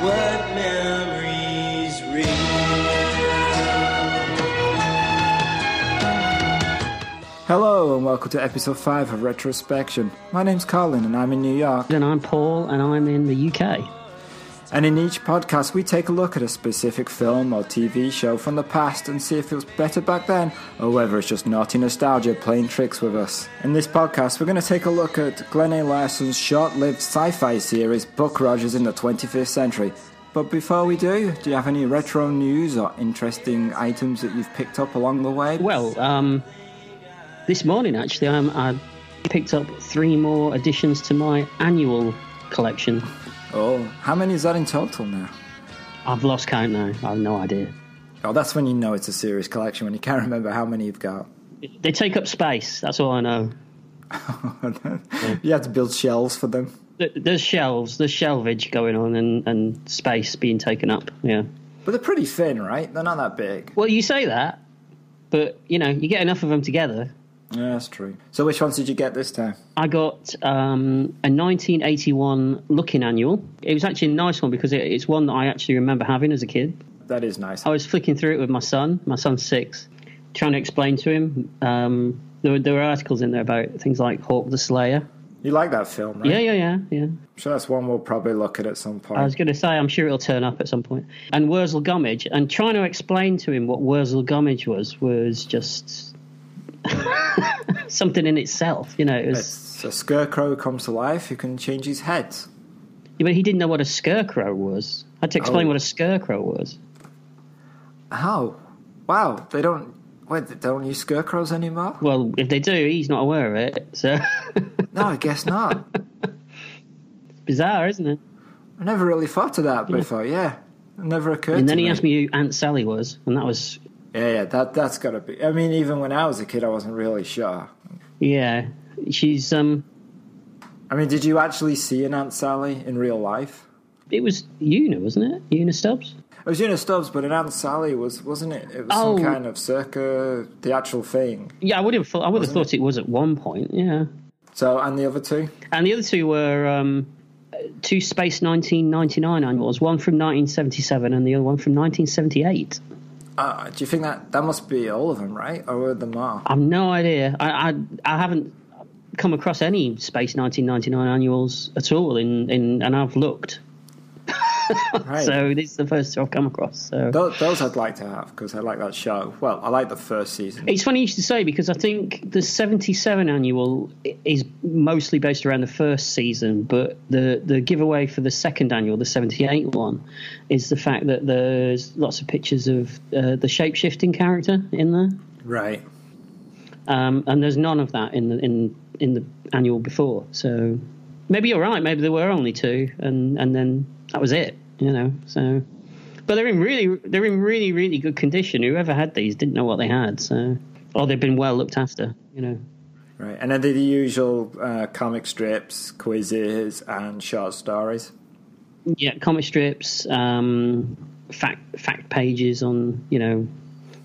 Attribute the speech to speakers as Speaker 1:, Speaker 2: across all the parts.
Speaker 1: what memories reach.
Speaker 2: Hello and welcome to episode 5 of Retrospection. My name's Colin and I'm in New York.
Speaker 3: And I'm Paul, and I'm in the UK.
Speaker 2: And in each podcast, we take a look at a specific film or TV show from the past and see if it was better back then or whether it's just naughty nostalgia playing tricks with us. In this podcast, we're going to take a look at Glenn A. Larson's short lived sci fi series, Buck Rogers in the 25th Century. But before we do, do you have any retro news or interesting items that you've picked up along the way?
Speaker 3: Well, um, this morning actually, I'm, I picked up three more additions to my annual collection.
Speaker 2: Oh, how many is that in total now?
Speaker 3: I've lost count now. I have no idea.
Speaker 2: Oh, that's when you know it's a serious collection when you can't remember how many you've got.
Speaker 3: They take up space. That's all I know.
Speaker 2: you have to build shelves for them.
Speaker 3: Th- There's shelves. There's shelvage going on, and, and space being taken up. Yeah.
Speaker 2: But they're pretty thin, right? They're not that big.
Speaker 3: Well, you say that, but you know, you get enough of them together.
Speaker 2: Yeah, that's true. So, which ones did you get this time?
Speaker 3: I got um, a 1981 looking annual. It was actually a nice one because it, it's one that I actually remember having as a kid.
Speaker 2: That is nice.
Speaker 3: I was flicking through it with my son. My son's six, trying to explain to him. Um, there, were, there were articles in there about things like Hawk the Slayer.
Speaker 2: You like that film, right?
Speaker 3: Yeah, yeah, yeah, yeah.
Speaker 2: I'm sure that's one we'll probably look at at some point.
Speaker 3: I was going to say, I'm sure it'll turn up at some point. And Wurzel Gummidge, and trying to explain to him what Wurzel Gummidge was, was just something in itself. You know, it was.
Speaker 2: It's a scarecrow comes to life who can change his head.
Speaker 3: Yeah, but he didn't know what a scarecrow was. I had to explain
Speaker 2: Oh.
Speaker 3: what a scarecrow was.
Speaker 2: How? Wow, they don't. Wait, they don't use scarecrows anymore?
Speaker 3: Well, if they do, he's not aware of it. So
Speaker 2: No, I guess not.
Speaker 3: bizarre, isn't it?
Speaker 2: I never really thought of that before, yeah. It never occurred
Speaker 3: And
Speaker 2: to
Speaker 3: then
Speaker 2: me.
Speaker 3: he asked me who Aunt Sally was, and that was
Speaker 2: Yeah, yeah, that, that's got to be. I mean, even when I was a kid, I wasn't really sure.
Speaker 3: yeah. She's um.
Speaker 2: I mean, did you actually see an Aunt Sally in real life?
Speaker 3: It was Una, wasn't it? Una Stubbs.
Speaker 2: It was Una Stubbs, but an Aunt Sally was, wasn't it? It was
Speaker 3: Oh.
Speaker 2: some kind of circa, the actual thing.
Speaker 3: Yeah, I would have thought. I would have thought it was at one point. Yeah.
Speaker 2: So, and the other two?
Speaker 3: And the other two were um, two Space 1999 annuals, one from 1977 and the other one from 1978.
Speaker 2: Uh, do you think that that must be all of them, right? Or were there more?
Speaker 3: I've no idea. I, I, I haven't come across any Space 1999 annuals at all, in, in and I've looked.
Speaker 2: Right.
Speaker 3: So this is the first two I've come across. So
Speaker 2: Tho- those I'd like to have because I like that show. Well, I like the first season.
Speaker 3: it's funny you should say because I think the 77 annual i- is mostly based around the first season, but the, the giveaway for the second annual, the 78 one, is the fact that there's lots of pictures of uh, the shape shifting character in there.
Speaker 2: Right.
Speaker 3: um, and there's none of that in the in in the annual before. So maybe you're right. Maybe there were only two, and and then that was it. You know. So, but they're in really they're in really really good condition. Whoever had these didn't know what they had. So, or they've been well looked after. You know.
Speaker 2: Right. And then the usual uh, comic strips, quizzes, and short stories.
Speaker 3: Yeah, comic strips, um, fact fact pages on you know.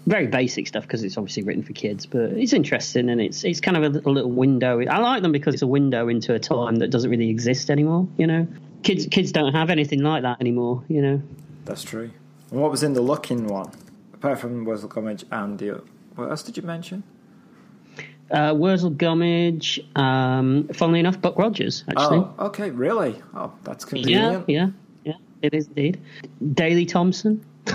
Speaker 3: Very basic stuff because it's obviously written for kids, but it's interesting and it's it's kind of a, little- little window. I like them because it's a window into a time that doesn't really exist anymore. You know, kids kids don't have anything like that anymore. You know,
Speaker 2: That's true. And what was in the looking one? Apart from Wurzel Gummidge and the. What else did you mention?
Speaker 3: uh, Wurzel Gummidge. Um, funnily enough, Buck Rogers actually.
Speaker 2: Oh, okay, really? Oh, that's
Speaker 3: yeah,
Speaker 2: convenient.
Speaker 3: yeah, yeah. It is indeed. Daley Thompson.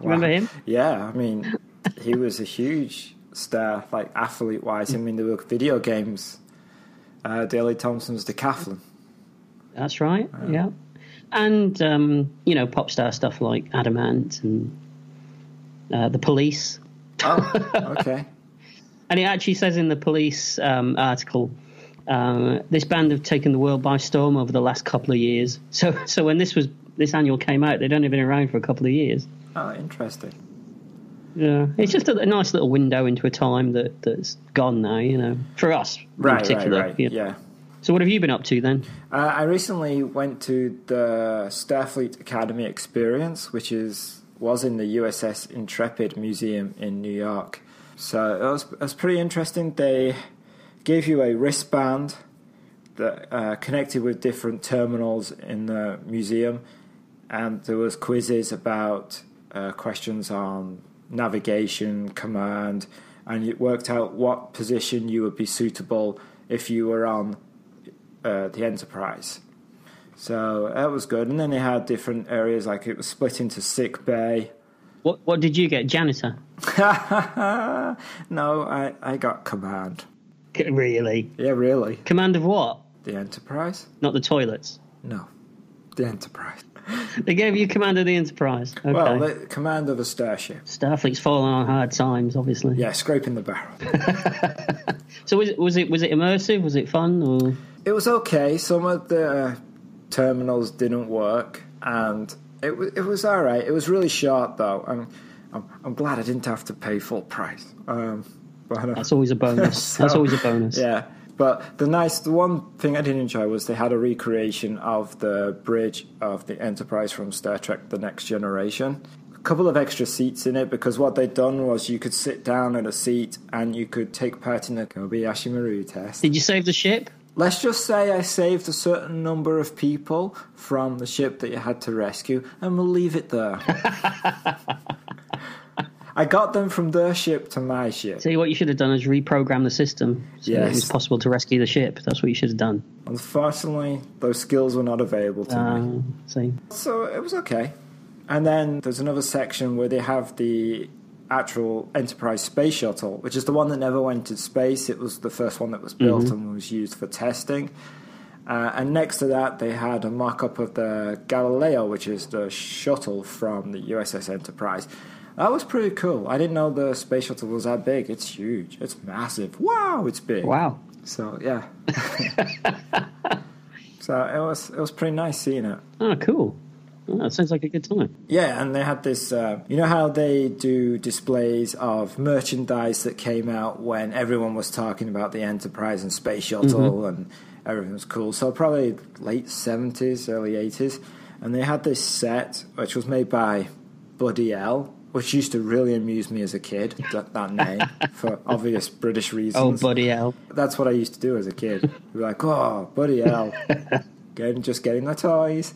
Speaker 3: Remember him?
Speaker 2: Yeah, I mean, he was a huge star, like athlete wise. I mean, there were video games. Uh, Daley Thompson's decathlon.
Speaker 3: That's right. Yeah. And, um, you know, pop star stuff like Adamant and uh, The Police.
Speaker 2: Oh, okay.
Speaker 3: And it actually says in the Police um, article uh, this band have taken the world by storm over the last couple of years. So, so when this was this annual came out, they'd only been around for a couple of years.
Speaker 2: Oh, interesting.
Speaker 3: Yeah, it's just a, a nice little window into a time that, that's gone now, you know, for us in
Speaker 2: Right, right,
Speaker 3: particular.
Speaker 2: right.
Speaker 3: you know.
Speaker 2: Yeah.
Speaker 3: So, what have you been up to then?
Speaker 2: Uh, I recently went to the Starfleet Academy experience, which is was in the USS Intrepid Museum in New York. So it was, it was pretty interesting. They gave you a wristband that uh, connected with different terminals in the museum, and there was quizzes about uh, questions on navigation, command, and it worked out what position you would be suitable if you were on uh, the Enterprise. So that was good. And then they had different areas, like it was split into sick bay.
Speaker 3: What what did you get? Janitor.
Speaker 2: no, I, I got command.
Speaker 3: C- Really?
Speaker 2: Yeah, really.
Speaker 3: Command of what?
Speaker 2: The Enterprise?
Speaker 3: Not the toilets.
Speaker 2: No, the Enterprise.
Speaker 3: They gave you command of the Enterprise. Okay.
Speaker 2: Well, the command of a starship.
Speaker 3: Starfleet's fallen on hard times, obviously.
Speaker 2: Yeah, scraping the barrel.
Speaker 3: So was it was it was it immersive? Was it fun? Or
Speaker 2: it was okay. Some of the uh, terminals didn't work, and it wa it was all right. It was really short though, and I'm I'm glad I didn't have to pay full price. Um, but, uh,
Speaker 3: that's always a bonus.
Speaker 2: So,
Speaker 3: that's always a bonus.
Speaker 2: Yeah, but the nice the one thing I did enjoy was they had a recreation of the bridge of the Enterprise from Star Trek: The Next Generation. A couple of extra seats in it because what they'd done was you could sit down at a seat and you could take part in the Kobayashi Maru test.
Speaker 3: Did you save the ship?
Speaker 2: Let's just say I saved a certain number of people from the ship that you had to rescue, and we'll leave it there. I got them from their ship to my ship.
Speaker 3: Tell you what you should have done is reprogram the system so that it
Speaker 2: Yes.
Speaker 3: was possible to rescue the ship. That's what you should have done.
Speaker 2: Unfortunately, those skills were not available to me.
Speaker 3: Uh, see,
Speaker 2: So it was okay. And then there's another section where they have the actual Enterprise space shuttle, which is the one that never went to space. It was the first one that was built and was used for testing. Uh, and next to that, they had a mock up of the Galileo, which is the shuttle from the USS Enterprise. That was pretty cool. I didn't know the space shuttle was that big. It's huge. It's massive. Wow, it's big.
Speaker 3: wow,
Speaker 2: So yeah. so it was it was pretty nice seeing it.
Speaker 3: oh cool. Oh, that sounds like a good time.
Speaker 2: Yeah, and they had this. Uh, you know how they do displays of merchandise that came out when everyone was talking about the Enterprise and Space Shuttle and everything was cool. So probably late seventies, early eighties, and they had this set which was made by Buddy L, which used to really amuse me as a kid. That, that name for obvious British
Speaker 3: Oh,
Speaker 2: reasons.
Speaker 3: buddy, L.
Speaker 2: That's what I used to do as a kid. Be like, oh, buddy hell. Getting, just getting the toys.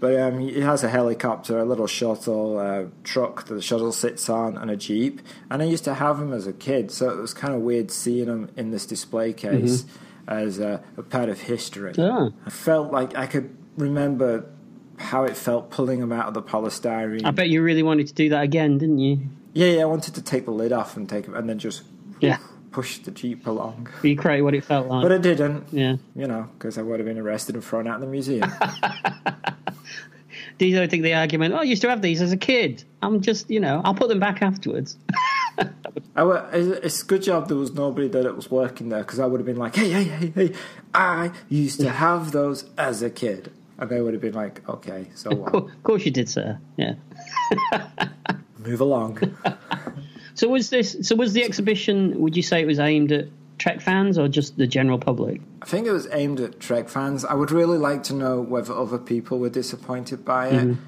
Speaker 2: But um, he has a helicopter, a little shuttle uh, truck that the shuttle sits on, and a jeep. And I used to have him as a kid, so it was kind of weird seeing him in this display case
Speaker 3: Mm-hmm.
Speaker 2: as a, a part of history.
Speaker 3: Ah.
Speaker 2: I felt like I could remember how it felt pulling him out of the polystyrene.
Speaker 3: I bet you really wanted to do that again, didn't you?
Speaker 2: yeah, yeah, I wanted to take the lid off and take him, and then just
Speaker 3: Yeah,
Speaker 2: push the jeep along.
Speaker 3: recreate what it felt like.
Speaker 2: But I didn't.
Speaker 3: yeah.
Speaker 2: You know, because I would have been arrested and thrown out of the museum.
Speaker 3: Do you don't think the argument? Oh, I used to have these as a kid. I'm just, you know, I'll put them back afterwards.
Speaker 2: I wa- it's it's a good job there was nobody there that was working there because I would have been like, hey, hey, hey, hey, I used to have those as a kid. And they would have been like, okay, so what?
Speaker 3: of course you did, sir. Yeah.
Speaker 2: Move along.
Speaker 3: So was this? So was the exhibition? Would you say it was aimed at Trek fans or just the general public?
Speaker 2: I think it was aimed at Trek fans. I would really like to know whether other people were disappointed by it.
Speaker 3: Mm-hmm.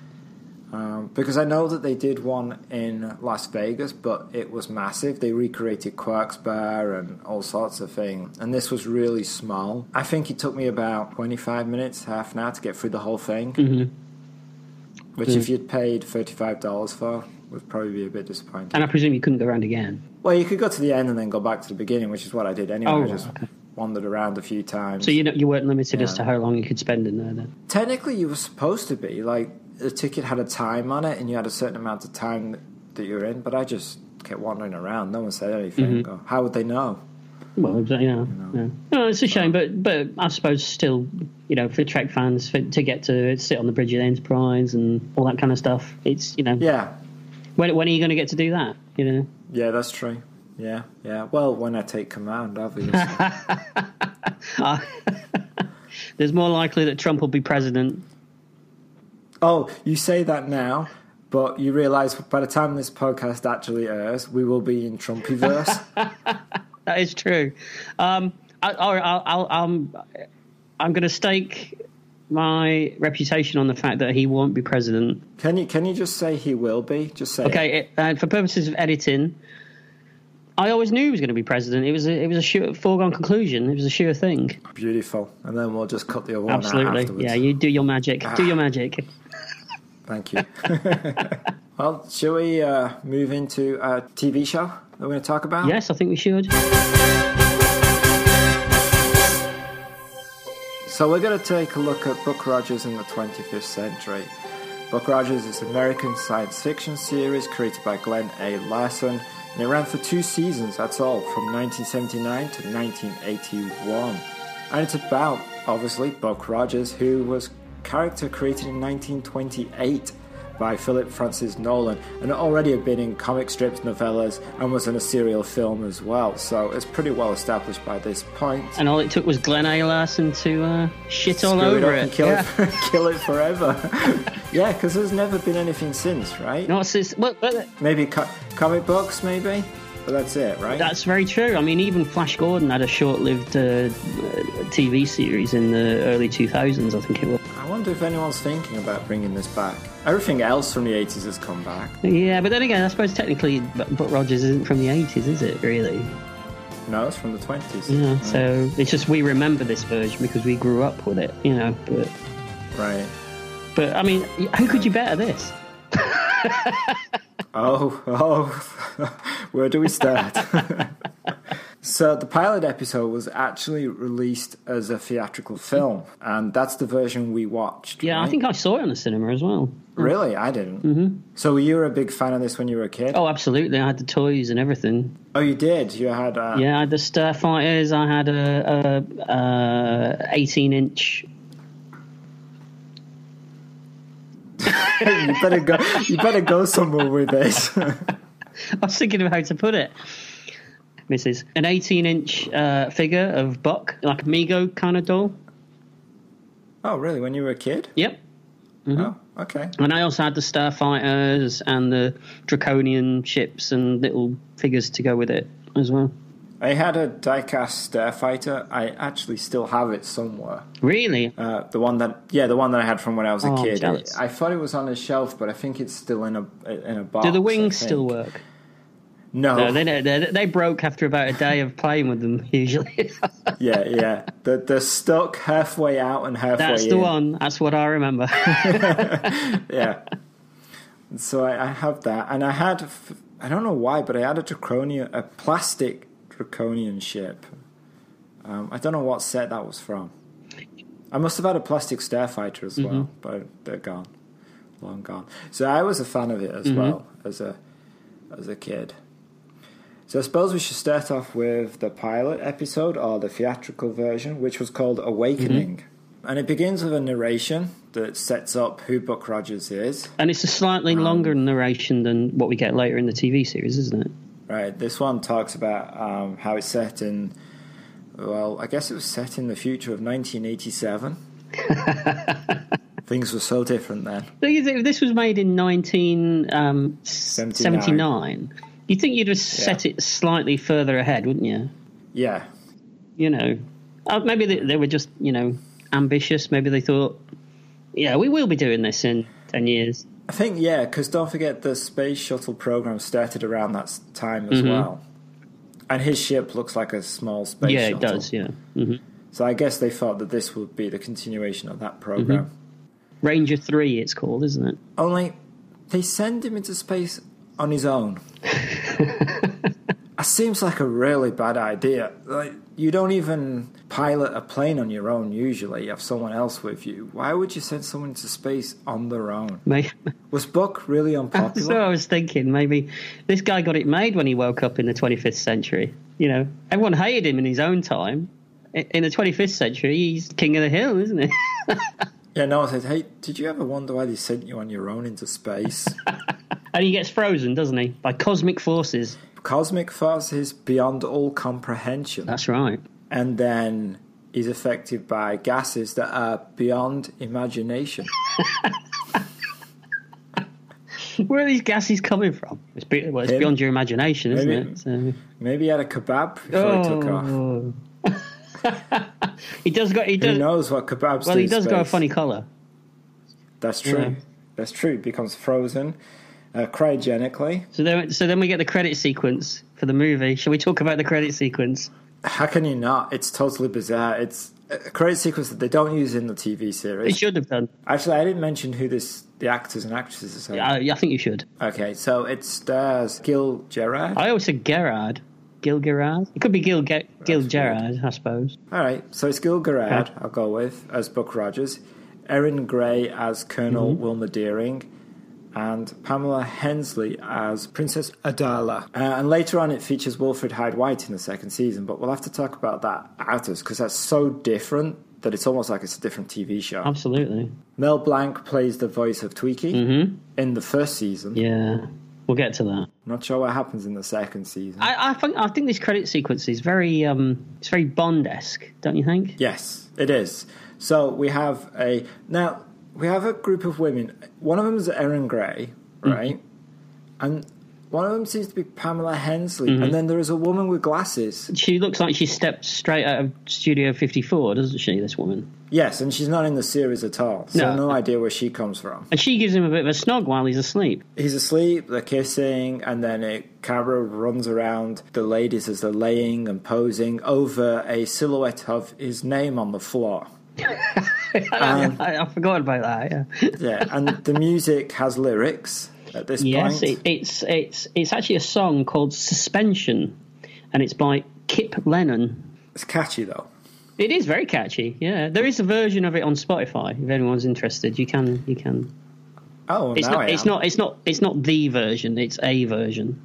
Speaker 2: Um, because I know that they did one in Las Vegas, but it was massive. They recreated Quark's Bar and all sorts of things. And this was really small. I think it took me about 25 minutes, half an hour to get through the whole thing.
Speaker 3: Mm-hmm.
Speaker 2: Which,
Speaker 3: Mm.
Speaker 2: if you'd paid $35 for, would probably be a bit disappointing.
Speaker 3: And I presume you couldn't go around again.
Speaker 2: Well, you could go to the end and then go back to the beginning, which is what I did anyway.
Speaker 3: Oh,
Speaker 2: I just
Speaker 3: okay.
Speaker 2: wandered around a few times.
Speaker 3: So you know, you weren't limited as
Speaker 2: Yeah.
Speaker 3: to how long you could spend in there. Then
Speaker 2: technically you were supposed to be like the ticket had a time on it and you had a certain amount of time that you were in but i just kept wandering around no one said
Speaker 3: Mm-hmm.
Speaker 2: anything Or how would they know
Speaker 3: well, it was, you know, yeah. no, it's a shame, but but I suppose still, you know, for Trek fans for, to get to sit on the bridge of the Enterprise and all that kind of stuff, it's you know,
Speaker 2: yeah
Speaker 3: when when are you going to get to do that? You know,
Speaker 2: yeah that's true yeah yeah well when i take command obviously
Speaker 3: there's more likely that Trump will be president.
Speaker 2: oh you say that now but you realize by the time this podcast actually airs we will be in trumpyverse
Speaker 3: That is true. Um, I, I, I, I'll, I'm, I'm going to stake my reputation on the fact that he won't be president.
Speaker 2: can you can you just say he will be just say it.
Speaker 3: Okay, it, uh, for purposes of editing, I always knew he was going to be president. It was a, it was a sure, foregone conclusion. It was a sure thing.
Speaker 2: beautiful and then we'll just cut the other one out
Speaker 3: Absolutely.
Speaker 2: afterwards Ah.
Speaker 3: Yeah, you do your magic. Do your magic.
Speaker 2: Thank you. well, shall we uh, move into a TV show that we're going to talk about?
Speaker 3: Yes, I think we should.
Speaker 2: So we're going to take a look at Buck Rogers in the 25th Century. Buck Rogers is an American science fiction series created by Glenn A. Larson, and it ran for two seasons, that's all, from 1979 to 1981. And it's about, obviously, Buck Rogers, who was character created in 1928 by Philip Francis Nolan, and it already had been in comic strips, novellas, and was in a serial film as well. So it's pretty well established by this point.
Speaker 3: And all it took was Glenn A. Larson to uh, shit all
Speaker 2: Screw it
Speaker 3: over
Speaker 2: up and
Speaker 3: it.
Speaker 2: kill,
Speaker 3: Yeah.
Speaker 2: it, kill it forever. yeah, because there's never been anything since, right?
Speaker 3: No, it's, it's, well, uh,
Speaker 2: Maybe co- comic books, maybe, but that's it, right?
Speaker 3: that's very true. I mean, even Flash Gordon had a short-lived uh, uh, TV series in the early 2000s, I think it was.
Speaker 2: I wonder if anyone's thinking about bringing this back. Everything else from the 80s has come back.
Speaker 3: Yeah, but then again, I suppose technically, but, but Rogers isn't from the 80s, is it, really?
Speaker 2: No, it's from the 20s.
Speaker 3: Yeah, so it's just we remember this version because we grew up with it, you know. But,
Speaker 2: Right.
Speaker 3: but I mean, how could you better this?
Speaker 2: Oh, oh, where do we start? so, the pilot episode was actually released as a theatrical film, and that's the version we watched.
Speaker 3: Yeah, I
Speaker 2: right?
Speaker 3: think I saw it in the cinema as well.
Speaker 2: Really? I didn't. Mm-hmm. So, you were a big fan of this when you were a kid?
Speaker 3: Oh, absolutely! I had the toys and everything.
Speaker 2: Oh, you did. You had uh,
Speaker 3: Yeah, I had the Starfighters. I had a a- a eighteen-inch.
Speaker 2: you better go. You better go somewhere with this.
Speaker 3: I was thinking of how to put it. Mrs. An 18 inch uh, figure of Buck, like a Mego kind of doll.
Speaker 2: oh, really? When you were a kid?
Speaker 3: Yep. Mm-hmm.
Speaker 2: Oh, okay.
Speaker 3: And I also had the Starfighters and the Draconian ships and little figures to go with it as well.
Speaker 2: I had a diecast Starfighter. I actually still have it somewhere.
Speaker 3: Really?
Speaker 2: Uh, the one that, yeah, the one that I had from when I was a
Speaker 3: Oh, I'm
Speaker 2: kid. I,
Speaker 3: jealous.
Speaker 2: I thought it was on a shelf, but I think it's still in a in a box.
Speaker 3: Do
Speaker 2: I
Speaker 3: the wings
Speaker 2: think.
Speaker 3: still work?
Speaker 2: No.
Speaker 3: No, they, they they broke after about a day of playing with them. Usually,
Speaker 2: yeah, yeah. They're, they're stuck halfway out and halfway
Speaker 3: that's
Speaker 2: in.
Speaker 3: the one. That's what I remember.
Speaker 2: yeah. And So I, I have that, and I had f- I don't know why, but I had a draconian, a plastic draconian ship. Um, I don't know what set that was from. I must have had a plastic starfighter as well, but they're gone, long gone. So I was a fan of it as well as a as a kid. So I suppose we should start off with the pilot episode or the theatrical version, which was called Awakening. And it begins with a narration that sets up who Buck Rogers is.
Speaker 3: and it's a slightly longer narration than what we get later in the TV series, isn't it?
Speaker 2: Right, this one talks about um, how it's set in, well, I guess it was set in the future of 1987. Things were so different then.
Speaker 3: Thing is, if this was made in 1979, you'd think you'd have set it slightly further ahead, wouldn't you?
Speaker 2: Yeah,
Speaker 3: You know, uh, maybe they, they were just, you know, ambitious. Maybe they thought, yeah, we will be doing this in 10 years.
Speaker 2: I think, yeah, because don't forget the space shuttle program started around that s- time
Speaker 3: Mm-hmm.
Speaker 2: as well. And his ship looks like a small space
Speaker 3: yeah,
Speaker 2: shuttle.
Speaker 3: it does, yeah. hmm
Speaker 2: So I guess they thought that this would be the continuation of that program.
Speaker 3: Ranger 3, it's called, isn't it?
Speaker 2: Only they send him into space on his own. that seems like a really bad idea. Like you don't even pilot a plane on your own usually. You have someone else with you. Why would you send someone into space on their own?
Speaker 3: Maybe.
Speaker 2: Was Buck really
Speaker 3: That's what
Speaker 2: unpopular?
Speaker 3: I was thinking. Maybe this guy got it made when he woke up in the 25th century. You know, everyone hated him in his own time. I- In the 25th century, he's king of the hill, isn't he?
Speaker 2: yeah, no, I said, Hey, did you ever wonder why they sent you on your own into space?
Speaker 3: And he gets frozen, doesn't he? By cosmic forces.
Speaker 2: Cosmic forces beyond all comprehension.
Speaker 3: That's right.
Speaker 2: and then he's affected by gases that are beyond imagination.
Speaker 3: Where are these gases coming from? It's, be- well, it's
Speaker 2: Him.
Speaker 3: beyond your imagination, isn't
Speaker 2: Maybe-
Speaker 3: it? So,
Speaker 2: Maybe he had a kebab before he took off.
Speaker 3: oh. he does go. He
Speaker 2: Who
Speaker 3: does.
Speaker 2: knows what kebabs
Speaker 3: Well,
Speaker 2: do
Speaker 3: he
Speaker 2: in
Speaker 3: does go a
Speaker 2: space.
Speaker 3: funny colour.
Speaker 2: That's true.
Speaker 3: Yeah.
Speaker 2: That's true. It becomes frozen uh, cryogenically.
Speaker 3: So then, so then we get the credit sequence for the movie. Shall we talk about the credit sequence?
Speaker 2: How can you not? It's totally bizarre. It's a credit sequence that they don't use in the TV
Speaker 3: It
Speaker 2: series.
Speaker 3: should have done.
Speaker 2: Actually, I didn't mention who this the actors and actresses are.
Speaker 3: I, I think you should.
Speaker 2: Okay, so it stars Gil Gerard.
Speaker 3: I always said Gerard. Gil Gerard? It could be Gil, Ge- Gil Gerard, I suppose.
Speaker 2: All right, so it's Gil Gerard. I'll go with as Buck Rogers, Erin Gray as Colonel Wilma Deering, and Pamela Hensley as Princess Adala. Uh, and later on, it features Wilfred Hyde White in the second season. But we'll have to talk about that outers because that's so different that it's almost like it's a different TV show.
Speaker 3: Um, Absolutely.
Speaker 2: Mel Blanc plays the voice of Tweaky in the first season.
Speaker 3: Yeah. We'll get to that.
Speaker 2: Not sure what happens in the second season.
Speaker 3: I, I think I think this credit sequence is very um it's very Bond esque, don't you think?
Speaker 2: Yes, it is. So we have a now we have a group of women. One of them is Erin Gray,
Speaker 3: Mm-hmm.
Speaker 2: right? And one of them seems to be Pamela Hensley,
Speaker 3: Mm-hmm.
Speaker 2: and then there is a woman with glasses.
Speaker 3: She looks like she stepped straight out of Studio 54, doesn't she? This woman,
Speaker 2: Yes, and she's not in the series at all, so no,
Speaker 3: No.
Speaker 2: idea where she comes from.
Speaker 3: and she gives him a bit of a snog while he's asleep.
Speaker 2: He's asleep, they're kissing, and then it, Cara runs around the ladies as they're laying and posing over a silhouette of his name on the floor.
Speaker 3: I, I forgot about that. Yeah.
Speaker 2: Yeah, and the music has lyrics at this
Speaker 3: Yes,
Speaker 2: point.
Speaker 3: it, it's it's it's actually a song called Suspension, and it's by Kip Lennon.
Speaker 2: It's catchy though.
Speaker 3: It is very catchy. Yeah, there is a version of it on Spotify. If anyone's interested, you can you can.
Speaker 2: Oh,
Speaker 3: It's
Speaker 2: now
Speaker 3: not
Speaker 2: I
Speaker 3: it's
Speaker 2: am.
Speaker 3: not it's not it's not the version. It's a version.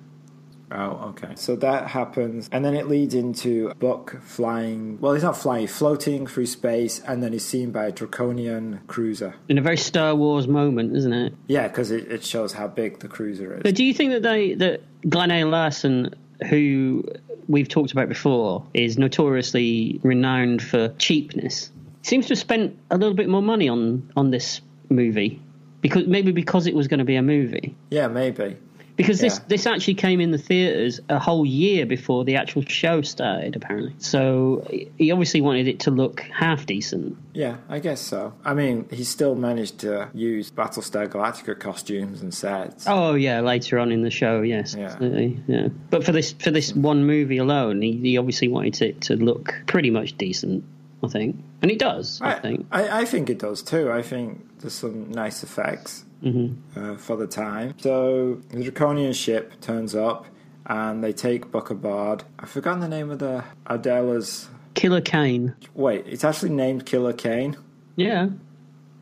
Speaker 2: Oh, okay. So that happens, and then it leads into Buck flying. Well, he's not flying; he's floating through space, and then he's seen by a draconian cruiser.
Speaker 3: In a very Star Wars moment, isn't it?
Speaker 2: Yeah, because it, it shows how big the cruiser is.
Speaker 3: But do you think that they that Glenn Larson, who we've talked about before, is notoriously renowned for cheapness, seems to have spent a little bit more money on on this movie because maybe because it was going to be a movie.
Speaker 2: yeah, maybe.
Speaker 3: Because this
Speaker 2: Yeah.
Speaker 3: this actually came in the theaters a whole year before the actual show started, apparently. So he obviously wanted it to look half decent.
Speaker 2: Yeah, I guess so. I mean, he still managed to use Battlestar Galactica costumes and sets.
Speaker 3: Oh yeah, later on in the show, yes,
Speaker 2: Yeah.
Speaker 3: absolutely, yeah. But for this for this one movie alone, he, he obviously wanted it to look pretty much decent, I think, and it does. I,
Speaker 2: I,
Speaker 3: think
Speaker 2: I, I think it does too. I think there's some nice effects
Speaker 3: Mm-hmm.
Speaker 2: uh, for the time. So the draconian ship turns up and they take Buck aboard. I've forgotten the name of the Adela's.
Speaker 3: Killer Kane,
Speaker 2: Wait, it's actually named Killer Kane.
Speaker 3: yeah,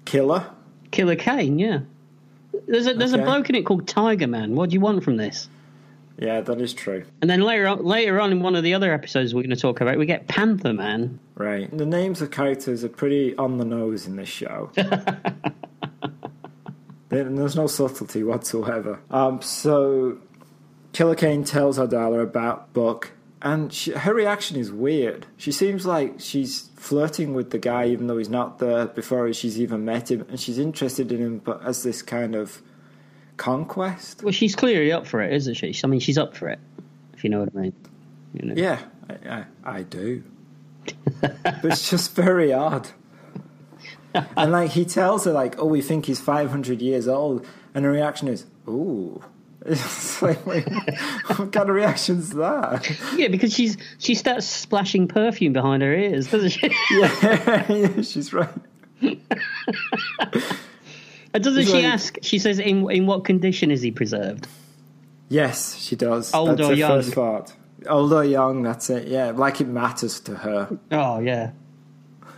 Speaker 2: Killer?
Speaker 3: Killer Kane, yeah. There's a there's
Speaker 2: Okay.
Speaker 3: a bloke in it called Tiger Man. What do you want from this?
Speaker 2: Yeah, that is true.
Speaker 3: And then later on, later on in one of the other episodes we're going to talk about, we get Panther Man.
Speaker 2: Right. The names of characters are pretty on the nose in this show. There- There's no subtlety whatsoever. Um, so, Killer Kane tells Adala about Buck, and she, her reaction is weird. She seems like she's flirting with the guy, even though he's not there before she's even met him, and she's interested in him, but as this kind of conquest.
Speaker 3: Well, she's clearly up for it, isn't she? I mean, she's up for it, if you know what I mean. You know.
Speaker 2: Yeah, I, I, I do. but it's just very odd. and like he tells her, like, "Oh, we think he's five hundred years old," and her reaction is, "Ooh." It's like, wait, what kind of reaction's that?
Speaker 3: Yeah, because she's she starts splashing perfume behind her ears, doesn't she?
Speaker 2: yeah, she's right.
Speaker 3: And doesn't
Speaker 2: It's
Speaker 3: she
Speaker 2: like-
Speaker 3: ask? She says, "In in what condition is he preserved?"
Speaker 2: Yes, she does.
Speaker 3: Old
Speaker 2: that's
Speaker 3: or
Speaker 2: her
Speaker 3: young?
Speaker 2: First thought. Old or young, that's it. Yeah, like it matters to her.
Speaker 3: Oh yeah,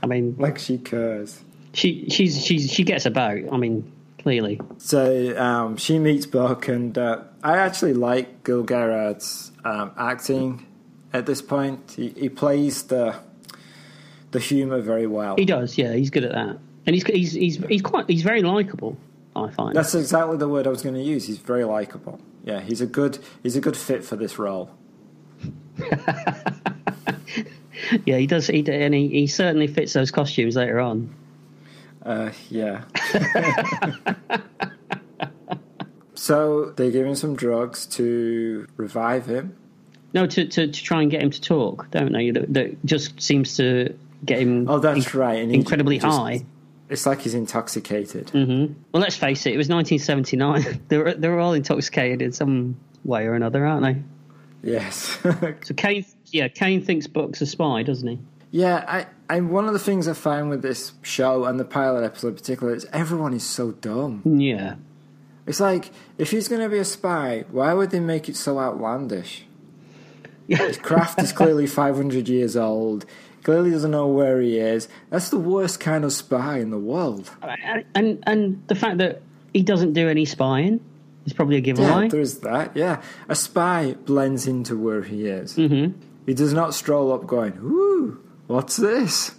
Speaker 3: I mean,
Speaker 2: Like she cares.
Speaker 3: she she's she's she gets about. I mean, clearly,
Speaker 2: So um, she meets Buck, and uh, I actually like Gil Gerard's um, acting at this point. He, he plays the the humor very well.
Speaker 3: he does. Yeah, he's good at that, and he's he's he's he's quite he's very likable. I find.
Speaker 2: That's exactly the word I was going to use. He's very likable. Yeah, he's a good he's a good fit for this role.
Speaker 3: yeah, he does. He d- and he, he certainly fits those costumes later on.
Speaker 2: Uh, yeah. so they give him some drugs to revive him.
Speaker 3: No, to, to, to try and get him to talk, don't they? That, that just seems to get him
Speaker 2: Oh, that's right. And he
Speaker 3: incredibly
Speaker 2: just-
Speaker 3: high. Mm-hmm.
Speaker 2: It's like he's intoxicated.
Speaker 3: Well, let's face it, it was 1979. they're, they're all intoxicated in some way or another, aren't they?
Speaker 2: Yes.
Speaker 3: So Kane, yeah, Kane thinks Buck's a spy, doesn't he?
Speaker 2: Yeah, I, I one of the things I found with this show and the pilot episode in particular is everyone is so dumb.
Speaker 3: Yeah.
Speaker 2: It's like if he's going to be a spy, why would they make it so outlandish? His craft is clearly 500 years old. Clearly doesn't know where he is. That's the worst kind of spy in the world.
Speaker 3: And and- and the fact that he doesn't do any spying is probably a
Speaker 2: Yeah,
Speaker 3: giveaway.
Speaker 2: there is that. Yeah, a spy blends into where he is. Mm-hmm. He does not stroll up going, "Ooh, what's this?"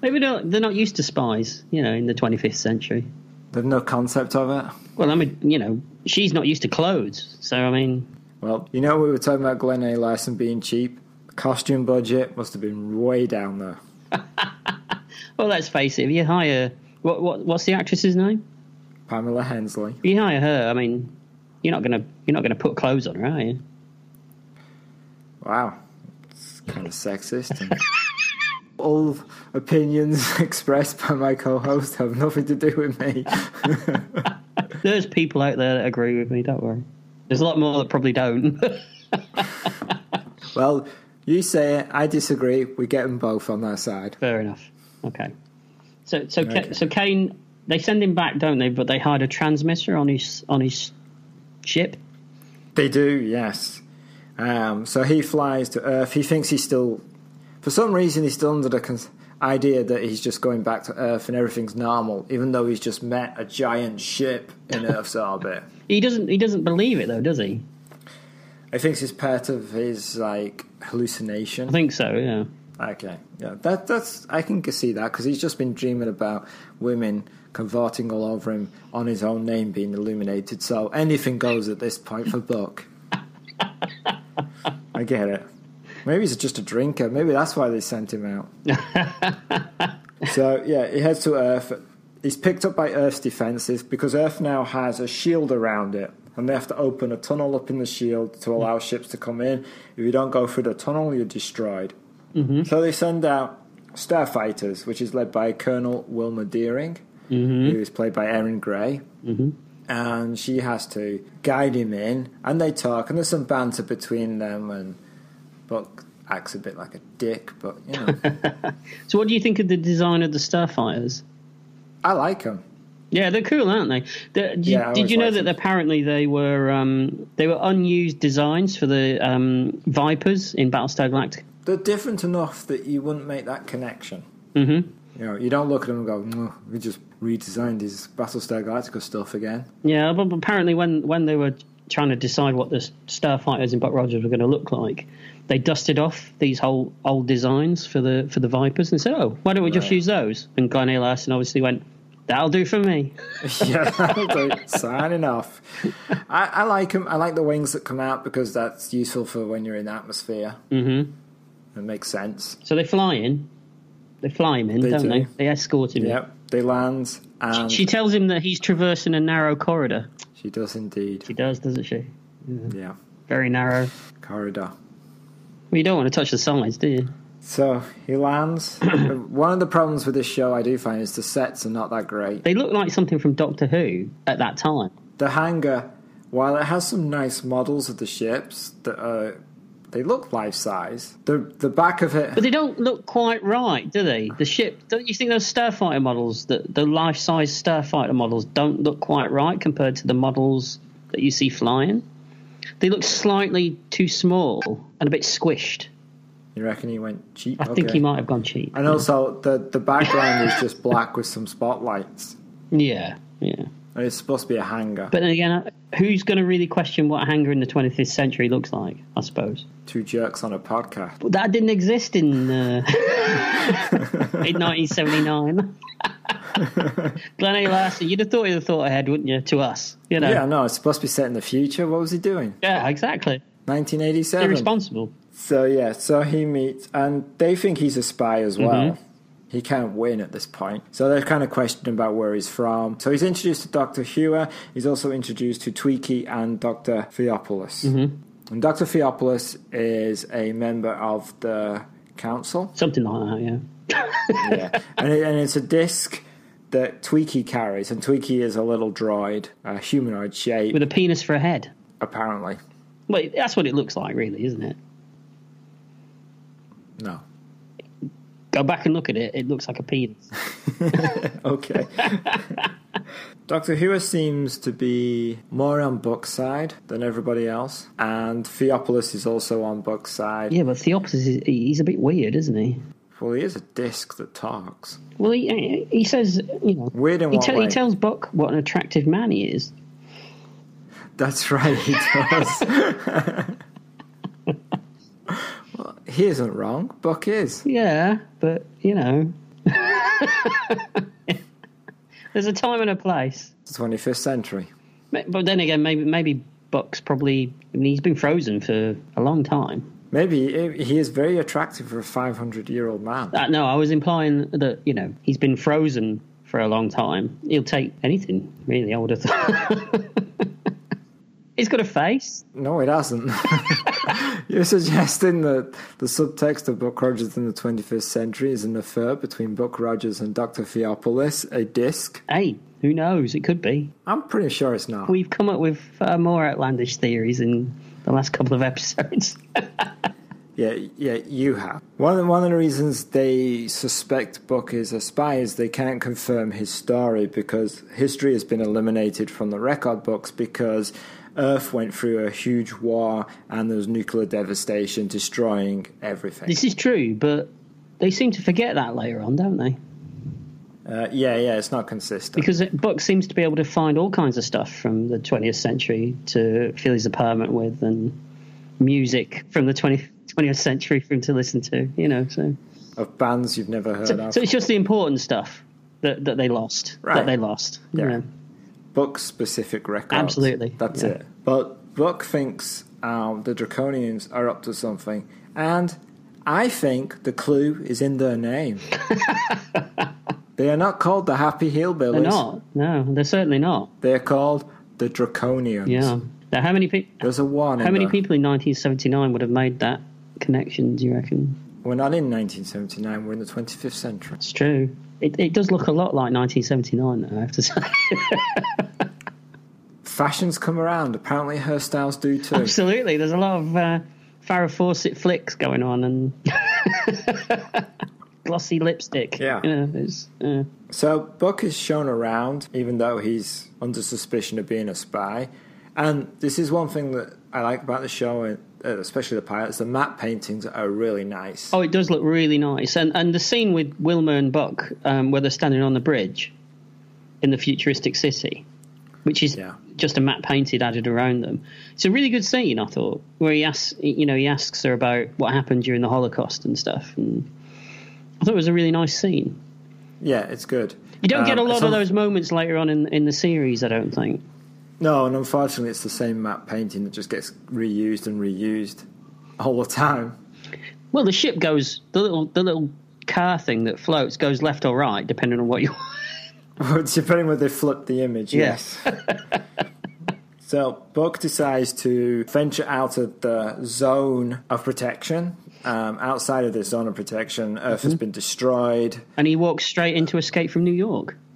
Speaker 3: Maybe they're, they're not used to spies, you know, in the 25th century.
Speaker 2: They've no concept of it.
Speaker 3: Well, I mean, you know, she's not used to clothes, so I mean,
Speaker 2: Well, you know we were talking about Glenn A. Larson being cheap. The costume budget must have been way down there.
Speaker 3: well, let's face it. If you hire what, what what's the actress's name?
Speaker 2: Pamela Hensley.
Speaker 3: If you hire her, I mean, you're not gonna you're not gonna put clothes on her, are you?
Speaker 2: Wow, it's kind of sexist. and- All opinions expressed by my co-host have nothing to do with me.
Speaker 3: There's people out there that agree with me. Don't worry. There's a lot more that probably don't.
Speaker 2: well, you say it, I disagree. We get them both on our side.
Speaker 3: Fair enough. Okay. So so Ca so Kane they send him back, don't they? But they hide a transmitter on his on his ship.
Speaker 2: They do, yes. Um, so he flies to Earth. He thinks he's still, for some reason, he's still under the cons- idea that he's just going back to Earth and everything's normal, even though he's just met a giant ship in Earth's orbit.
Speaker 3: He doesn't he doesn't believe it though, does he?
Speaker 2: He thinks it's part of his like hallucination.
Speaker 3: I think so. Yeah.
Speaker 2: Okay, yeah, that that's I can see that because he's just been dreaming about women converting all over him on his own name being illuminated. So anything goes at this point for Buck. I get it. Maybe he's just a drinker. Maybe that's why they sent him out. so yeah, he heads to Earth. He's picked up by Earth's defenses because Earth now has a shield around it, and they have to open a tunnel up in the shield to allow ships to come in. If you don't go through the tunnel, you're destroyed. So they send out Starfighters, which is led by Colonel Wilma Deering, who is played by Erin Gray. And she has to guide him in, and they talk, and there's some banter between them, and Buck acts a bit like a dick, but you know,
Speaker 3: So what do you think of the design of the Starfighters?
Speaker 2: I like him.
Speaker 3: Yeah, they're cool, aren't they? The- did,
Speaker 2: Yeah, I
Speaker 3: did
Speaker 2: always
Speaker 3: you know
Speaker 2: liked
Speaker 3: that
Speaker 2: them.
Speaker 3: apparently they were um, they were unused designs for the um, Vipers in Battlestar Galactica?
Speaker 2: They're different enough that you wouldn't make that connection.
Speaker 3: Mhm.
Speaker 2: You know, you don't look at them and go, "No, we just redesigned his Battlestar Galactica stuff again."
Speaker 3: Yeah, but but apparently when, when they were trying to decide what the Starfighters in Buck Rogers were going to look like, they dusted off these whole old designs for the for the Vipers and said, "Oh, why don't we just
Speaker 2: Right.
Speaker 3: use those?" And Glenn Larson obviously went, "That'll do for me."
Speaker 2: yeah, like, signing off. I, I like 'em. I like the wings that come out because that's useful for when you're in atmosphere. Mm-hmm. It makes sense.
Speaker 3: So they fly in, they fly him in,
Speaker 2: They
Speaker 3: don't
Speaker 2: do.
Speaker 3: they? They escort him. in.
Speaker 2: Yep, they land and
Speaker 3: She
Speaker 2: she,
Speaker 3: tells him that he's traversing a narrow corridor.
Speaker 2: does indeed.
Speaker 3: She does, doesn't she?
Speaker 2: Yeah,
Speaker 3: Very narrow.
Speaker 2: corridor.
Speaker 3: Well, you don't want to touch the sides, do you?
Speaker 2: So he lands. One of the problems with this show I do find is the sets are not that great.
Speaker 3: They look like something from Doctor Who at that time.
Speaker 2: The hangar, while it has some nice models of the ships that are, they look life size. The the back of it
Speaker 3: But they don't look quite right, do they? The ship, don't you think those Starfighter models, the, the life size Starfighter models, don't look quite right compared to the models that you see flying? They look slightly too small and a bit squished.
Speaker 2: You reckon he went cheap?
Speaker 3: I think he might have gone cheap.
Speaker 2: And also, the the background is just black with some spotlights.
Speaker 3: Yeah, yeah.
Speaker 2: And it's supposed to be a hangar.
Speaker 3: But then again, I- who's going to really question what a hangar in the 25th century looks like, I suppose?
Speaker 2: Two jerks on a podcast.
Speaker 3: But that didn't exist in uh, in 1979. Glenn A. Larson, you'd have thought you'd have thought ahead, wouldn't you, to us? You know?
Speaker 2: Yeah, no, it's supposed to be set in the future. What was he doing?
Speaker 3: Yeah, exactly.
Speaker 2: 1987.
Speaker 3: Irresponsible.
Speaker 2: So yeah, so he meets, and they think he's a spy as well. He can't win at this point, so they're kind of questioning about where he's from. So he's introduced to Doctor Hewer. He's also introduced to Tweaky and Doctor Theopolis. And Doctor Theopolis is a member of the council.
Speaker 3: Something like that, yeah.
Speaker 2: yeah, and, it, and it's a disc that Tweaky carries, and Tweaky is a little droid, a humanoid shape,
Speaker 3: With a penis for a head.
Speaker 2: apparently.
Speaker 3: Well, that's what it looks like, really, isn't it?
Speaker 2: No,
Speaker 3: Go back and look at it. It looks like a penis.
Speaker 2: okay. Doctor Who seems to be more on Buck's side than everybody else, and Theopolis is also on Buck's side.
Speaker 3: Yeah, but Theopolis is he- he's a bit weird, isn't he?
Speaker 2: Well, he is a disc that talks.
Speaker 3: Well, he he says you know
Speaker 2: Weird in
Speaker 3: he,
Speaker 2: what
Speaker 3: tell-
Speaker 2: way?
Speaker 3: he tells Buck what an attractive man he is.
Speaker 2: That's right, he does. well, he isn't wrong. Buck is.
Speaker 3: Yeah, but you know, there's a time and a place.
Speaker 2: It's the 21st century.
Speaker 3: Ma- But then again, maybe maybe Buck's probably I mean, he's been frozen for a long time.
Speaker 2: Maybe he- he is very attractive for a 500 year old man.
Speaker 3: Uh, no, I was implying that you know he's been frozen for a long time. He'll take anything, really. I would have thought. he's got a face.
Speaker 2: No, it hasn't. You're suggesting that the subtext of Buck Rogers in the 21st century is an affair between Buck Rogers and Dr. Theopolis, a disc?
Speaker 3: Hey, who knows? It could be.
Speaker 2: I'm pretty sure it's not.
Speaker 3: We've come up with uh, more outlandish theories in the last couple of episodes.
Speaker 2: Yeah, yeah, you have. One of the, one of the reasons they suspect Buck is a spy is they can't confirm his story because history has been eliminated from the record books because Earth went through a huge war and there was nuclear devastation destroying everything.
Speaker 3: this is true, but they seem to forget that later on, don't they?
Speaker 2: Uh, yeah, yeah, it's not consistent.
Speaker 3: Because it- Buck seems to be able to find all kinds of stuff from the 20th century to fill his apartment with, and music from the 20th, 20th century for him to listen to. You know, so
Speaker 2: of bands you've never heard
Speaker 3: so,
Speaker 2: of.
Speaker 3: so it's just the important stuff that, that they lost.
Speaker 2: Right.
Speaker 3: That they lost. you
Speaker 2: Yeah.
Speaker 3: know.
Speaker 2: Book specific records.
Speaker 3: Absolutely,
Speaker 2: That's
Speaker 3: yeah.
Speaker 2: it. But Buck thinks um, the Draconians are up to something. And I think the clue is in their name. they are not called the Happy Hillbillies.
Speaker 3: They're not. No, they're certainly not.
Speaker 2: They're called the Draconians.
Speaker 3: Yeah. Now, how many people?
Speaker 2: There's a one.
Speaker 3: How
Speaker 2: in
Speaker 3: many
Speaker 2: there.
Speaker 3: people in 1979 would have made that connection? Do you reckon?
Speaker 2: We're not in 1979, we're in the 25th century.
Speaker 3: It's true. It, it does look a lot like 1979, though, I have to say.
Speaker 2: Fashions come around. Apparently, hairstyles do too.
Speaker 3: Absolutely. There's a lot of uh, Farrah Fawcett flicks going on and glossy lipstick.
Speaker 2: Yeah.
Speaker 3: You know, it's, uh,
Speaker 2: So Buck is shown around, even though he's under suspicion of being a spy. And this is one thing that I like about the show, and uh, especially the pilots. The map paintings are really nice.
Speaker 3: oh, it does look really nice. And, and the scene with Wilma and Buck, um, where they're standing on the bridge in the futuristic city, which is
Speaker 2: Yeah.
Speaker 3: just a map painted added around them. It's a really good scene, I thought, where he asks, you know, he asks her about what happened during the Holocaust and stuff. And I thought it was a really nice scene.
Speaker 2: Yeah, it's good.
Speaker 3: You don't
Speaker 2: Um,
Speaker 3: get a lot
Speaker 2: it's un-
Speaker 3: of those moments later on in, in the series, I don't think.
Speaker 2: No, and unfortunately, it's the same map painting that just gets reused and reused all the time.
Speaker 3: Well, the ship goes the little the little car thing that floats goes left or right depending on what you.
Speaker 2: Depending where they flip the image, yes. so Buck decides to venture out of the zone of protection. Um, outside of this zone of protection, Earth has been destroyed.
Speaker 3: And he walks straight into Escape from New York.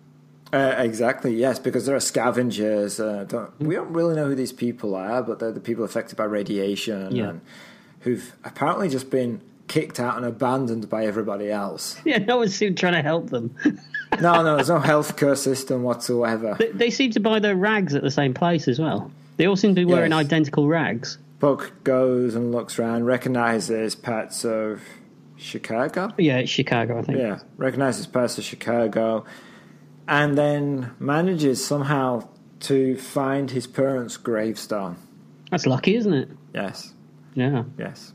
Speaker 2: Uh, exactly, yes, because there are scavengers. Uh, don't, we don't really know who these people are, but they're the people affected by radiation
Speaker 3: Yeah.
Speaker 2: and who've apparently just been kicked out and abandoned by everybody else.
Speaker 3: Yeah, no one seemed trying to help them.
Speaker 2: No, no, there's no healthcare system whatsoever.
Speaker 3: They, they seem to buy their rags at the same place as well. They all seem to be wearing
Speaker 2: Yes.
Speaker 3: identical rags.
Speaker 2: Buck goes and looks around, recognizes parts of Chicago.
Speaker 3: Yeah, it's Chicago, I think.
Speaker 2: Yeah, recognizes parts of Chicago, and then manages somehow to find his parents' gravestone.
Speaker 3: That's lucky, isn't it?
Speaker 2: Yes,
Speaker 3: Yeah.
Speaker 2: yes.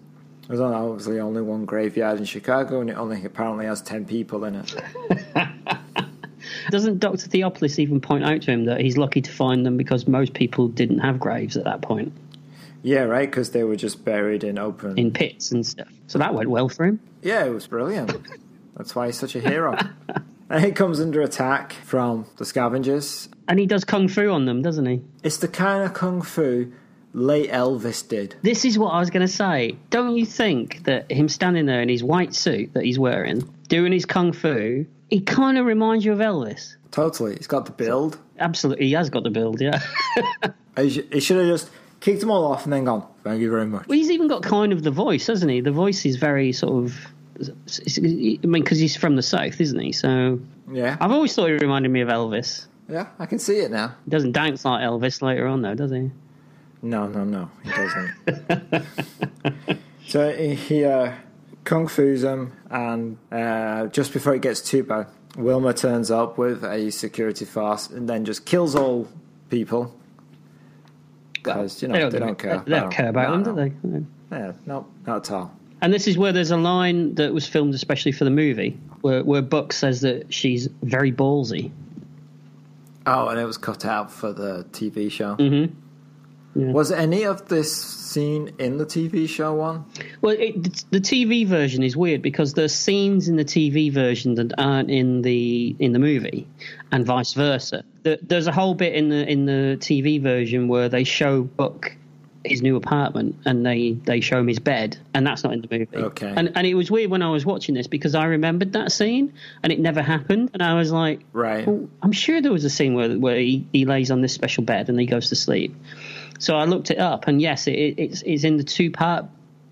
Speaker 2: There's on- obviously only one graveyard in Chicago, and it only apparently has ten people in it.
Speaker 3: Doesn't Doctor Theopolis even point out to him that he's lucky to find them because most people didn't have graves at that point
Speaker 2: Yeah, right, because they were just buried in open.
Speaker 3: in pits and stuff. So that went well for him.
Speaker 2: Yeah, it was brilliant. That's why he's such a hero. and he comes under attack from the scavengers,
Speaker 3: And he does kung fu on them, doesn't he?
Speaker 2: It's the kind of kung fu late Elvis did.
Speaker 3: This is what I was going to say. Don't you think that him standing there in his white suit that he's wearing, doing his kung fu, he kind of reminds you of Elvis?
Speaker 2: Totally. He's got the build.
Speaker 3: Absolutely, he has got the build, yeah.
Speaker 2: He, sh- he should have just kicked them all off and then gone, thank you very much.
Speaker 3: But he's even got kind of the voice, hasn't he? The voice is very sort of it's- I mean, because he's from the south, isn't he? So
Speaker 2: Yeah,
Speaker 3: I've always thought he reminded me of Elvis.
Speaker 2: yeah, I can see it now.
Speaker 3: He doesn't dance like Elvis later on, though, does he?
Speaker 2: No, no, no, he doesn't. so he, he uh, kung fu's him, and uh, just before it gets too bad, Wilma turns up with a security force and then just kills all people. Because, you know, they don't, care.
Speaker 3: They don't care about
Speaker 2: no,
Speaker 3: him,
Speaker 2: no.
Speaker 3: do they? No.
Speaker 2: Yeah, no, not at all.
Speaker 3: And this is where there's a line that was filmed especially for the movie, where, where Buck says that she's very ballsy.
Speaker 2: Oh, and it was cut out for the TV show.
Speaker 3: Yeah.
Speaker 2: Was any of this scene in the TV show one?
Speaker 3: Well, it, the TV version is weird because there's scenes in the TV version that aren't in the in the movie, and vice versa. There- There's a whole bit in the in the TV version where they show Buck his new apartment and they they show him his bed, and that's not in the movie.
Speaker 2: Okay.
Speaker 3: And and it was weird when I was watching this because I remembered that scene and it never happened, and I was like,
Speaker 2: Right.
Speaker 3: well, I'm sure there was a scene where where he, he lays on this special bed and he goes to sleep. So I looked it up, and yes, it, it's it's in the two part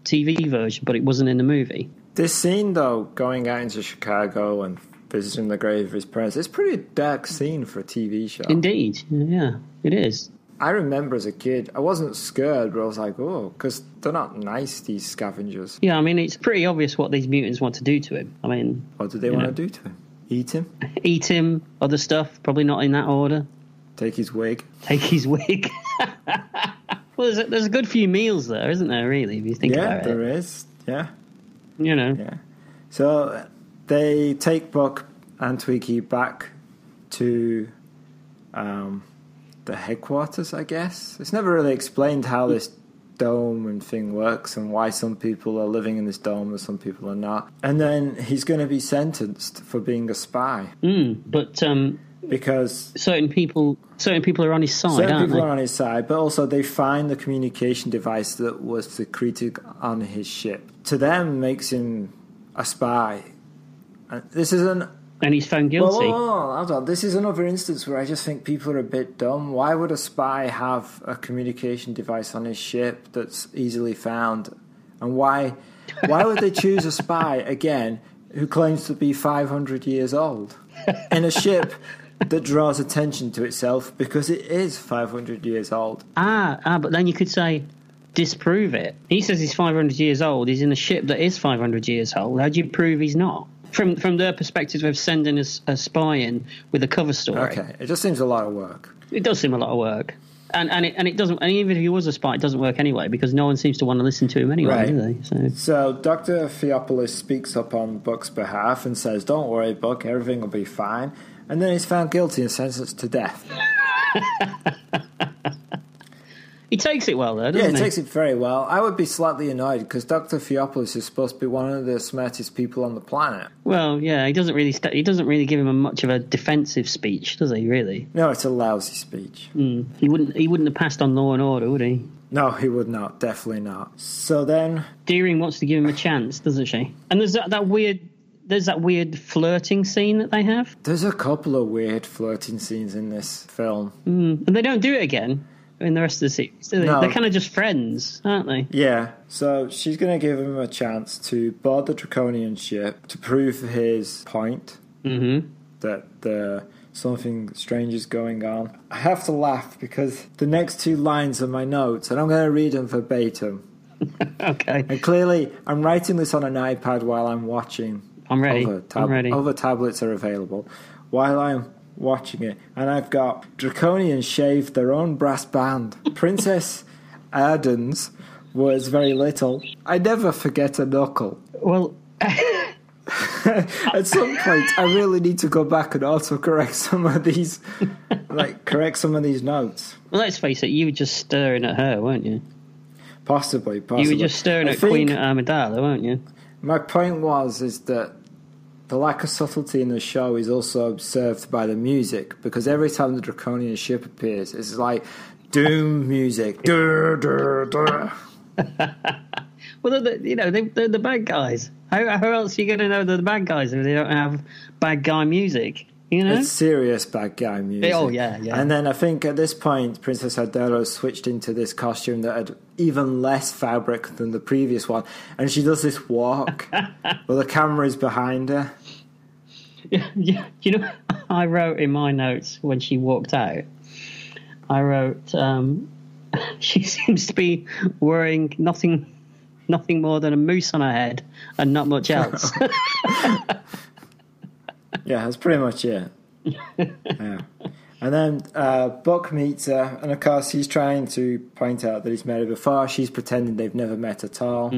Speaker 3: TV version, but it wasn't in the movie.
Speaker 2: This scene, though, going out into Chicago and visiting the grave of his parents, it's a pretty dark scene for a TV show.
Speaker 3: Indeed, yeah, it is.
Speaker 2: I remember as a kid, I wasn't scared, but I was like, oh, because they're not nice, these scavengers.
Speaker 3: Yeah, I mean, it's pretty obvious what these mutants want to do to him. I mean,
Speaker 2: What do they want to do to him? Eat him?
Speaker 3: eat him, other stuff, probably not in that order.
Speaker 2: Take his wig?
Speaker 3: Take his wig. well, there's a, there's a good few meals there, isn't there? Really, if you think
Speaker 2: Yeah,
Speaker 3: about it,
Speaker 2: there is. Yeah.
Speaker 3: you know.
Speaker 2: Yeah. So they take Buck and Tweaky back to um, the headquarters, I guess. It's never really explained how this dome and thing works and why some people are living in this dome and some people are not. And then he's going to be sentenced for being a spy
Speaker 3: Mm, but um,
Speaker 2: because
Speaker 3: certain people, certain people are on his side,
Speaker 2: certain
Speaker 3: aren't
Speaker 2: people
Speaker 3: they?
Speaker 2: are on his side, but also they find the communication device that was secreted on his ship. To them, makes him a spy. And this is an
Speaker 3: and he's found
Speaker 2: Well,
Speaker 3: guilty.
Speaker 2: hold on, hold on. This is another instance where I just think people are a bit dumb. Why would a spy have a communication device on his ship that's easily found? And why why would they choose a spy again who claims to be 500 years old in a ship that draws attention to itself because it is 500 years old?
Speaker 3: Ah, ah, but then you could say disprove it. He says he's 500 years old. He's in a ship that is 500 years old. How do you prove he's not? From from their perspective of sending a, s- a spy in with a cover story,
Speaker 2: Okay, it just seems a lot of work.
Speaker 3: it does seem a lot of work. And and it, and it doesn't. And even if he was a spy, it doesn't work anyway because no one seems to want to listen to him anyway,
Speaker 2: Right.
Speaker 3: do they? So
Speaker 2: So Dr. Theopolis speaks up on Buck's behalf and says, Don't worry, Buck, everything will be fine. And then he's found guilty and sentenced to death.
Speaker 3: he takes it well though,
Speaker 2: Yeah,
Speaker 3: doesn't
Speaker 2: it
Speaker 3: he?
Speaker 2: takes it very well. I would be slightly annoyed because Dr. Theopolis is supposed to be one of the smartest people on the planet.
Speaker 3: well, yeah, he doesn't really. St- he doesn't really give him a much of a defensive speech, does he? Really,
Speaker 2: No, it's a lousy speech.
Speaker 3: he wouldn't. He wouldn't have passed on Law and Order, would he?
Speaker 2: No, he would not. Definitely not. So then,
Speaker 3: Deering wants to give him a chance, doesn't she? And there's that, that weird, there's that weird flirting scene that they have,
Speaker 2: there's a couple of weird flirting scenes in this film.
Speaker 3: and they don't do it again in the rest of the series. Do they?
Speaker 2: No.
Speaker 3: They're kind of just friends, aren't they?
Speaker 2: Yeah, so she's going to give him a chance to board the Draconian ship to prove his point that the, something strange is going on. I have to laugh because the next two lines are my notes, and I'm going to read them verbatim.
Speaker 3: Okay,
Speaker 2: And clearly, I'm writing this on an iPad while I'm watching.
Speaker 3: I'm ready.
Speaker 2: Other,
Speaker 3: I'm ready.
Speaker 2: other tablets are available. While I'm watching it, and I've got Draconian shaved their own brass band. Princess Arden's was very little. I never forget a knuckle.
Speaker 3: Well,
Speaker 2: At some point, I really need to go back and autocorrect some of these, like correct some of these notes.
Speaker 3: let's face it, you were just staring at her, weren't you?
Speaker 2: Possibly, possibly.
Speaker 3: You were just staring
Speaker 2: I
Speaker 3: at
Speaker 2: think-
Speaker 3: Queen Amidala, weren't you?
Speaker 2: My point was is that the lack of subtlety in the show is also observed by the music because every time the draconian ship appears, it's like doom music. Dur, dur, dur.
Speaker 3: Well, they're, the- you know, they, they're the bad guys. How, how else are you going to know they're the bad guys if they don't have bad guy music? You know,
Speaker 2: It's serious bad guy music.
Speaker 3: Hmm? Oh, yeah, yeah.
Speaker 2: And then I think at this point, Princess Adela switched into this costume that had even less fabric than the previous one, and she does this walk. well, the camera is behind her.
Speaker 3: yeah, you know, I wrote in my notes when she walked out. I wrote, um, she seems to be wearing nothing, nothing more than a moose on her head and not much else.
Speaker 2: Yeah, that's pretty much it. yeah. And then uh, Buck meets her, and of course he's trying to point out that he's met her before. She's pretending they've never met at all,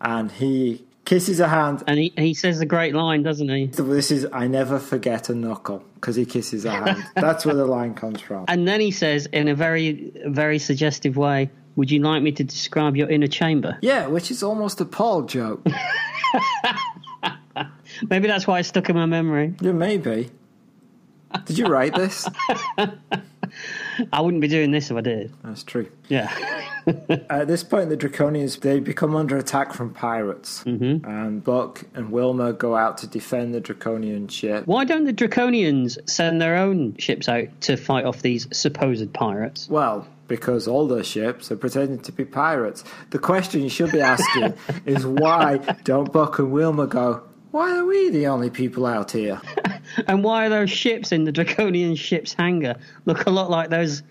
Speaker 2: and he kisses her hand.
Speaker 3: and he, he says a great line, doesn't he?
Speaker 2: This is I never forget a knuckle because he kisses her hand. That's where the line comes from.
Speaker 3: And then he says in a very, very suggestive way, "Would you like me to describe your inner chamber?"
Speaker 2: Yeah, which is almost a Paul joke.
Speaker 3: Maybe that's why it's stuck in my memory.
Speaker 2: yeah, maybe. Did you write this?
Speaker 3: I wouldn't be doing this if I did.
Speaker 2: That's true.
Speaker 3: Yeah,
Speaker 2: At this point, the Draconians they become under attack from pirates, mm-hmm. and Buck and Wilma go out to defend the Draconian ship.
Speaker 3: why don't the Draconians send their own ships out to fight off these supposed pirates?
Speaker 2: Well, because all those ships are pretending to be pirates. The question you should be asking is why don't Buck and Wilma go? Why are we the only people out here?
Speaker 3: And why are those ships in the Draconian ship's hangar look a lot like those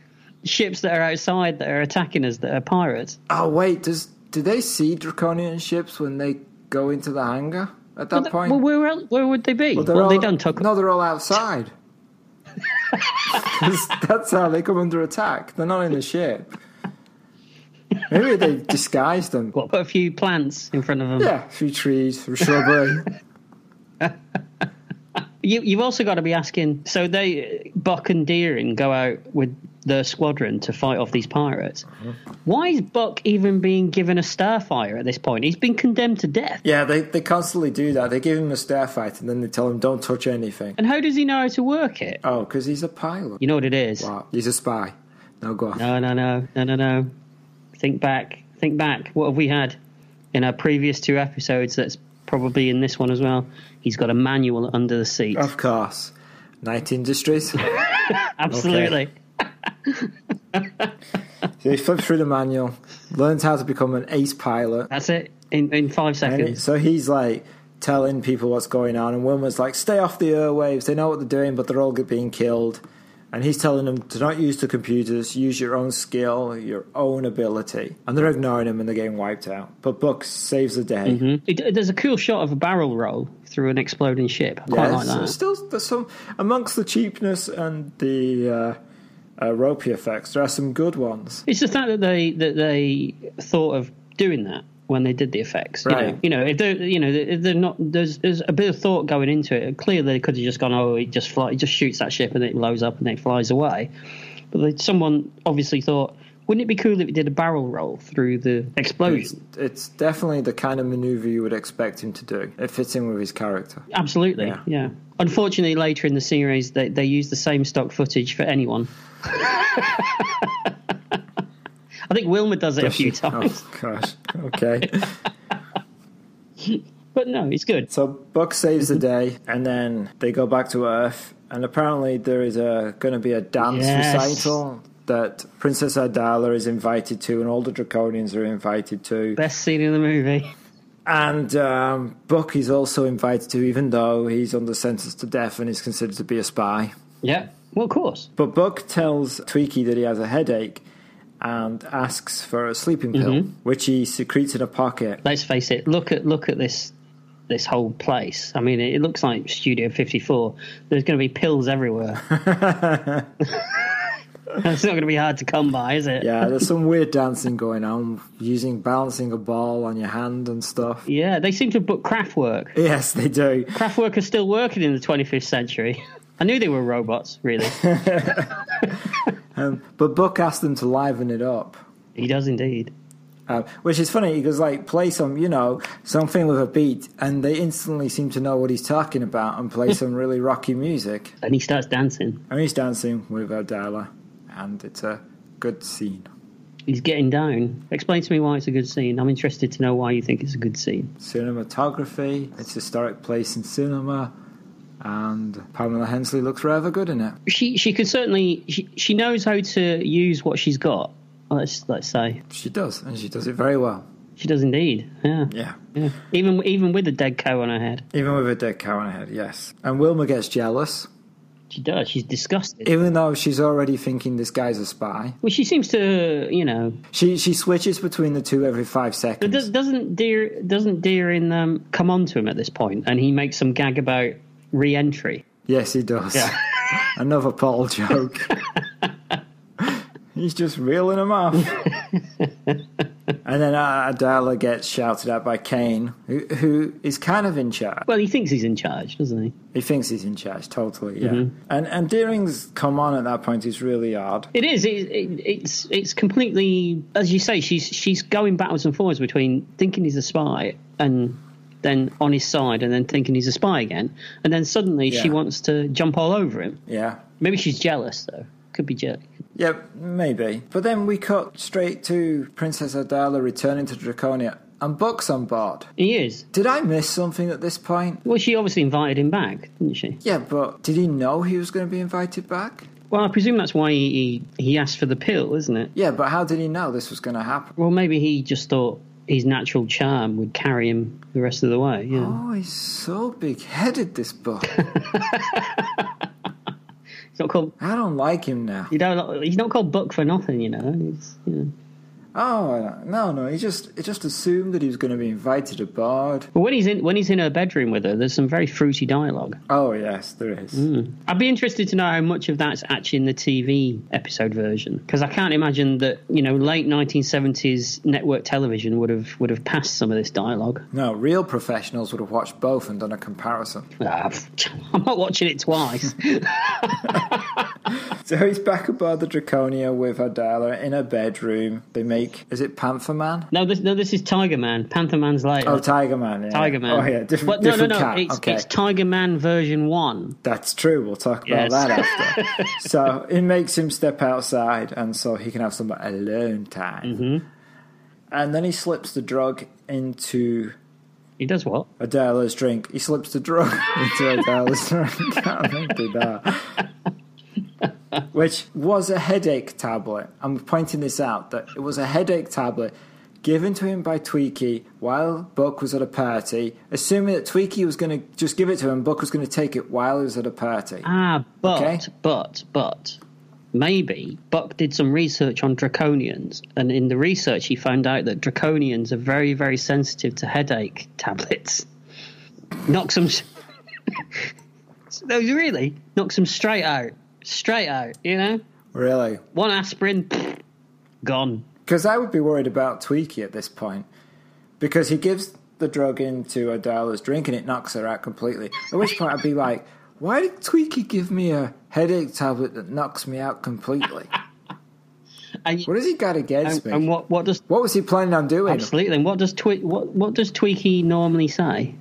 Speaker 3: ships that are outside that are attacking us that are pirates?
Speaker 2: Oh wait, does do they see Draconian ships when they go into the hangar at that point?
Speaker 3: Well, where else, where would they be? Well,
Speaker 2: they're
Speaker 3: they
Speaker 2: all-
Speaker 3: done took.
Speaker 2: No, they're all outside. 'Cause that's how they come under attack. They're not in the ship. Maybe they disguise them.
Speaker 3: What, put a few plants in front of them.
Speaker 2: Yeah, a few trees, some shrubbery.
Speaker 3: You, you've also got to be asking. So they Buck and Deering go out with their squadron to fight off these pirates.
Speaker 2: Mm-hmm.
Speaker 3: Why is Buck even being given a starfire at this point? He's been condemned to death.
Speaker 2: yeah, they, they constantly do that. They give him a stare fight and then they tell him, don't touch anything.
Speaker 3: And how does he know how to work it?
Speaker 2: Oh, because he's a pilot.
Speaker 3: You know what it is.
Speaker 2: Wow, he's a spy. No, go on.
Speaker 3: No, no, no, no, no, no. Think back. Think back. What have we had in our previous two episodes that's probably in this one as well? He's got a manual under the seat.
Speaker 2: Of course. Night Industries.
Speaker 3: Absolutely.
Speaker 2: so he flipped through the manual, learns how to become an ace pilot.
Speaker 3: That's it in, in five
Speaker 2: And he-
Speaker 3: seconds.
Speaker 2: so he's like telling people what's going on, and Wilma's like, "Stay off the airwaves. They know what they're doing, but they're all being killed." And he's telling them to not use the computers, use your own skill, your own ability. And they're ignoring him, and they're getting wiped out. But Buck saves the day.
Speaker 3: It- there's a cool shot of a barrel roll through an exploding ship. I
Speaker 2: Yeah,
Speaker 3: quite like
Speaker 2: so
Speaker 3: that.
Speaker 2: Still, there's some amongst the cheapness and the uh, uh, ropey effects. There are some good ones.
Speaker 3: It's the fact that they that they thought of doing that when they did the effects. You
Speaker 2: Right.
Speaker 3: know, you know, if they're you know if they're not there's there's a bit of thought going into it. Clearly, they could have just gone, oh, it just fly, it just shoots that ship and it blows up and it flies away. But they, someone obviously thought, wouldn't it be cool if it did a barrel roll through the
Speaker 2: It's,
Speaker 3: explosion?
Speaker 2: it's definitely the kind of maneuver you would expect him to do. It fits in with his character.
Speaker 3: Absolutely,
Speaker 2: Yeah.
Speaker 3: yeah. Unfortunately, later in the series, they they use the same stock footage for anyone. I think Wilma does it a few times,
Speaker 2: Oh gosh. Okay.
Speaker 3: but no, it's good.
Speaker 2: So Buck saves the day, and then they go back to Earth, and apparently there is a going to be a dance
Speaker 3: Yes.
Speaker 2: recital that Princess Adala is invited to, and all the Draconians are invited to,
Speaker 3: Best scene in the movie.
Speaker 2: and um, Buck is also invited to, even though he's under sentence to death and is considered to be a spy.
Speaker 3: Yeah. Well, of course.
Speaker 2: But Buck tells Tweaky that he has a headache. And asks for a sleeping pill, which he secretes in a pocket.
Speaker 3: Let's face it. Look at look at this this whole place. I mean, it, it looks like Studio 54. There's going to be pills everywhere. it's not going to be hard to come by, is it?
Speaker 2: Yeah, there's some weird dancing going on, using balancing a ball on your hand and stuff.
Speaker 3: Yeah, they seem to have booked Kraftwerk.
Speaker 2: Yes, they do.
Speaker 3: Kraftwerk are still working in the 25th century. I knew they were robots, really.
Speaker 2: Um, But Buck asked them to liven it up,
Speaker 3: he does indeed.
Speaker 2: uh, which is funny because like play some, you know, something with a beat, and they instantly seem to know what he's talking about and play some really rocky music.
Speaker 3: And he starts dancing.
Speaker 2: And he's dancing with Adela, and it's a good scene.
Speaker 3: He's getting down. Explain to me why it's a good scene. I'm interested to know why you think it's a good scene.
Speaker 2: Cinematography, its historic place in cinema, and Pamela Hensley looks rather good in it.
Speaker 3: She she could certainly she, she knows how to use what she's got. Let's let's say
Speaker 2: She does, and she does it very well.
Speaker 3: she does indeed. Yeah.
Speaker 2: Yeah.
Speaker 3: Yeah. Even even with the dead cow on her head,
Speaker 2: Even with a dead cow on her head, yes. And Wilma gets jealous,
Speaker 3: she does. She's disgusted.
Speaker 2: even though she's already thinking this guy's a spy.
Speaker 3: well, she seems to, you know,
Speaker 2: She she switches between the two every five
Speaker 3: But
Speaker 2: seconds.
Speaker 3: does, doesn't Deer doesn't Deer in um, come on to him at this point, and he makes some gag about re-entry.
Speaker 2: Yes, he does.
Speaker 3: Yeah.
Speaker 2: Another Paul joke. He's just reeling them off. and then uh, Adala gets shouted at by Kane, who, who is kind of in charge.
Speaker 3: Well, he thinks he's in charge, doesn't he?
Speaker 2: He thinks he's in charge, totally, yeah.
Speaker 3: Mm-hmm.
Speaker 2: And and Deering's come on at that point is really odd.
Speaker 3: It is. It, it, it's it's completely as you say. She's she's going backwards and forwards between thinking he's a spy and then on his side, and then thinking he's a spy again, and then suddenly she
Speaker 2: Yeah.
Speaker 3: wants to jump all over him.
Speaker 2: Yeah.
Speaker 3: Maybe she's jealous though. Could be jealous.
Speaker 2: Yeah, maybe. But then we cut straight to Princess Adala returning to Draconia and Buck's on board.
Speaker 3: He is.
Speaker 2: Did I miss something at this point?
Speaker 3: Well, she obviously invited him back, didn't she?
Speaker 2: Yeah, but did he know he was going to be invited back?
Speaker 3: Well, I presume that's why he he asked for the pill, isn't it?
Speaker 2: Yeah, but how did he know this was going to happen?
Speaker 3: Well, maybe he just thought his natural charm would carry him the rest of the way. Yeah,
Speaker 2: Oh, he's so big headed, this Buck.
Speaker 3: he's not called
Speaker 2: I don't like him now.
Speaker 3: you know he's not called Buck for nothing. You know, he's, you know.
Speaker 2: Oh, I don't- no, no, he just he just assumed that he was going to be invited aboard.
Speaker 3: But when he's in when he's in her bedroom with her, there's some very fruity dialogue.
Speaker 2: Oh, yes, there is.
Speaker 3: I'd be interested to know how much of that's actually in the TV episode version because I can't imagine that you know late 1970s network television would have would have passed some of this dialogue.
Speaker 2: No, real professionals would have watched both and done a comparison.
Speaker 3: Ah, I'm not watching it twice.
Speaker 2: So he's back aboard the Draconia with Adala in her bedroom. They make, is it Panther Man?
Speaker 3: no, this no, this is Tiger Man. Panther Man's later.
Speaker 2: Oh, Tiger Man. Yeah.
Speaker 3: Tiger Man.
Speaker 2: Oh, yeah, different,
Speaker 3: Well, no,
Speaker 2: different
Speaker 3: no, no.
Speaker 2: cat.
Speaker 3: It's,
Speaker 2: okay.
Speaker 3: it's Tiger Man version one.
Speaker 2: That's true. We'll talk about
Speaker 3: Yes.
Speaker 2: that after. so it makes him step outside, and so he can have some alone time. And then he slips the drug into
Speaker 3: He does what?
Speaker 2: Adela's drink. He slips the drug into Adela's drink. I can't do that. Which was a headache tablet. I'm pointing this out that it was a headache tablet given to him by Tweaky while Buck was at a party, assuming that Tweaky was going to just give it to him, Buck was going to take it while he was at a party.
Speaker 3: Ah, but
Speaker 2: Okay.
Speaker 3: but but maybe Buck did some research on draconians, and in the research he found out that draconians are very very sensitive to headache tablets. Knock some. no, really, knock some straight out, straight out. You know,
Speaker 2: Really?
Speaker 3: one aspirin, gone.
Speaker 2: Because I would be worried about Tweaky at this point. Because he gives the drug into Adela's drink and it knocks her out completely. At which point I'd be like, why did Tweaky give me a headache tablet that knocks me out completely?
Speaker 3: And,
Speaker 2: What has he got
Speaker 3: and,
Speaker 2: against me?
Speaker 3: and
Speaker 2: what,
Speaker 3: what what does
Speaker 2: was he planning on doing?
Speaker 3: Absolutely. And what does Twe- what what does Tweaky normally say?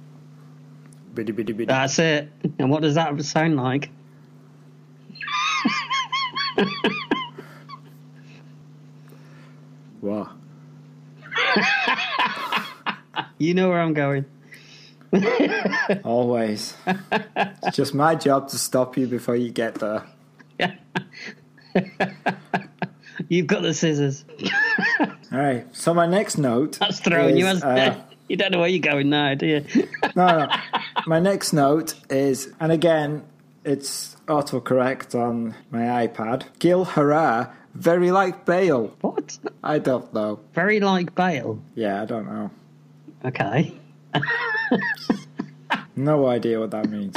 Speaker 2: Biddy, biddy, biddy.
Speaker 3: That's it. And what does that sound like?
Speaker 2: Wow.
Speaker 3: You know where I'm going.
Speaker 2: Always. it's just my job to stop you before you get there.
Speaker 3: You've got the scissors.
Speaker 2: All right. So my next note.
Speaker 3: That's throwing you
Speaker 2: is,
Speaker 3: as
Speaker 2: uh,
Speaker 3: you don't know where you're going now, do you?
Speaker 2: no, no. Uh, My next note is, and again, it's autocorrect on my iPad. Gil Hurrah, very like Bale.
Speaker 3: what?
Speaker 2: I don't know.
Speaker 3: Very like Bale.
Speaker 2: Yeah, I don't know.
Speaker 3: Okay.
Speaker 2: No idea what that means.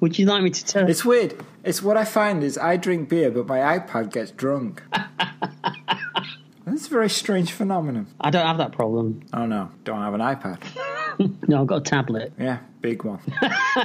Speaker 3: Would you like me to tell?
Speaker 2: it's weird. It's what I find is I drink beer, but my iPad gets drunk. That's a very strange phenomenon.
Speaker 3: I don't have that problem.
Speaker 2: Oh no, don't have an iPad.
Speaker 3: No, I've got a tablet.
Speaker 2: Yeah, big one.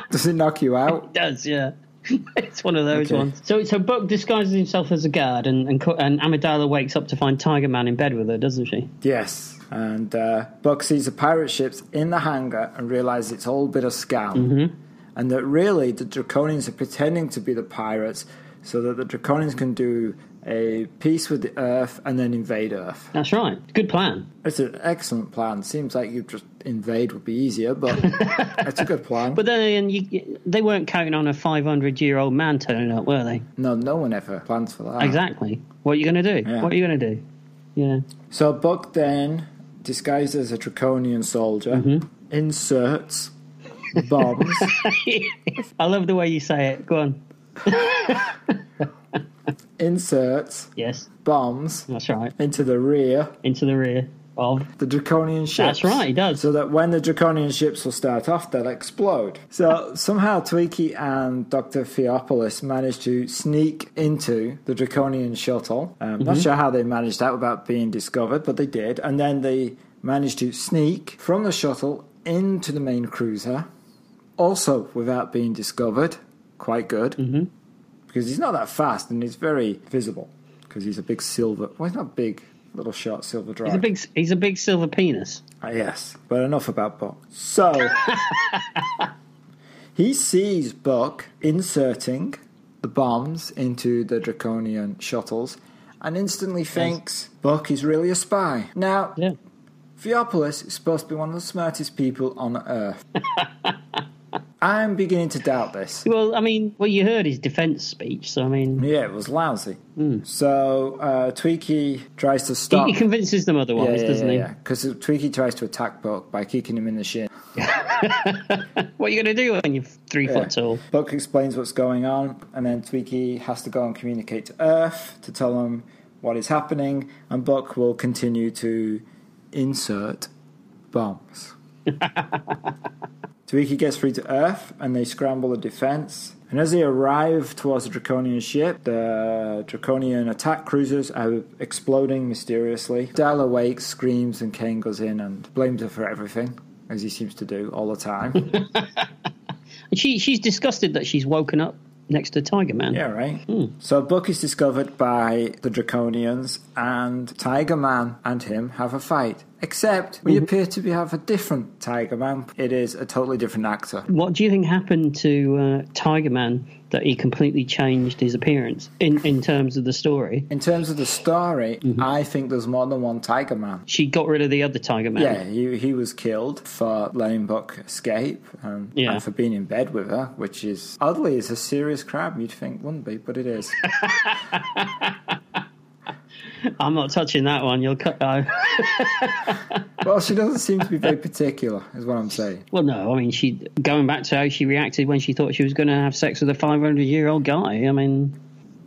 Speaker 2: Does it knock you out?
Speaker 3: It does, yeah. it's one of those
Speaker 2: Okay.
Speaker 3: ones. So, so Buck disguises himself as a guard, and and, co- and Amidala wakes up to find Tiger Man in bed with her, doesn't she?
Speaker 2: Yes. And uh, Buck sees the pirate ships in the hangar and realizes it's all a bit of scam. And that really the Draconians are pretending to be the pirates so that the Draconians can do a peace with the Earth and then invade Earth.
Speaker 3: That's right. Good plan.
Speaker 2: It's an excellent plan. Seems like you just invade would be easier, but it's a good plan.
Speaker 3: But then you, they weren't counting on a 500 year old man turning up, were they?
Speaker 2: no, no one ever plans for that.
Speaker 3: Exactly. What are you going to do?
Speaker 2: Yeah.
Speaker 3: What are you going to do? Yeah.
Speaker 2: So Buck then, disguised as a draconian soldier, inserts bombs.
Speaker 3: I love the way you say it. Go on.
Speaker 2: inserts
Speaker 3: Yes,
Speaker 2: bombs
Speaker 3: that's right.
Speaker 2: into the rear
Speaker 3: Into the rear of.
Speaker 2: the draconian ships.
Speaker 3: That's right, he does.
Speaker 2: So that when the draconian ships will start off, they'll explode. So somehow Tweaky and Dr. Theopolis managed to sneak into the draconian shuttle. Um, Not
Speaker 3: Mm-hmm.
Speaker 2: sure how they managed that without being discovered, but they did. And then they managed to sneak from the shuttle into the main cruiser, also without being discovered. Quite good. Mm-hmm. Because he's not that fast and he's very visible. Because he's a big silver. Well, he's not big, little short silver drive.
Speaker 3: He's a big. He's a big silver penis.
Speaker 2: Ah, Yes, but enough about Buck. So he sees Buck inserting the bombs into the draconian shuttles and instantly thinks Buck is really a spy. Now,
Speaker 3: Yeah.
Speaker 2: Theopolis is supposed to be one of the smartest people on earth. I'm beginning to doubt this.
Speaker 3: Well, I mean, well, you heard his defence speech, so I mean,
Speaker 2: Yeah, it was lousy. So uh, Tweaky tries to
Speaker 3: Hmm. he,
Speaker 2: stop.
Speaker 3: he convinces them otherwise, doesn't he?
Speaker 2: Because Tweaky tries to attack Buck by kicking him in the shin.
Speaker 3: What are you going to do when you're three foot
Speaker 2: Yeah.
Speaker 3: tall?
Speaker 2: Buck explains what's going on, and then Tweaky has to go and communicate to Earth to tell them what is happening, and Buck will continue to insert bombs. Tweaky gets free to Earth, and they scramble the defense. And as they arrive towards the Draconian ship, the Draconian attack cruisers are exploding mysteriously. Dal awakes, screams, and Kane goes in and blames her for everything, as he seems to do all the time.
Speaker 3: And she she's disgusted that she's woken up next to Tiger Man.
Speaker 2: Yeah, right. So Buck is discovered by the Draconians, and Tiger Man and him have a fight. Except we appear to be have a different Tiger Man. It is a totally different actor.
Speaker 3: What do you think happened to uh, Tiger Man that he completely changed his appearance in in terms of the story?
Speaker 2: In terms of the story, I think there's more than one Tiger Man.
Speaker 3: She got rid of the other Tiger Man.
Speaker 2: Yeah, he, he was killed for letting Buck escape um, and,
Speaker 3: Yeah.
Speaker 2: and for being in bed with her, which is oddly is a serious crime. You'd think wouldn't be, but it is.
Speaker 3: I'm not touching that one. You'll cut. Uh,
Speaker 2: well, she doesn't seem to be very particular, is what I'm saying.
Speaker 3: well, no. I mean, she going back to how she reacted when she thought she was going to have sex with a 500 year old guy. I mean,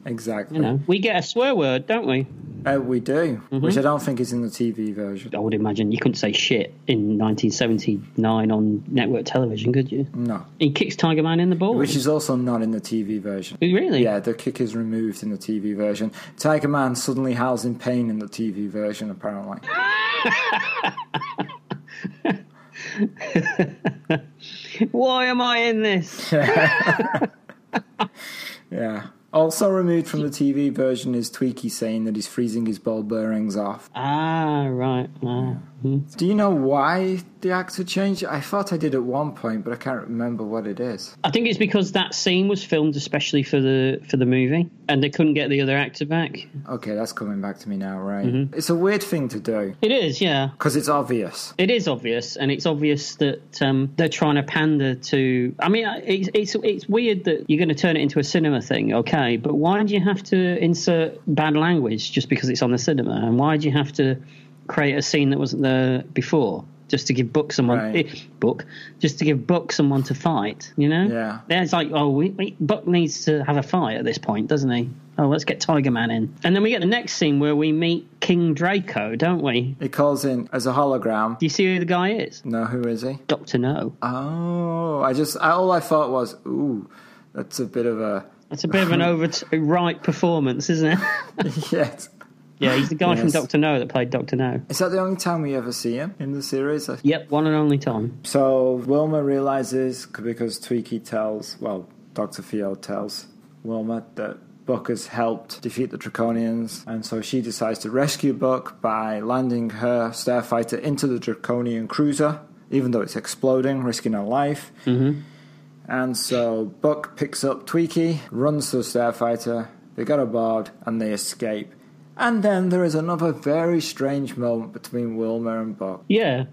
Speaker 2: Exactly.
Speaker 3: you know, we get a swear word, don't we?
Speaker 2: Uh, we do, which I don't think is in the TV version.
Speaker 3: I would imagine you couldn't say shit in 1979 on network television, could you?
Speaker 2: No,
Speaker 3: He kicks Tiger Man in the ball.
Speaker 2: Mm. which is also not in the TV version.
Speaker 3: really
Speaker 2: Yeah, the kick is removed in the TV version. Tiger Man suddenly howls in pain in the TV version, apparently.
Speaker 3: Why am I in this?
Speaker 2: Yeah. Also removed from the TV version is Tweaky saying that he's freezing his ball bearings off.
Speaker 3: ah, right. Ah.
Speaker 2: Do you know why the actor changed? I thought I did at one point, but I can't remember what it is.
Speaker 3: I think it's because that scene was filmed especially for the for the movie, and they couldn't get the other actor back.
Speaker 2: Okay, that's coming back to me now, right? It's a weird thing to do
Speaker 3: It is, yeah.
Speaker 2: because it's obvious.
Speaker 3: It is obvious, and it's obvious that um, they're trying to pander to. I mean, I- it's it's it's weird that you're going to turn it into a cinema thing, okay? But why do you have to insert bad language just because it's on the cinema, and why do you have to create a scene that wasn't there before just to give book someone
Speaker 2: Right.
Speaker 3: eh, book just to give Buck someone to fight? You know?
Speaker 2: Yeah.
Speaker 3: Then it's like, oh, we, we, Buck needs to have a fight at this point, doesn't he? Oh, let's get Tiger Man in, and then we get the next scene where we meet King Draco, don't we?
Speaker 2: It calls in as a hologram.
Speaker 3: Do you see who the guy is?
Speaker 2: No, who is he?
Speaker 3: Doctor No.
Speaker 2: Oh, I just I- all I thought was, ooh, that's a bit of a
Speaker 3: That's a bit of an over right performance, isn't it?
Speaker 2: yes.
Speaker 3: yeah, he's the guy from
Speaker 2: Yes.
Speaker 3: Doctor No that played Doctor No.
Speaker 2: Is that the only time we ever see him in the series? I-
Speaker 3: Yep, one and only time.
Speaker 2: So Wilma realizes c- because Tweaky tells, well, Doctor Theo tells Wilma that Buck has helped defeat the Draconians, and so she decides to rescue Buck by landing her starfighter into the Draconian cruiser, even though it's exploding, risking her life. And so Buck picks up Tweaky, runs to the Starfighter, They get aboard and they escape. And then there is another very strange moment between Wilmer and Buck.
Speaker 3: Yeah,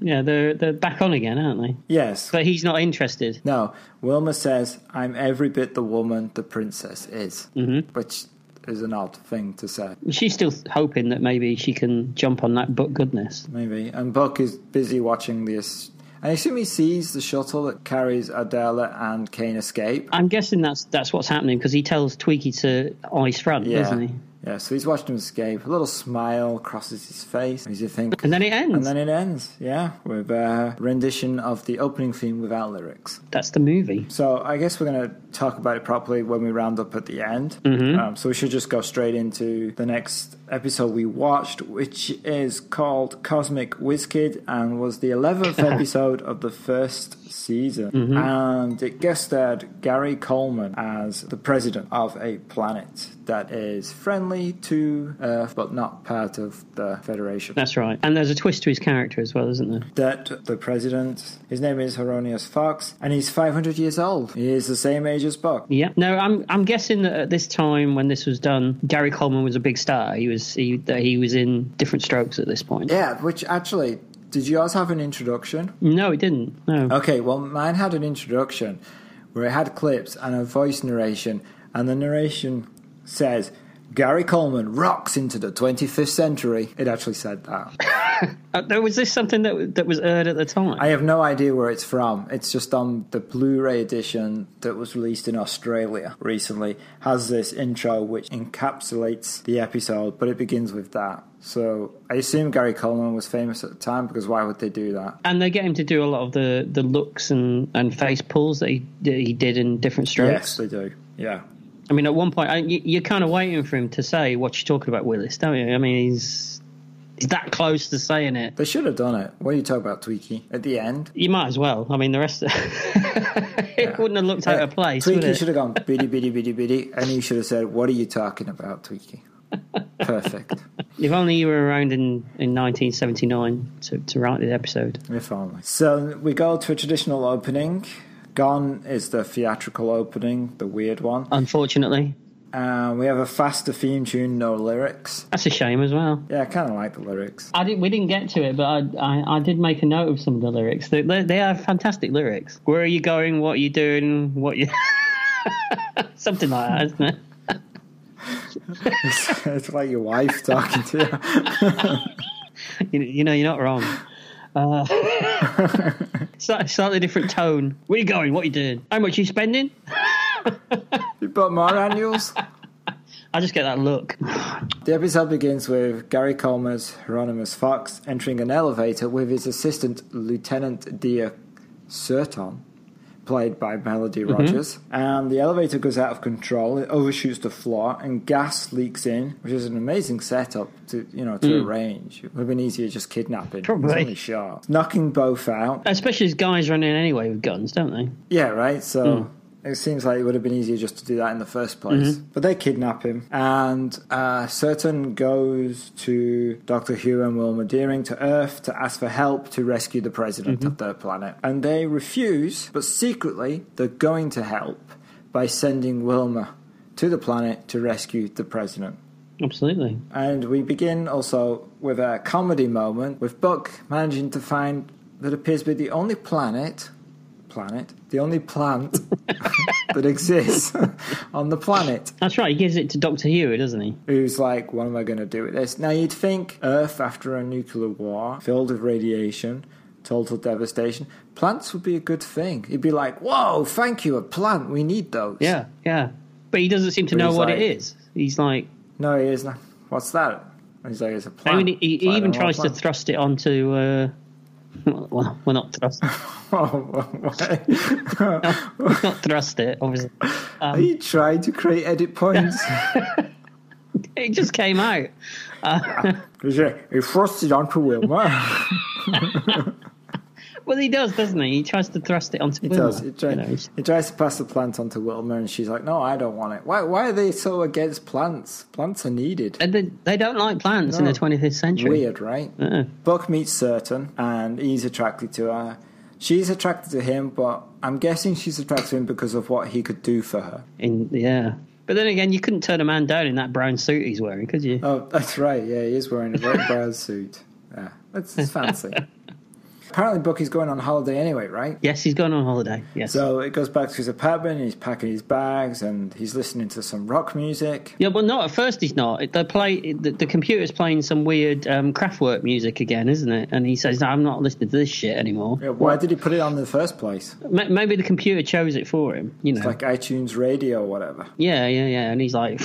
Speaker 3: yeah, they're they're back on again, aren't they?
Speaker 2: Yes.
Speaker 3: But he's not interested.
Speaker 2: No, Wilmer says, I'm every bit the woman the princess is, mm-hmm. which is an odd thing to say,
Speaker 3: She's still hoping that maybe she can jump on that but goodness.
Speaker 2: maybe. And Buck is busy watching this. I assume he sees the shuttle that carries Adela and Kane escape.
Speaker 3: I'm guessing that's that's what's happening because he tells Tweaky to ice front, Oh, doesn't he?
Speaker 2: Yeah, so he's watched him escape. A little smile crosses his face as you think.
Speaker 3: And then it ends.
Speaker 2: And then it ends, yeah, with a rendition of the opening theme without lyrics.
Speaker 3: that's the movie.
Speaker 2: So I guess we're going to talk about it properly when we round up at the end. Um, so we should just go straight into the next episode we watched, which is called Cosmic Wizkid and was the 11th episode of the first season. And it guest starred Gary Coleman as the president of a planet that is friendly to Earth but not part of the Federation
Speaker 3: That's right. And there's a twist to his character as well, isn't there?
Speaker 2: that the president, his name is Heronius Fox, and he's 500 years old. He is the same age as Buck.
Speaker 3: Yeah. No, I'm I'm guessing that at this time when this was done, Gary Coleman was a big star. He was he that he was in different strokes at this point.
Speaker 2: Yeah, which actually, did yours have an introduction?
Speaker 3: No, he didn't. No.
Speaker 2: Okay, well, mine had an introduction where it had clips and a voice narration, and the narration says, Gary Coleman rocks into the 25th century. It actually said that.
Speaker 3: Uh, there- was this something that that was aired at the time?
Speaker 2: I have no idea where it's from. It's just on the Blu-ray edition that was released in Australia recently. Has this intro which encapsulates the episode, but it begins with that. So I assume Gary Coleman was famous at the time because why would they do that?
Speaker 3: and they get him to do a lot of the, the looks and, and face pulls that he that he did in different
Speaker 2: Yes,
Speaker 3: strokes.
Speaker 2: they do. Yeah.
Speaker 3: I mean, at one point, I, you, you're kind of waiting for him to say what you're talking about, Willis, don't you? I mean, he's he's that close to saying it.
Speaker 2: They should have done it. What are you talking about, Tweaky? At the end?
Speaker 3: You might as well. I mean, the rest of it wouldn't have looked out
Speaker 2: Uh,
Speaker 3: of place. would
Speaker 2: Tweaky
Speaker 3: it?
Speaker 2: should have gone biddy biddy biddy biddy and you should have said, What are you talking about, Tweaky? Perfect.
Speaker 3: If only you were around in, in 1979 to, to write the episode.
Speaker 2: If only. So we go to a traditional opening. Gone is the theatrical opening, the weird one.
Speaker 3: Unfortunately,
Speaker 2: Uh, we have a faster theme tune, no lyrics.
Speaker 3: that's a shame as well.
Speaker 2: Yeah, I kind of like the lyrics.
Speaker 3: I didn't, we didn't get to it, but I, I, I did make a note of some of the lyrics. They, they, they are fantastic lyrics. Where are you going? What are you doing? What you something like that, isn't it?
Speaker 2: it's like your wife talking to you.
Speaker 3: You, you know, you're not wrong. Uh, slight- slightly different tone. Where you going? What you doing? How much you spending?
Speaker 2: You bought more annuals?
Speaker 3: I just get that look.
Speaker 2: The episode begins with Gary Coleman as Hieronymus Fox entering an elevator with his assistant, Lieutenant Dia Surton, played by Melody Rogers. And the elevator goes out of control, it overshoots the floor, and gas leaks in, which is an amazing setup to, you know, to arrange. It would have been easier just kidnapping.
Speaker 3: Probably.
Speaker 2: It's only short. Knocking both out.
Speaker 3: Especially as guys run in anyway with guns, don't they?
Speaker 2: Yeah, right. So it seems like it would have been easier just to do that in the first place. But they kidnap him, and uh, Certain goes to Doctor Hugh and Wilma Deering to Earth to ask for help to rescue the president of their planet, and they refuse. But secretly, they're going to help by sending Wilma to the planet to rescue the president.
Speaker 3: Absolutely.
Speaker 2: And we begin also with a comedy moment with Buck managing to find that appears to be the only planet, planet, the only plant that exists on the planet.
Speaker 3: That's right. He gives it to Doctor Hewer, doesn't he?
Speaker 2: Who's like, what am I going to do with this? Now you'd think Earth, after a nuclear war, filled with radiation, total devastation, plants would be a good thing. He'd be like, whoa, thank you, a plant, we need those.
Speaker 3: Yeah, yeah. But he doesn't seem to
Speaker 2: But
Speaker 3: know
Speaker 2: he's
Speaker 3: what
Speaker 2: like-
Speaker 3: it is. He's like,
Speaker 2: No, he isn't. What's that? And he's like, it's a
Speaker 3: I
Speaker 2: plant.
Speaker 3: mean, he, he
Speaker 2: Plant,
Speaker 3: even
Speaker 2: I want a
Speaker 3: tries to
Speaker 2: plant."
Speaker 3: thrust it onto. Uh, well, well, not thrust,
Speaker 2: Oh, what?
Speaker 3: not thrust it. Obviously,
Speaker 2: Are you trying to create edit points?
Speaker 3: it just came out.
Speaker 2: He's like, he thrust it onto Wilma.
Speaker 3: Well, he does, doesn't he? He tries to thrust it onto.
Speaker 2: He does. He tries, he tries to pass the plant onto Wilma, and she's like, "No, I don't want it. Why? Why are they so against plants? Plants are needed."
Speaker 3: and they, they don't like plants in
Speaker 2: No.
Speaker 3: the 25th century. Uh,
Speaker 2: Weird, right? Buck meets Certain, and he's attracted to her. She's attracted to him, but I'm guessing she's attracted to him because of what he could do for her.
Speaker 3: In yeah, but But then again, you couldn't turn a man down in that brown suit he's wearing, could you?
Speaker 2: Oh, that's right. Yeah, he is wearing a red brown suit. Yeah, that's it's fancy. Apparently, Bucky's going on holiday anyway, right?
Speaker 3: Yes, he's going on holiday. Yes.
Speaker 2: So it goes back to his apartment. And he's packing his bags and he's listening to some rock music.
Speaker 3: yeah, well, no. At first, he's not. They play the, the computer's playing some weird um, Kraftwerk music again, isn't it? And he says, "No, I'm not listening to this shit anymore."
Speaker 2: Yeah, why did he put it on in the first place?
Speaker 3: Ma- Maybe the computer chose it for him. You know.
Speaker 2: Like iTunes Radio or whatever.
Speaker 3: yeah, yeah, yeah. And he's like,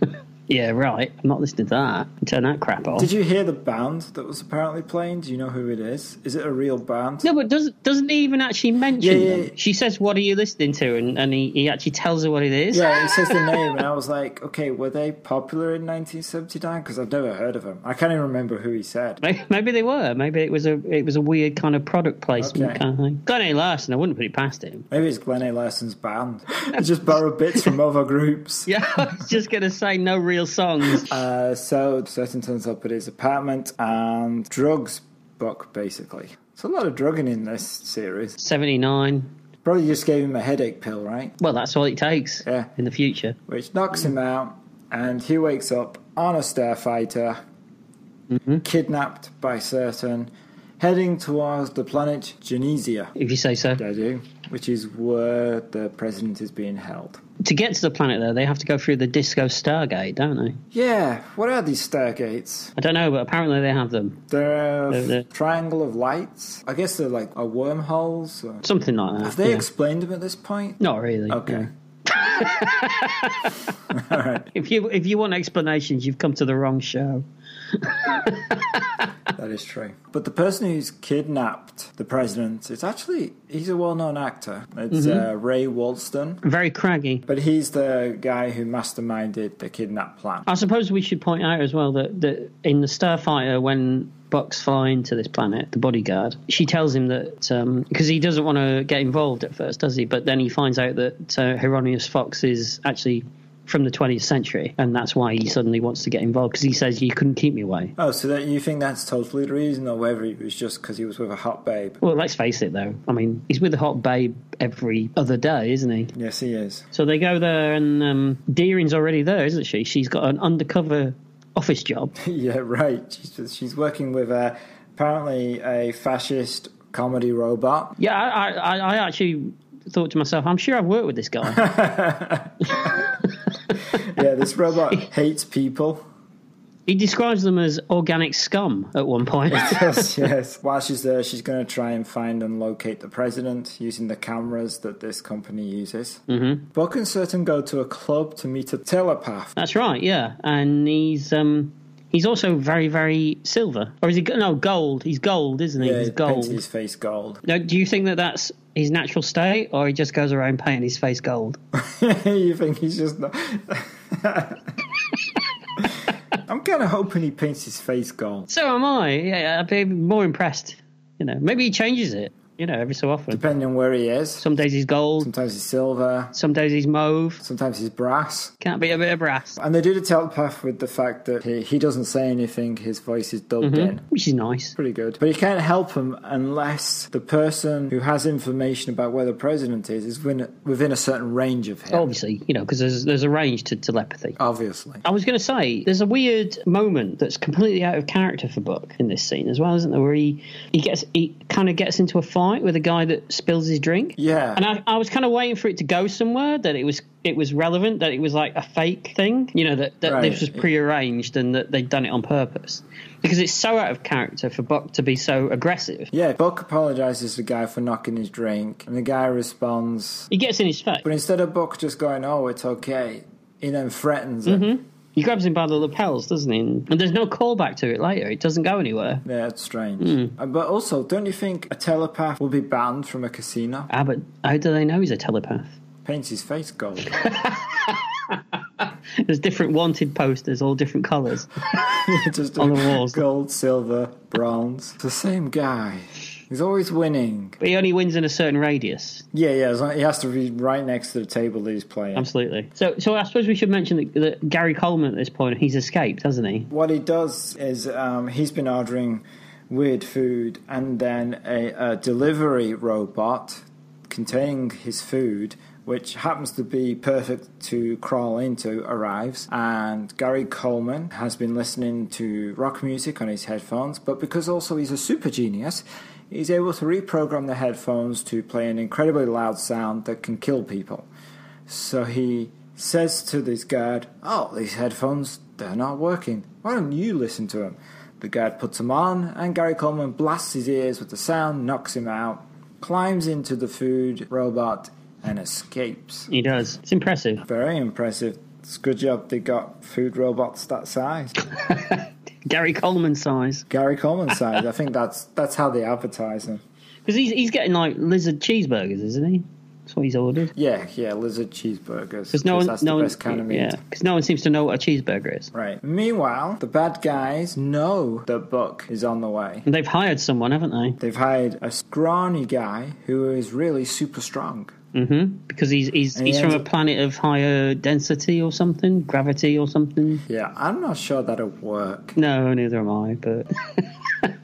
Speaker 3: "Yeah, right. I'm not listening to that. Turn that crap off."
Speaker 2: Did you hear the band that was apparently playing? Do you know who it is? Is it a real band?
Speaker 3: No, but doesn't doesn't he even actually mention
Speaker 2: Yeah, yeah,
Speaker 3: them?
Speaker 2: yeah.
Speaker 3: She says, "What are you listening to?" And, and he, he actually tells her what it is.
Speaker 2: Yeah, it says the name, and I was like, okay, were they popular in 1979? Because I've never heard of them. I can't even remember who he said.
Speaker 3: Maybe, maybe they were. Maybe it was a it was a weird kind of product placement
Speaker 2: Okay.
Speaker 3: kind of thing. Glenn A. Larson, I wouldn't put it past him.
Speaker 2: Maybe it's Glenn A. Larson's band. They just borrow bits from other groups.
Speaker 3: Yeah, I was just gonna say no real songs.
Speaker 2: Uh, so Sutton turns up at his apartment and drugs Buck, basically. It's a lot of drugging in this series.
Speaker 3: Seventy nine.
Speaker 2: Probably just gave him a headache pill, right?
Speaker 3: Well, that's all it takes
Speaker 2: Yeah.
Speaker 3: in the future.
Speaker 2: Which knocks him out, and he wakes up on a stair fighter, kidnapped by Certain, heading towards the planet Genesia.
Speaker 3: If you say so.
Speaker 2: I do, which is where the president is being held.
Speaker 3: To get to the planet, though, they have to go through the Disco Stargate, don't they?
Speaker 2: Yeah, what are these stargates?
Speaker 3: I don't know, but apparently they have them.
Speaker 2: They're a
Speaker 3: They're- they're-
Speaker 2: triangle of lights. I guess they're like a wormholes. Or...
Speaker 3: Something like that.
Speaker 2: Have they
Speaker 3: yeah.
Speaker 2: explained them at this point?
Speaker 3: Not really.
Speaker 2: Okay.
Speaker 3: no. If you if you want explanations, you've come to the wrong show.
Speaker 2: That is true. But the person who's kidnapped the president is actually he's a well-known actor. It's uh, Ray Walston,
Speaker 3: Very craggy.
Speaker 2: but he's the guy who masterminded the kidnap plan.
Speaker 3: I suppose we should point out as well that, that in the Starfighter, when Buck's flying to this planet, the bodyguard, she tells him that because he doesn't want to get involved at first, does he? But then he finds out that uh, Hieronymus Fox is actually from the 20th century, and that's why he suddenly wants to get involved because he says, "You couldn't keep me away."
Speaker 2: Oh, so that you think that's totally the reason, or whether it was just because he was with a hot babe?
Speaker 3: Well, let's face it, though. I mean, he's with the hot babe every other day, isn't he?
Speaker 2: Yes, he is.
Speaker 3: So they go there, and um, Deering's already there, isn't she? She's got an undercover office job.
Speaker 2: Yeah, right. She's, she's working with uh, apparently a fascist comedy robot.
Speaker 3: Yeah, I, I, I- I actually thought to myself, I'm sure I've worked with this guy.
Speaker 2: Yeah, this robot hates people.
Speaker 3: he describes them as organic scum at one point.
Speaker 2: Yes, yes. While she's there, she's going to try and find and locate the president using the cameras that this company uses. Mm-hmm. Buck and Certain go to a club to meet a telepath.
Speaker 3: That's right, yeah. And he's um, he's also very, very silver, or is he? go- No, gold. He's gold, isn't he?
Speaker 2: Yeah,
Speaker 3: he's
Speaker 2: he painted
Speaker 3: gold.
Speaker 2: his face gold.
Speaker 3: Now, do you think that that's his natural state, or he just goes around painting his face gold?
Speaker 2: you think he's just not. I'm kind of hoping he paints his face gold.
Speaker 3: So am I. Yeah, I'd be more impressed. You know, maybe he changes it. You know, every so often.
Speaker 2: Depending on where he is.
Speaker 3: Some days he's gold.
Speaker 2: Sometimes he's silver,
Speaker 3: Some days he's mauve.
Speaker 2: sometimes he's brass.
Speaker 3: Can't be a bit of brass,
Speaker 2: And they do the telepath with the fact that he, he doesn't say anything, his voice is dubbed in.
Speaker 3: which is nice.
Speaker 2: Pretty good. But you can't help him unless the person who has information about where the president is is within, within a certain range of him.
Speaker 3: Obviously, you know, because there's there's a range to telepathy.
Speaker 2: Obviously.
Speaker 3: I was going to say, there's a weird moment that's completely out of character for Buck in this scene as well, isn't there? Where he, he gets he kind of gets into a fight with a guy that spills his drink.
Speaker 2: Yeah.
Speaker 3: And I, I was kind of waiting for it to go somewhere that it was it was relevant, that it was like a fake thing, you know, that, that
Speaker 2: Right.
Speaker 3: this was prearranged and that they'd done it on purpose. Because it's so out of character for Buck to be so aggressive.
Speaker 2: yeah, Buck apologizes to the guy for knocking his drink, and the guy responds.
Speaker 3: He gets in his face.
Speaker 2: But instead of Buck just going, oh, it's okay, he then threatens him.
Speaker 3: He grabs him by the lapels, doesn't he? And there's no callback to it later. It doesn't go anywhere.
Speaker 2: Yeah, it's strange.
Speaker 3: Mm.
Speaker 2: Uh, But also, don't you think a telepath will be banned from a casino?
Speaker 3: Ah, but how do they know he's a telepath?
Speaker 2: Paints his face gold.
Speaker 3: There's different wanted posters, all different colours.
Speaker 2: just
Speaker 3: On the walls.
Speaker 2: Gold, silver, bronze. It's the same guy. He's always winning.
Speaker 3: But he only wins in a certain radius.
Speaker 2: Yeah, yeah. as long- He has to be right next to the table that he's playing.
Speaker 3: Absolutely. So, so I suppose we should mention that, that Gary Coleman at this point, he's escaped, hasn't he?
Speaker 2: What he does is um, he's been ordering weird food, and then a, a delivery robot containing his food which happens to be perfect to crawl into, arrives, and Gary Coleman has been listening to rock music on his headphones, but because also he's a super genius, he's able to reprogram the headphones to play an incredibly loud sound that can kill people. So he says to this guard, Oh, these headphones, they're not working. Why don't you listen to them? The guard puts them on, and Gary Coleman blasts his ears with the sound, knocks him out, climbs into the food robot, and escapes.
Speaker 3: He does. It's impressive.
Speaker 2: Very impressive. It's a good job they got food robots that size.
Speaker 3: Gary Coleman size.
Speaker 2: Gary Coleman size. I think that's that's how they advertise them.
Speaker 3: Because he's, he's getting like lizard cheeseburgers, isn't he? That's what he's ordered.
Speaker 2: Yeah, yeah, lizard cheeseburgers.
Speaker 3: Because no one,
Speaker 2: that's
Speaker 3: no
Speaker 2: the
Speaker 3: one,
Speaker 2: best kind of meat.
Speaker 3: yeah, 'cause no one seems to know what a cheeseburger is.
Speaker 2: Right. Meanwhile, the bad guys know that Buck is on the way.
Speaker 3: And they've hired someone, haven't they?
Speaker 2: They've hired a scrawny guy who is really super strong.
Speaker 3: Mm-hmm. Because he's he's
Speaker 2: And
Speaker 3: he's
Speaker 2: he
Speaker 3: from a
Speaker 2: ends up-
Speaker 3: planet of higher density or something, gravity or something.
Speaker 2: Yeah, I'm not sure that'll work.
Speaker 3: No, neither am I. But
Speaker 2: Would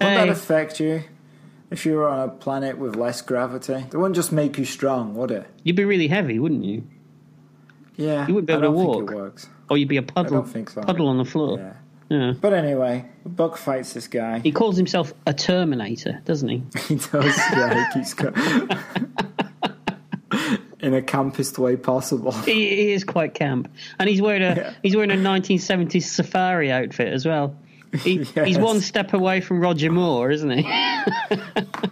Speaker 2: that
Speaker 3: Hey.
Speaker 2: affect you if you were on a planet with less gravity? It wouldn't just make you strong, would it?
Speaker 3: you'd be really heavy, wouldn't you?
Speaker 2: Yeah,
Speaker 3: You wouldn't be
Speaker 2: I
Speaker 3: able to
Speaker 2: don't
Speaker 3: walk.
Speaker 2: Think it works.
Speaker 3: Or you'd be a puddle,
Speaker 2: don't think so.
Speaker 3: puddle on the floor.
Speaker 2: Yeah.
Speaker 3: Yeah.
Speaker 2: But anyway, Buck fights this guy.
Speaker 3: He calls himself a Terminator, doesn't he?
Speaker 2: He does. Yeah, he keeps going. In a campist way possible.
Speaker 3: he, he is quite camp, and he's wearing a
Speaker 2: Yeah.
Speaker 3: he's wearing a 1970s safari outfit as well. He, He's
Speaker 2: Yes.
Speaker 3: one step away from Roger Moore, isn't he?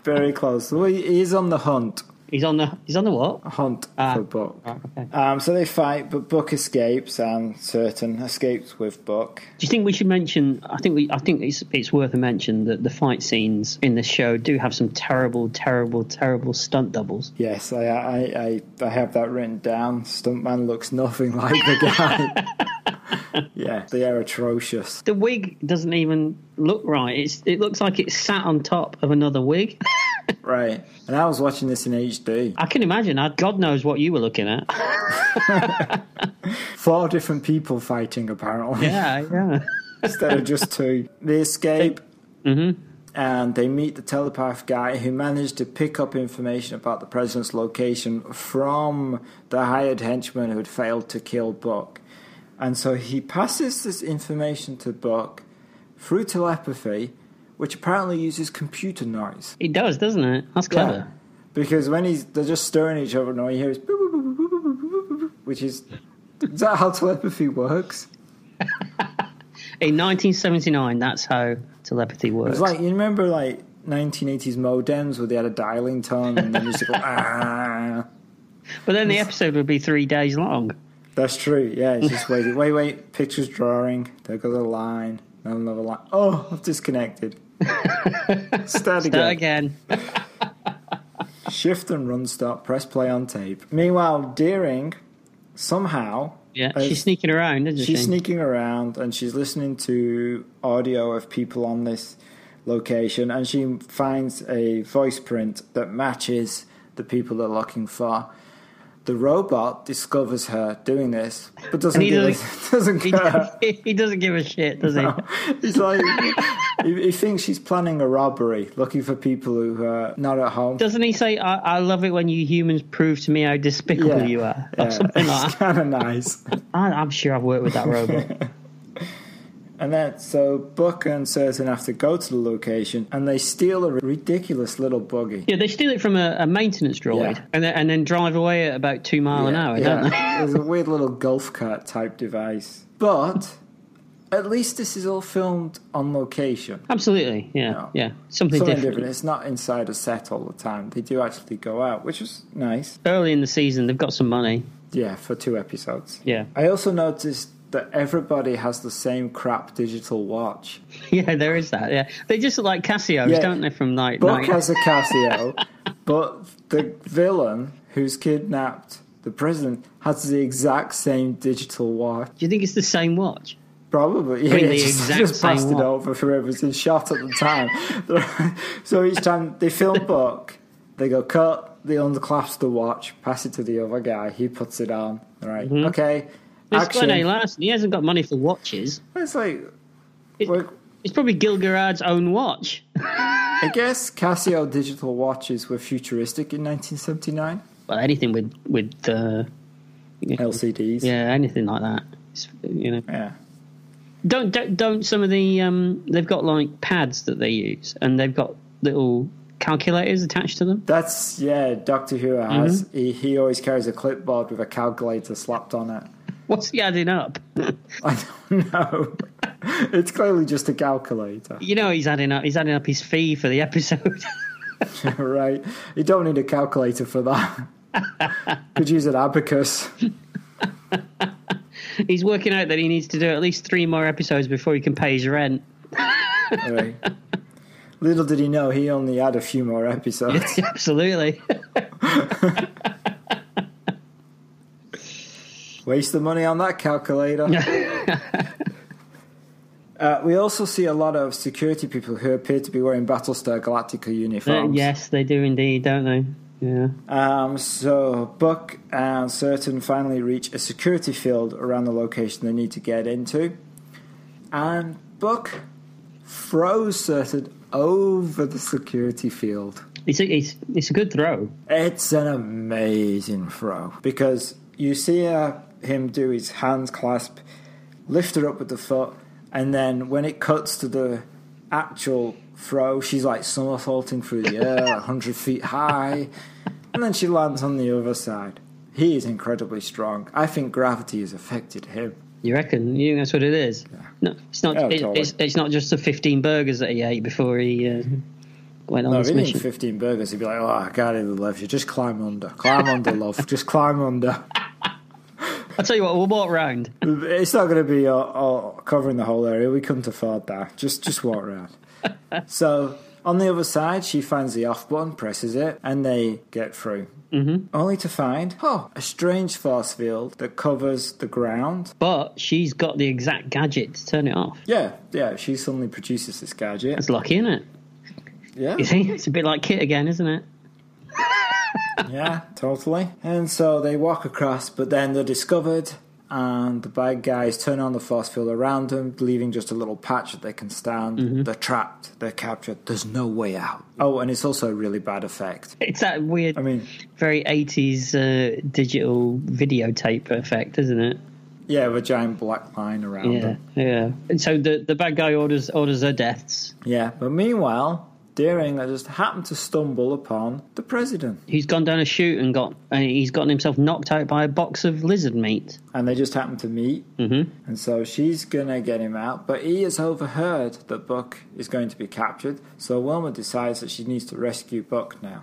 Speaker 2: Very close. Well, he he is on the hunt.
Speaker 3: He's on the he's on the what?
Speaker 2: Hunt
Speaker 3: Ah.
Speaker 2: for Buck.
Speaker 3: okay.
Speaker 2: Um, so they fight, but Buck escapes, and Certain escapes with Buck.
Speaker 3: Do you think we should mention? I think we I think it's it's worth a mention that the fight scenes in this show do have some terrible, terrible, terrible stunt doubles.
Speaker 2: Yes, I, I, I, I have that written down. Stuntman looks nothing like the guy. yeah, they are atrocious.
Speaker 3: The wig doesn't even look right. It's it looks like it's sat on top of another wig.
Speaker 2: Right. And I was watching this in HD.
Speaker 3: I can imagine. I, God knows what you were looking at.
Speaker 2: Four different people fighting, apparently.
Speaker 3: Yeah, yeah.
Speaker 2: instead of just two. They escape. And they meet the telepath guy who managed to pick up information about the president's location from the hired henchman who had failed to kill Buck. And so he passes this information to Buck through telepathy, which apparently uses computer noise.
Speaker 3: It does, doesn't it? That's clever.
Speaker 2: Because when he's they're just staring at each other and all you hear is boop, boop, boop, boop, boop, boop, boop, boop, which is is that how telepathy works?
Speaker 3: In 1979, that's how telepathy works.
Speaker 2: It's like you remember like 1980s modems where they had a dialing tone and then you just go ah.
Speaker 3: but then the episode would be three days long.
Speaker 2: That's true. Yeah, it's just waiting. Wait, wait. Pictures drawing. There goes a line. Now another line. Oh, I've disconnected. Start
Speaker 3: That
Speaker 2: again.
Speaker 3: again.
Speaker 2: Shift and run. Stop. Press play on tape. Meanwhile, Deering somehow
Speaker 3: Yeah,
Speaker 2: has-
Speaker 3: she's sneaking around, isn't
Speaker 2: Uh, She's
Speaker 3: she?
Speaker 2: sneaking around and she's listening to audio of people on this location and she finds a voice print that matches the people they're looking for. The robot discovers her doing this, but doesn't
Speaker 3: he
Speaker 2: give
Speaker 3: doesn't-
Speaker 2: a, doesn't
Speaker 3: he,
Speaker 2: care.
Speaker 3: he doesn't give a shit, does he?
Speaker 2: He's like he, he thinks she's planning a robbery, looking for people who are not at home.
Speaker 3: Doesn't he say, I, I love it when you humans prove to me how despicable
Speaker 2: Yeah.
Speaker 3: you are? Or
Speaker 2: Yeah,
Speaker 3: something like
Speaker 2: it's
Speaker 3: that.
Speaker 2: kind of nice.
Speaker 3: I, I'm sure I've worked with that robot.
Speaker 2: And then, so Buck and Certain have to go to the location and they steal a ridiculous little buggy.
Speaker 3: yeah, they steal it from a, a maintenance droid
Speaker 2: Yeah.
Speaker 3: and, then, and then drive away at about two mile an hour, Oh, don't they?
Speaker 2: it was a weird little golf cart type device. But at least this is all filmed on location.
Speaker 3: Absolutely, yeah,
Speaker 2: No.
Speaker 3: yeah. Something,
Speaker 2: Something
Speaker 3: different.
Speaker 2: different. It's not inside a set all the time. They do actually go out, which is nice.
Speaker 3: Early in the season, they've got some money.
Speaker 2: Yeah, for two episodes.
Speaker 3: Yeah,
Speaker 2: I also noticed that everybody has the same crap digital watch.
Speaker 3: yeah, there is that. Yeah, they just look like Casios,
Speaker 2: Yeah.
Speaker 3: don't they? From like,
Speaker 2: Buck
Speaker 3: like
Speaker 2: has a Casio, but the villain who's kidnapped the president has the exact same digital watch.
Speaker 3: Do you think it's the same watch?
Speaker 2: Probably, yeah.
Speaker 3: mean, the
Speaker 2: just,
Speaker 3: exact
Speaker 2: just passed
Speaker 3: same
Speaker 2: it
Speaker 3: one.
Speaker 2: over for whoever's in shot at the time. so each time they film Buck, they go cut, they unclasp the watch, pass it to the other guy, he puts it on. Right, okay.
Speaker 3: Mm-hmm. It's
Speaker 2: action.
Speaker 3: Glenn A. Larson. He hasn't got money for watches.
Speaker 2: It's like,
Speaker 3: It-
Speaker 2: well,
Speaker 3: It's probably Gil Gerard's own watch.
Speaker 2: I guess Casio digital watches were futuristic in 1979.
Speaker 3: well anything with with uh, you know,
Speaker 2: LCDs.
Speaker 3: yeah anything like that. It's, you know,
Speaker 2: Yeah.
Speaker 3: don't don't don't some of the um they've got like pads that they use and they've got little calculators attached to them.
Speaker 2: That's yeah. Doctor Who has
Speaker 3: Mm-hmm.
Speaker 2: he, he always carries a clipboard with a calculator slapped on it.
Speaker 3: What's he adding up?
Speaker 2: I don't know. it's clearly just a calculator,
Speaker 3: you know he's adding up. He's adding up his fee for the episode.
Speaker 2: right? You don't need a calculator for that. Could use an abacus.
Speaker 3: he's working out that he needs to do at least three more episodes before he can pay his rent.
Speaker 2: Right. Little did he know he only had a few more episodes.
Speaker 3: Absolutely.
Speaker 2: Waste the money on that calculator. uh, we also see a lot of security people who appear to be wearing Battlestar Galactica
Speaker 3: Uh,
Speaker 2: uniforms.
Speaker 3: yes, they do indeed, don't they? Yeah.
Speaker 2: Um, so Buck and Certain finally reach a security field around the location they need to get into, and Buck throws Certain over the security field.
Speaker 3: It's a, it's, it's a good throw.
Speaker 2: It's an amazing throw because you see uh, him do his hand clasp, lift her up with the foot, and then when it cuts to the actual throw, she's like somersaulting through the air, like 100 feet high, and then she lands on the other side. He is incredibly strong. I think gravity has affected him.
Speaker 3: You reckon? You think that's what it is? No, it's not.
Speaker 2: Oh,
Speaker 3: it-
Speaker 2: totally. Mm-hmm.
Speaker 3: it's, it's not just the fifteen burgers that he ate before he uh, went on
Speaker 2: No, if
Speaker 3: this
Speaker 2: he
Speaker 3: mission.
Speaker 2: did 15 burgers, he'd be like, oh, I got it, love you. Just climb under. Climb under, love. Just climb under.
Speaker 3: I'll tell you what. We'll walk round.
Speaker 2: It's not going to be all, all covering the whole area. We couldn't afford that. Just just walk around. so on the other side, she finds the off button, presses it, and they get through. Mm-hmm. Only to find oh a strange force field that covers the ground.
Speaker 3: But she's got the exact gadget to turn it off.
Speaker 2: Yeah, yeah. She suddenly produces this gadget.
Speaker 3: That's lucky, isn't it?
Speaker 2: Yeah,
Speaker 3: You see, it's a bit like Kit again, isn't it?
Speaker 2: yeah, totally. And so they walk across, but then they're discovered. And the bad guys turn on the force field around them, leaving just a little patch that they can stand. They're trapped. They're captured. There's no way out. Oh, and it's also a really bad effect.
Speaker 3: It's that weird,
Speaker 2: I mean,
Speaker 3: very eighties uh, digital videotape effect, isn't it?
Speaker 2: yeah, with a giant black line around
Speaker 3: Yeah,
Speaker 2: them.
Speaker 3: yeah. And so the the bad guy orders orders her deaths.
Speaker 2: Yeah, but meanwhile, Deering I just happened to stumble upon the president,
Speaker 3: He's gone down a chute and got and he's gotten himself knocked out by a box of lizard meat.
Speaker 2: and they just happened to meet. Mm-hmm. And so she's gonna get him out, but he has overheard that Buck is going to be captured. So Wilma decides that she needs to rescue Buck now.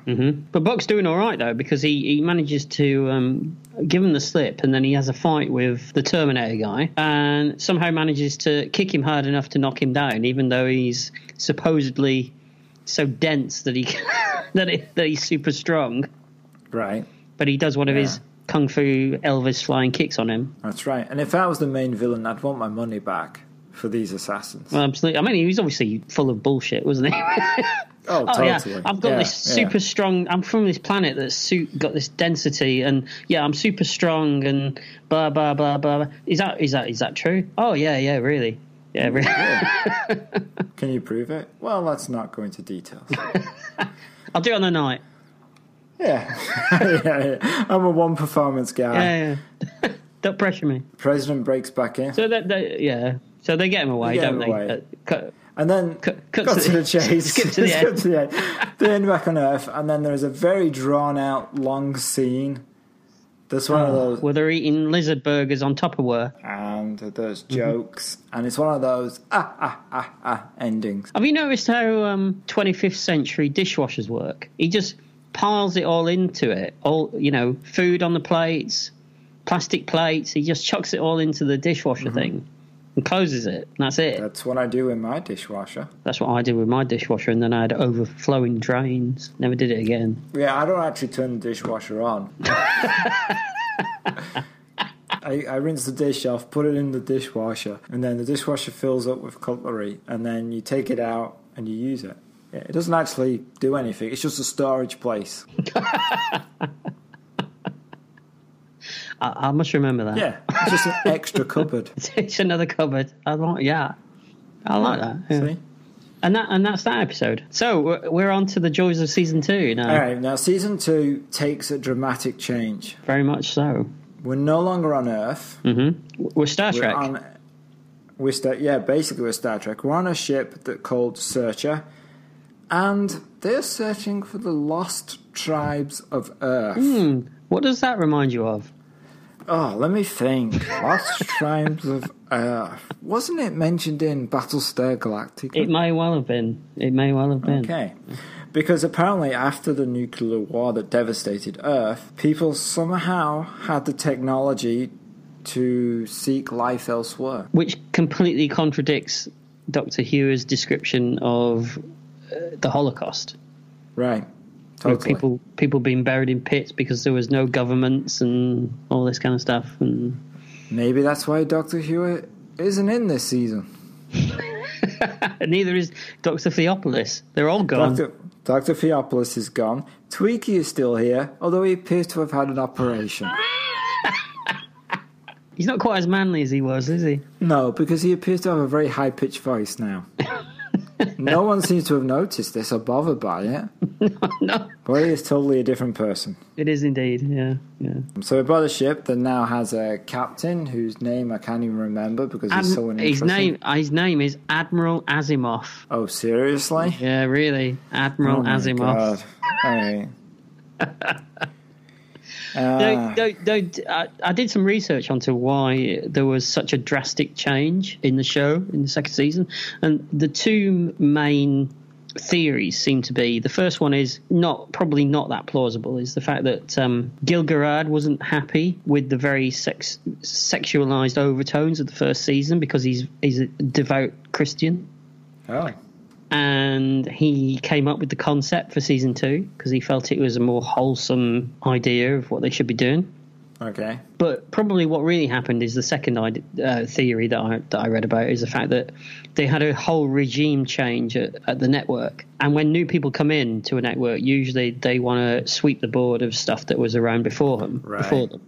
Speaker 3: But Buck's doing all right though because he, he manages to um, give him the slip and then he has a fight with the Terminator guy and somehow manages to kick him hard enough to knock him down even though he's supposedly so dense that he that, he, that he's super strong
Speaker 2: Right.
Speaker 3: but he does one of his kung fu Elvis flying kicks on him.
Speaker 2: That's right. And if I was the main villain, I'd want my money back for these assassins.
Speaker 3: Well, absolutely. I mean, he was obviously full of bullshit, wasn't he?
Speaker 2: oh,
Speaker 3: Oh
Speaker 2: totally.
Speaker 3: yeah, I've got
Speaker 2: Yeah,
Speaker 3: this
Speaker 2: yeah.
Speaker 3: super strong. I'm from this planet that's su- got this density, and yeah, I'm super strong, and blah blah blah blah. blah. Is that is that is that true? Oh yeah, yeah, really, yeah, really.
Speaker 2: Can you prove it? Well, let's not go into details.
Speaker 3: I'll do it on the night.
Speaker 2: Yeah. yeah, yeah. I'm a one performance guy.
Speaker 3: Yeah, yeah. don't pressure me.
Speaker 2: President breaks back in,
Speaker 3: So that, that yeah, so they get him away,
Speaker 2: They get
Speaker 3: don't
Speaker 2: him
Speaker 3: they?
Speaker 2: away.
Speaker 3: Uh, cut-
Speaker 2: and then
Speaker 3: Cut- cut
Speaker 2: cut
Speaker 3: to
Speaker 2: to
Speaker 3: the-
Speaker 2: the chase.
Speaker 3: skip to the
Speaker 2: Skip
Speaker 3: end.
Speaker 2: to the end. They end back on Earth, and then there is a very drawn out, long scene. There's
Speaker 3: Oh.
Speaker 2: one of those,
Speaker 3: Well, they're eating lizard burgers on Tupperware.
Speaker 2: and there's
Speaker 3: Mm-hmm.
Speaker 2: jokes, and it's one of those ah ah ah ah endings.
Speaker 3: Have you noticed how um, 25th century dishwashers work? He just piles it all into it. All you know, food on the plates, plastic plates. He just chucks it all into the dishwasher
Speaker 2: Mm-hmm.
Speaker 3: thing and closes it. And that's it.
Speaker 2: That's what I do in my dishwasher.
Speaker 3: That's what I did with my dishwasher, and then I had overflowing drains. Never did it again.
Speaker 2: Yeah, I don't actually turn the dishwasher on. I, I rinse the dish off, put it in the dishwasher, and then the dishwasher fills up with cutlery, and then you take it out and you use it. Yeah, it doesn't actually do anything. It's just a storage place.
Speaker 3: I, I must remember that.
Speaker 2: Yeah, it's just an extra cupboard.
Speaker 3: it's another cupboard. I like. Yeah, I like that. yeah.
Speaker 2: See?
Speaker 3: and that and that's that episode. So we're, we're on to the joys of season two now.
Speaker 2: All right, now season two takes a dramatic change.
Speaker 3: Very much so.
Speaker 2: We're no longer on Earth.
Speaker 3: We're Star
Speaker 2: We're
Speaker 3: Trek.
Speaker 2: on. We're Um, Star, yeah, basically we're Star Trek. We're on a ship that called Searcher, and they're searching for the lost tribes of Earth.
Speaker 3: Hmm. What does that remind you of?
Speaker 2: Oh, let me think. Lost tribes of Earth. Wasn't it mentioned in Battlestar Galactica?
Speaker 3: It may well have been. It may well have been.
Speaker 2: Hmm. Okay. Because apparently, after the nuclear war that devastated Earth, people somehow had the technology to seek life elsewhere.
Speaker 3: Which completely contradicts Doctor Hewer's description of uh, the Holocaust.
Speaker 2: Right.
Speaker 3: Where
Speaker 2: Totally.
Speaker 3: People people being buried in pits because there was no governments and all this kind of stuff. And
Speaker 2: Maybe that's why Dr. Hewitt isn't in this season.
Speaker 3: neither is Doctor Theopolis. They're all gone.
Speaker 2: Dr. Dr. Theopolis is gone. Tweaky is still here, although he appears to have had an operation.
Speaker 3: He's not quite as manly as he was, is he?
Speaker 2: No, because he appears to have a very high pitched voice now. no one seems to have noticed this or bothered by it.
Speaker 3: no,
Speaker 2: But he is totally a different person.
Speaker 3: it is indeed. Yeah, yeah.
Speaker 2: So we bought a ship that now has a captain whose name I can't even remember because he's so
Speaker 3: Adm-
Speaker 2: uninteresting.
Speaker 3: his name his name is Admiral Asimov.
Speaker 2: Oh, seriously?
Speaker 3: Yeah, really, Admiral
Speaker 2: Oh my
Speaker 3: Asimov.
Speaker 2: God. All right.
Speaker 3: No,
Speaker 2: Uh,
Speaker 3: no, no, I, I did some research onto why there was such a drastic change in the show in the second season, and the two main theories seem to be the first one is not probably not that plausible is the fact that um, Gil Gerard wasn't happy with the very sex sexualized overtones of the first season because he's he's a devout Christian
Speaker 2: oh.
Speaker 3: and he came up with the concept for season two because he felt it was a more wholesome idea of what they should be doing.
Speaker 2: Okay.
Speaker 3: But probably what really happened is the second ide- uh, theory that I that I read about is the fact that they had a whole regime change at, at the network, and when new people come in to a network, usually they want to sweep the board of stuff that was around before them,
Speaker 2: Right.
Speaker 3: before them,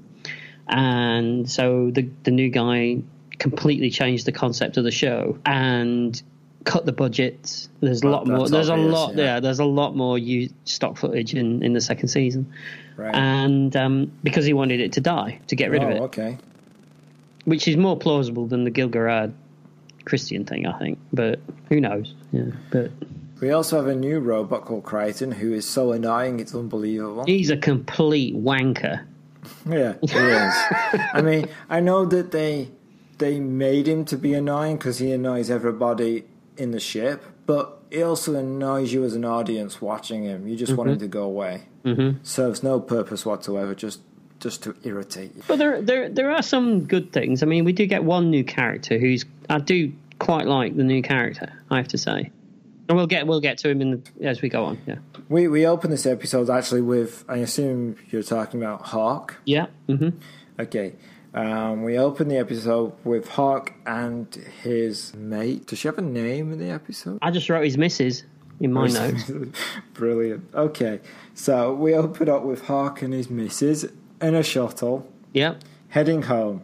Speaker 3: and so the the new guy completely changed the concept of the show and cut the budget. There's a lot
Speaker 2: Well,
Speaker 3: more.
Speaker 2: that's
Speaker 3: There's a
Speaker 2: obvious,
Speaker 3: lot.
Speaker 2: yeah.
Speaker 3: Yeah. there's a lot more u- stock footage in in the second season
Speaker 2: Right.
Speaker 3: and um, because he wanted it to die to get rid
Speaker 2: oh,
Speaker 3: of it,
Speaker 2: okay.
Speaker 3: which is more plausible than the Gilgarad Christian thing, I think. But who knows? Yeah, but
Speaker 2: We also have a new robot called Crichton who is so annoying it's unbelievable.
Speaker 3: he's a complete wanker.
Speaker 2: Yeah, he is. I mean, I know that they they made him to be annoying because he annoys everybody in the ship, but it also annoys you as an audience watching him. You just want him to go away. Mm-hmm. Serves no purpose whatsoever. Just just to irritate you.
Speaker 3: But there, there, there are some good things. I mean, we do get one new character who's I do quite like the new character. I have to say, and we'll get we'll get to him in the, as we go on. Yeah,
Speaker 2: We we open this episode actually with I assume you're talking about Hawk.
Speaker 3: yeah. Mm-hmm.
Speaker 2: Okay. Um, we open the episode with Hawk and his mate. Does she have a name in the episode?
Speaker 3: I just wrote his missus in my notes.
Speaker 2: Brilliant. Okay, so we open up with Hark and his missus in a shuttle
Speaker 3: Yeah,
Speaker 2: heading home.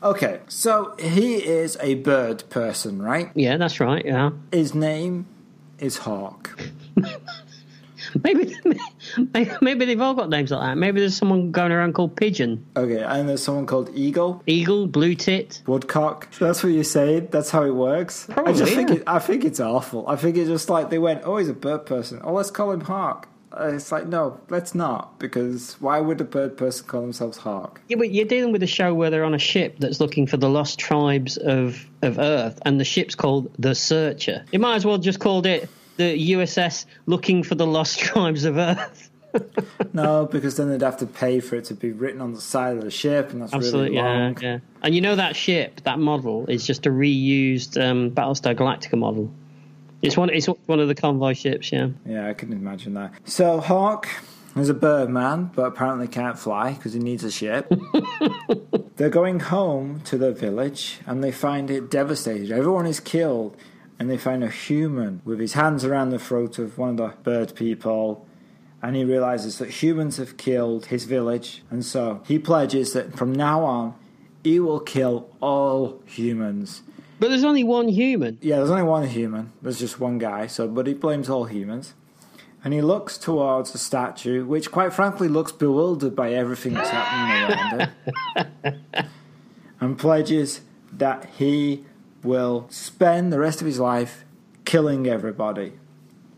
Speaker 2: Okay, so he is a bird person, right?
Speaker 3: yeah, that's right. Yeah.
Speaker 2: His name is Hawk.
Speaker 3: Maybe, maybe, maybe they've all got names like that. Maybe there's someone going around called Pigeon,
Speaker 2: Okay, and there's someone called Eagle,
Speaker 3: Eagle, Blue Tit.
Speaker 2: Woodcock. That's what you say. That's how it works. I just
Speaker 3: Probably,
Speaker 2: think
Speaker 3: yeah.
Speaker 2: it, I think it's awful. I think it's just like they went, oh, he's a bird person. Oh, let's call him Hawk. Uh, It's like no, let's not because why would a bird person call themselves Hawk?
Speaker 3: Yeah, but you're dealing with a show where they're on a ship that's looking for the lost tribes of of Earth, and the ship's called the Searcher. You might as well just called it the USS Looking for the Lost Tribes of Earth.
Speaker 2: No, because then they'd have to pay for it to be written on the side of the ship, and that's really
Speaker 3: Absolutely, yeah,
Speaker 2: long.
Speaker 3: yeah. And you know that ship, that model is just a reused um, Battlestar Galactica model. It's one. It's one of the convoy ships. Yeah.
Speaker 2: Yeah, I can imagine that. So Hawk is a bird man, but apparently can't fly because he needs a ship. They're going home to their village, and they find it devastated. Everyone is killed, and they find a human with his hands around the throat of one of the bird people. And he realizes that humans have killed his village, and so he pledges that from now on, he will kill all humans.
Speaker 3: But there's only one human.
Speaker 2: Yeah, there's only one human. There's just one guy. So, but he blames all humans, and he looks towards the statue, which, quite frankly, looks bewildered by everything that's happening around it, and pledges that he will spend the rest of his life killing everybody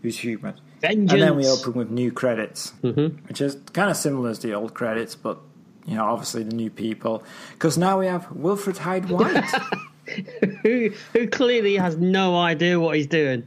Speaker 2: who's human.
Speaker 3: Vengeance.
Speaker 2: And then we open with new credits, which is kind of similar as the old credits, but you know, obviously the new people. Because now we have Wilfred Hyde White.
Speaker 3: Who who clearly has no idea what he's doing.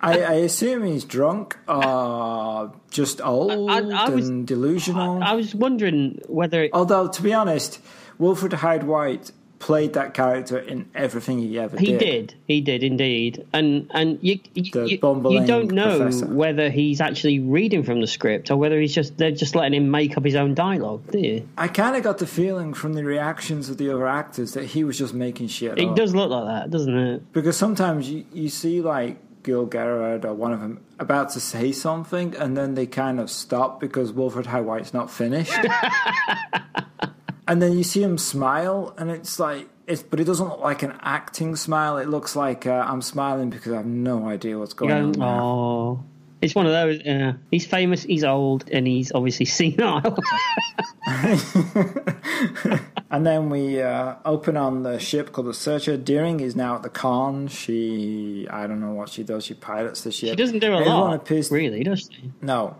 Speaker 2: I, I assume he's drunk or just old
Speaker 3: I- I was-
Speaker 2: and delusional.
Speaker 3: I was wondering whether it,
Speaker 2: Although, to be honest, Wilfred Hyde White played that character in everything he ever
Speaker 3: he
Speaker 2: did.
Speaker 3: did. He did indeed. And and you you,
Speaker 2: The
Speaker 3: you-
Speaker 2: bumbling
Speaker 3: you don't know
Speaker 2: professor.
Speaker 3: whether he's actually reading from the script or whether he's just they're just letting him make up his own dialogue. Do you?
Speaker 2: I kind of got the feeling from the reactions of the other actors that he was just making shit
Speaker 3: It
Speaker 2: up.
Speaker 3: does look like that, doesn't it?
Speaker 2: Because sometimes you, you see, like, Gil Gerard or one of them about to say something and then they kind of stop because Wilfred Hyde White's not finished. and then you see him smile and it's like, it's, but it doesn't look like an acting smile. It looks like uh, I'm smiling because I have no idea what's going on.
Speaker 3: Going,
Speaker 2: now.
Speaker 3: oh, it's one of those. Yeah. He's famous. He's old, and he's obviously senile.
Speaker 2: And then we uh, open on the ship called the Searcher. Deering is now at the con. She, I don't know what she does. She pilots the ship.
Speaker 3: She doesn't do a
Speaker 2: Everyone
Speaker 3: lot,
Speaker 2: Appears
Speaker 3: really, does she?
Speaker 2: no.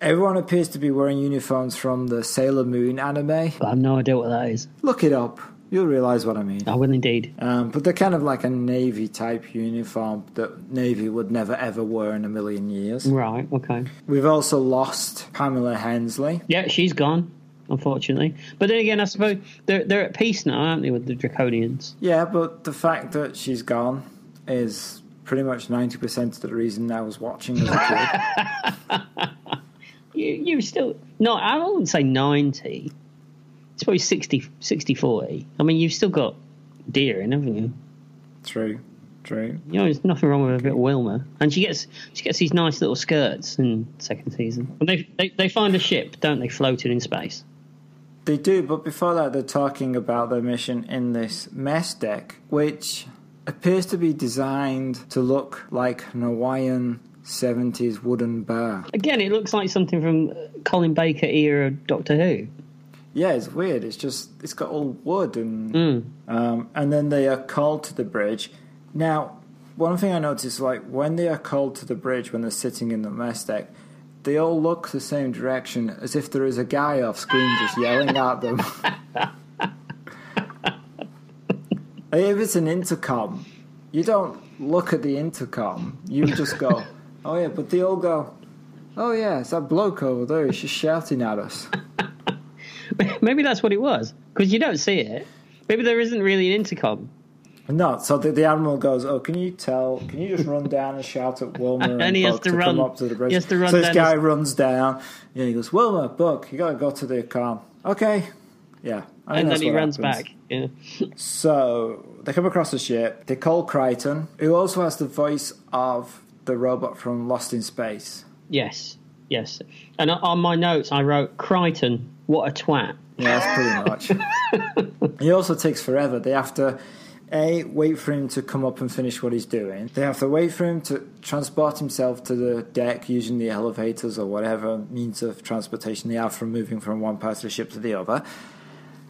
Speaker 2: Everyone appears to be wearing uniforms from the Sailor Moon anime.
Speaker 3: But I've no idea what that is.
Speaker 2: Look it up. You'll realize what I mean.
Speaker 3: I will indeed.
Speaker 2: Um, but they're kind of like a Navy type uniform that Navy would never ever wear in a million years.
Speaker 3: Right. Okay.
Speaker 2: We've also lost Pamela Hensley.
Speaker 3: Yeah, she's gone, unfortunately. But then again, I suppose they're they're at peace now, aren't they, with the Draconians?
Speaker 2: Yeah, but the fact that she's gone is pretty much 90% of the reason I was watching as a kid.
Speaker 3: You you still no, I wouldn't say ninety. It's probably 60, 60 40. I mean, you've still got Deering, haven't you?
Speaker 2: true, true.
Speaker 3: You know, there's nothing wrong with a bit of Wilma, and she gets she gets these nice little skirts in second season. And they they, they find a ship, don't they, floating in space?
Speaker 2: They do, but before that, they're talking about their mission in this mess deck, which appears to be designed to look like an Hawaiian 70s wooden bar.
Speaker 3: Again, it looks like something from uh, Colin Baker era Doctor Who.
Speaker 2: Yeah, it's weird. It's just, it's got all wood and. Um, and then they are called to the bridge. Now, one thing I noticed, like when they are called to the bridge when they're sitting in the mess deck, they all look the same direction, as if there is a guy off screen just yelling at them. Like, if it's an intercom, you don't look at the intercom. You just go, "Oh yeah," but they all go, "Oh yeah, it's that bloke over there. He's just shouting at us."
Speaker 3: Maybe that's what it was because you don't see it. Maybe there isn't really an intercom.
Speaker 2: No, so the, the admiral goes, "Oh, can you tell? Can you just run down and shout at Wilma and,
Speaker 3: And he has
Speaker 2: Buck
Speaker 3: to
Speaker 2: to,
Speaker 3: run-
Speaker 2: come up to the bridge?"
Speaker 3: he has to run
Speaker 2: so this
Speaker 3: down
Speaker 2: guy
Speaker 3: his-
Speaker 2: runs down. Yeah, he goes, "Wilma, Buck, you gotta go to the con." Okay, yeah, I think
Speaker 3: and
Speaker 2: that's
Speaker 3: then he
Speaker 2: what
Speaker 3: runs
Speaker 2: happens.
Speaker 3: back. Yeah.
Speaker 2: So they come across the ship. They call Crichton, who also has the voice of the robot from Lost in Space.
Speaker 3: Yes, yes. And on my notes, I wrote Crichton, what a twat.
Speaker 2: Yeah, that's pretty much. he also takes forever. They have to a wait for him to come up and finish what he's doing. They have to wait for him to transport himself to the deck using the elevators or whatever means of transportation they have from moving from one part of the ship to the other.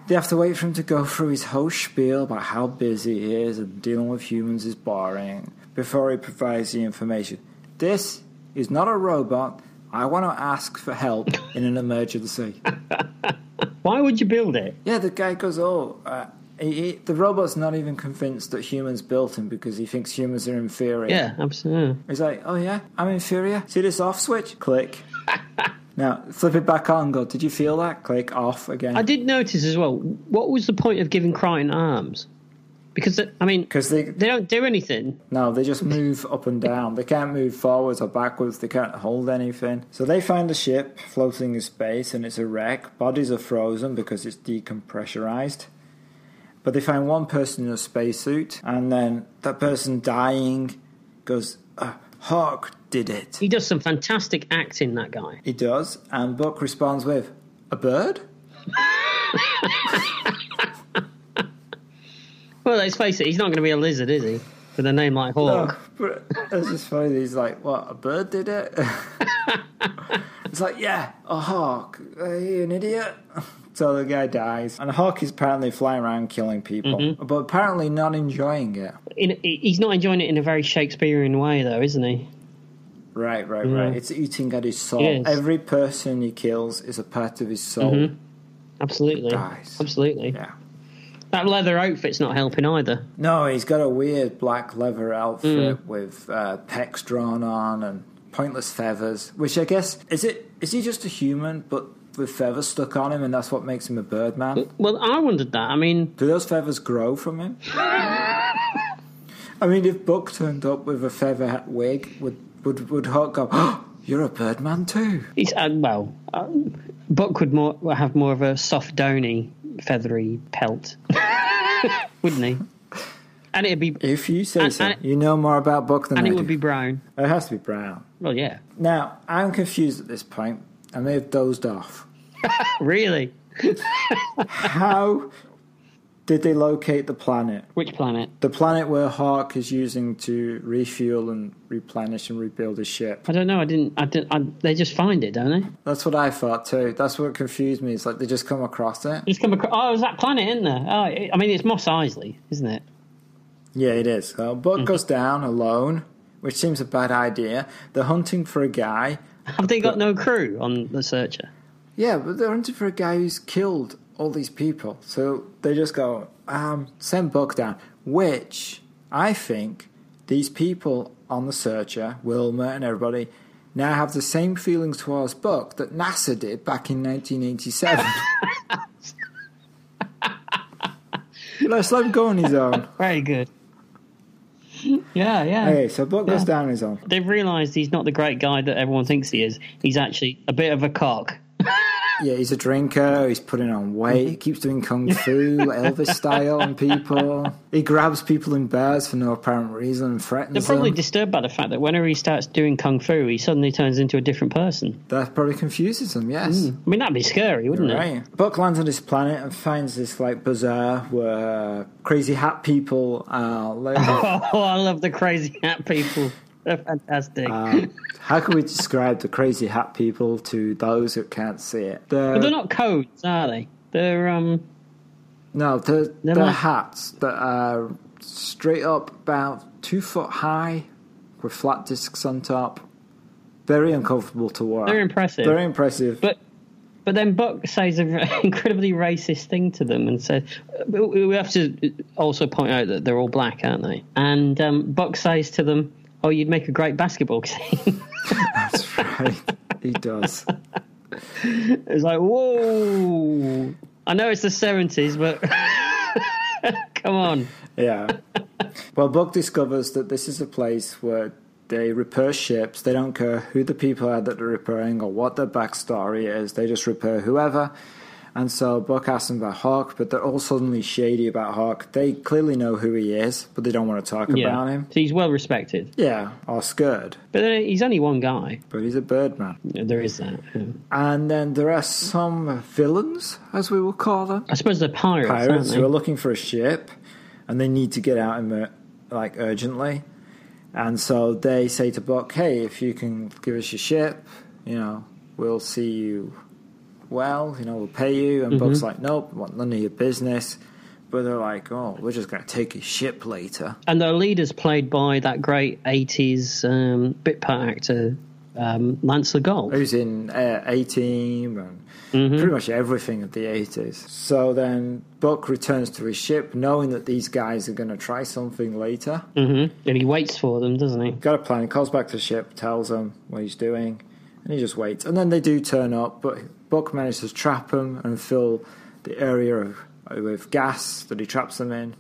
Speaker 2: They have to wait for him to go through his whole spiel about how busy he is and dealing with humans is boring before he provides the information. This is not a robot. I want to ask for help in an emergency.
Speaker 3: Why would you build it?
Speaker 2: Yeah, the guy goes, oh, uh, he, he, the robot's not even convinced that humans built him because he thinks humans are inferior.
Speaker 3: Yeah, absolutely.
Speaker 2: He's like, oh yeah, I'm inferior. See this off switch? Click. now, flip it back on, go, did you feel that? Click, off
Speaker 3: I
Speaker 2: again.
Speaker 3: did notice as well. What was the point of giving Crichton arms? Because uh, I mean,
Speaker 2: Because they,
Speaker 3: they don't do anything.
Speaker 2: no, they just move up and down. They can't move forwards or backwards. They can't hold anything. So they find a ship floating in space and it's a wreck. Bodies are frozen because it's decompressurized. But they find one person in a spacesuit, and then that person dying goes, uh, Hawk did it.
Speaker 3: He does some fantastic acting. That guy.
Speaker 2: He does, and Buck responds with, A bird?
Speaker 3: Well, let's face it, he's not going to be a lizard, is he? With a name like Hawk.
Speaker 2: Oh, but it's just funny. that He's like, "What? A bird did it?" it's like, "Yeah, a hawk. Are you an idiot?" So the guy dies, and the hawk is apparently flying around killing people, but apparently not enjoying it.
Speaker 3: In, he's not enjoying it in a very Shakespearean way, though, isn't he?
Speaker 2: Right, right, right. It's eating at his soul.
Speaker 3: Yes.
Speaker 2: Every person he kills is a part of his soul.
Speaker 3: Absolutely.
Speaker 2: Nice.
Speaker 3: Absolutely.
Speaker 2: Yeah.
Speaker 3: That leather outfit's not helping either.
Speaker 2: No, he's got a weird black leather outfit
Speaker 3: Hmm.
Speaker 2: with uh, pecs drawn on and pointless feathers. Which I guess is it? Is he just a human, but with feathers stuck on him, and that's what makes him a birdman?
Speaker 3: Well, I wondered that. I mean,
Speaker 2: Do those feathers grow from him? I mean, if Buck turned up with a feather hat wig, would would would Hawk go? Oh, you're a birdman too.
Speaker 3: he's uh, well, uh, Buck would more have more of a soft, downy, feathery pelt, wouldn't he? And it'd be
Speaker 2: If you say
Speaker 3: And-
Speaker 2: so,
Speaker 3: and-
Speaker 2: you know more about Buck than
Speaker 3: and
Speaker 2: I
Speaker 3: it
Speaker 2: do.
Speaker 3: would be brown.
Speaker 2: it has to be brown.
Speaker 3: Well, yeah,
Speaker 2: Now I'm confused at this point, I may have dozed off.
Speaker 3: really.
Speaker 2: How did they locate the planet?
Speaker 3: Which planet?
Speaker 2: The planet where Hawk is using to refuel and replenish and rebuild his ship.
Speaker 3: I don't know. I didn't. I didn't. I, they just find it, don't they?
Speaker 2: That's what I thought too. That's what confused me. It's like they just come across it.
Speaker 3: Just come across. Oh, it was that planet, isn't there? Oh, it, I mean, it's Moss Isley, isn't it?
Speaker 2: Yeah, it is. So Buck goes down alone, which seems a bad idea. They're hunting for a guy.
Speaker 3: Have they got no crew on the Searcher?
Speaker 2: Yeah, but they're hunting for a guy who's killed all these people. So they just go, um, send Buck down. Which I think these people on the searcher, Wilmer and everybody, now have the same feelings towards Buck that NASA did back in 1987. Let's let him go on his own.
Speaker 3: Very good. Yeah, yeah.
Speaker 2: Okay, so Buck goes
Speaker 3: Yeah.
Speaker 2: down on his own.
Speaker 3: They've realised he's not the great guy that everyone thinks he is. He's actually a bit of a cock.
Speaker 2: Yeah, he's a drinker. He's putting on weight. He keeps doing kung fu, Elvis style, on people. He grabs people in bars for no apparent reason and threatens
Speaker 3: They're probably
Speaker 2: them.
Speaker 3: disturbed by the fact that whenever he starts doing kung fu, he suddenly turns into a different person.
Speaker 2: that probably confuses them. Yes.
Speaker 3: I mean, that'd be scary, wouldn't Mm, it?
Speaker 2: Right. Buck lands on this planet and finds this like bazaar where crazy hat people are. Like,
Speaker 3: Oh, I love the crazy hat people. They're fantastic.
Speaker 2: how can we describe the crazy hat people to those who can't see it? They're,
Speaker 3: but they're not codes, are they? They're um.
Speaker 2: no, they're, they're,
Speaker 3: not-
Speaker 2: hats that are straight up about two foot high with flat discs on top. Very uncomfortable to wear.
Speaker 3: They're impressive.
Speaker 2: Very impressive.
Speaker 3: But but then Buck says an incredibly racist thing to them and says, we we have to also point out that they're all black, aren't they? And um, Buck says to them, oh, you'd make a great basketball team.
Speaker 2: That's right. he does.
Speaker 3: it's like, whoa. I know it's the 70s, but come on.
Speaker 2: Yeah. well, Buck discovers that this is a place where they repair ships. They don't care who the people are that they're repairing or what their backstory is. They just repair whoever. And so Buck asks them about Hawk, but they're all suddenly shady about Hawk. They clearly know who he is, but they don't want to talk about
Speaker 3: Yeah.
Speaker 2: him.
Speaker 3: So he's well respected.
Speaker 2: Yeah, or scared.
Speaker 3: But then he's only one guy.
Speaker 2: But he's a birdman.
Speaker 3: There is that. yeah.
Speaker 2: And then there are some villains, as we will call them.
Speaker 3: I suppose they're pirates, aren't
Speaker 2: pirates
Speaker 3: they?
Speaker 2: who are looking for a ship and they need to get out and, uh, like urgently and so they say to buck hey if you can give us your ship you know we'll see you well you know we'll pay you and buck's like nope I want none of your business but they're like oh we're just going to take your ship later
Speaker 3: and their leader's played by that great 80s um, bit part actor, um, Lance LeGault.
Speaker 2: who's in uh, A Team and pretty much everything of the 80s. So then Buck returns to his ship knowing that these guys are going to try something later.
Speaker 3: And he waits for them, doesn't he?
Speaker 2: got a plan. He calls back to the ship, tells them what he's doing, and he just waits. And then they do turn up, but Buck manages to trap them and fill the area of, with gas that he traps them in,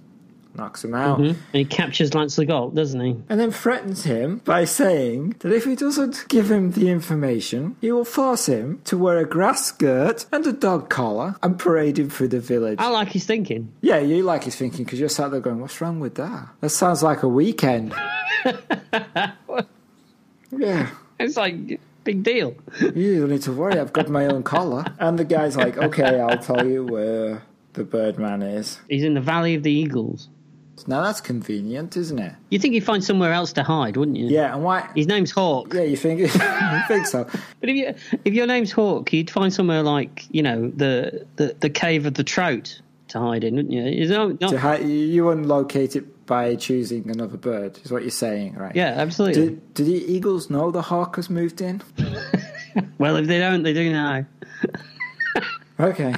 Speaker 2: knocks them out,
Speaker 3: And he captures Lance Legault, doesn't he?
Speaker 2: and then threatens him by saying that if he doesn't give him the information, he will force him to wear a grass skirt and a dog collar and parade him through the village.
Speaker 3: I like his thinking.
Speaker 2: Yeah, you like his thinking because you're sat there going, "What's wrong with that? That sounds like a weekend." yeah.
Speaker 3: It's like big deal.
Speaker 2: You don't need to worry, I've got my own collar. And the guy's like, okay, I'll tell you where the Birdman is.
Speaker 3: He's in the Valley of the Eagles.
Speaker 2: Now that's convenient, isn't it?
Speaker 3: You think you'd find somewhere else to hide, wouldn't you?
Speaker 2: Yeah, and why?
Speaker 3: His name's Hawk,
Speaker 2: Yeah, you think you think so?
Speaker 3: but if you if your name's Hawk, you'd find somewhere like you know the the, the cave of the trout to hide in, wouldn't you? Is that- not-
Speaker 2: To hi- you wouldn't locate it by choosing another bird, is what you're saying, right?
Speaker 3: yeah, absolutely.
Speaker 2: Do, do the eagles know the hawk has moved in?
Speaker 3: well, if they don't, they do now.
Speaker 2: Okay.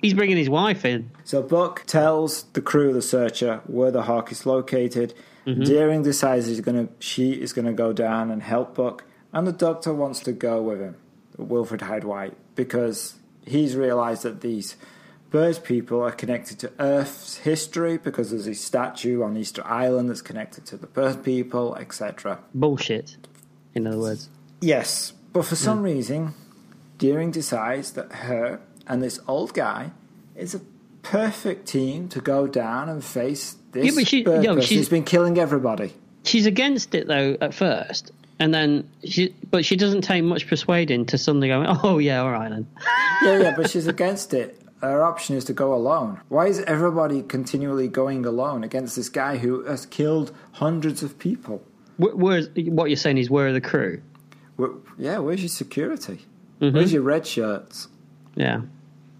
Speaker 3: He's bringing his wife in.
Speaker 2: So Buck tells the crew of the searcher where the hawk is located. Deering decides he's gonna she is gonna go down and help Buck, and the doctor wants to go with him, Wilfred Hyde White, because he's realised that these bird people are connected to Earth's history because there's a statue on Easter Island that's connected to the bird people, etc.
Speaker 3: Bullshit. In other words,
Speaker 2: Yes, Mm. but for some reason, Deering decides that her and this old guy is a perfect team to go down and face this
Speaker 3: Yeah, but she-
Speaker 2: bird
Speaker 3: yo,
Speaker 2: person
Speaker 3: she's-
Speaker 2: who's been killing everybody.
Speaker 3: she's against it though at first, and then she but she doesn't take much persuading to suddenly going, oh yeah, all right then.
Speaker 2: Yeah, yeah, but she's against it. Her option is to go alone. Why is everybody continually going alone against this guy who has killed hundreds of people?
Speaker 3: Where, where's, what you're saying is where are the crew?
Speaker 2: Wh- yeah, where's your security? Where's your red shirts?
Speaker 3: Yeah,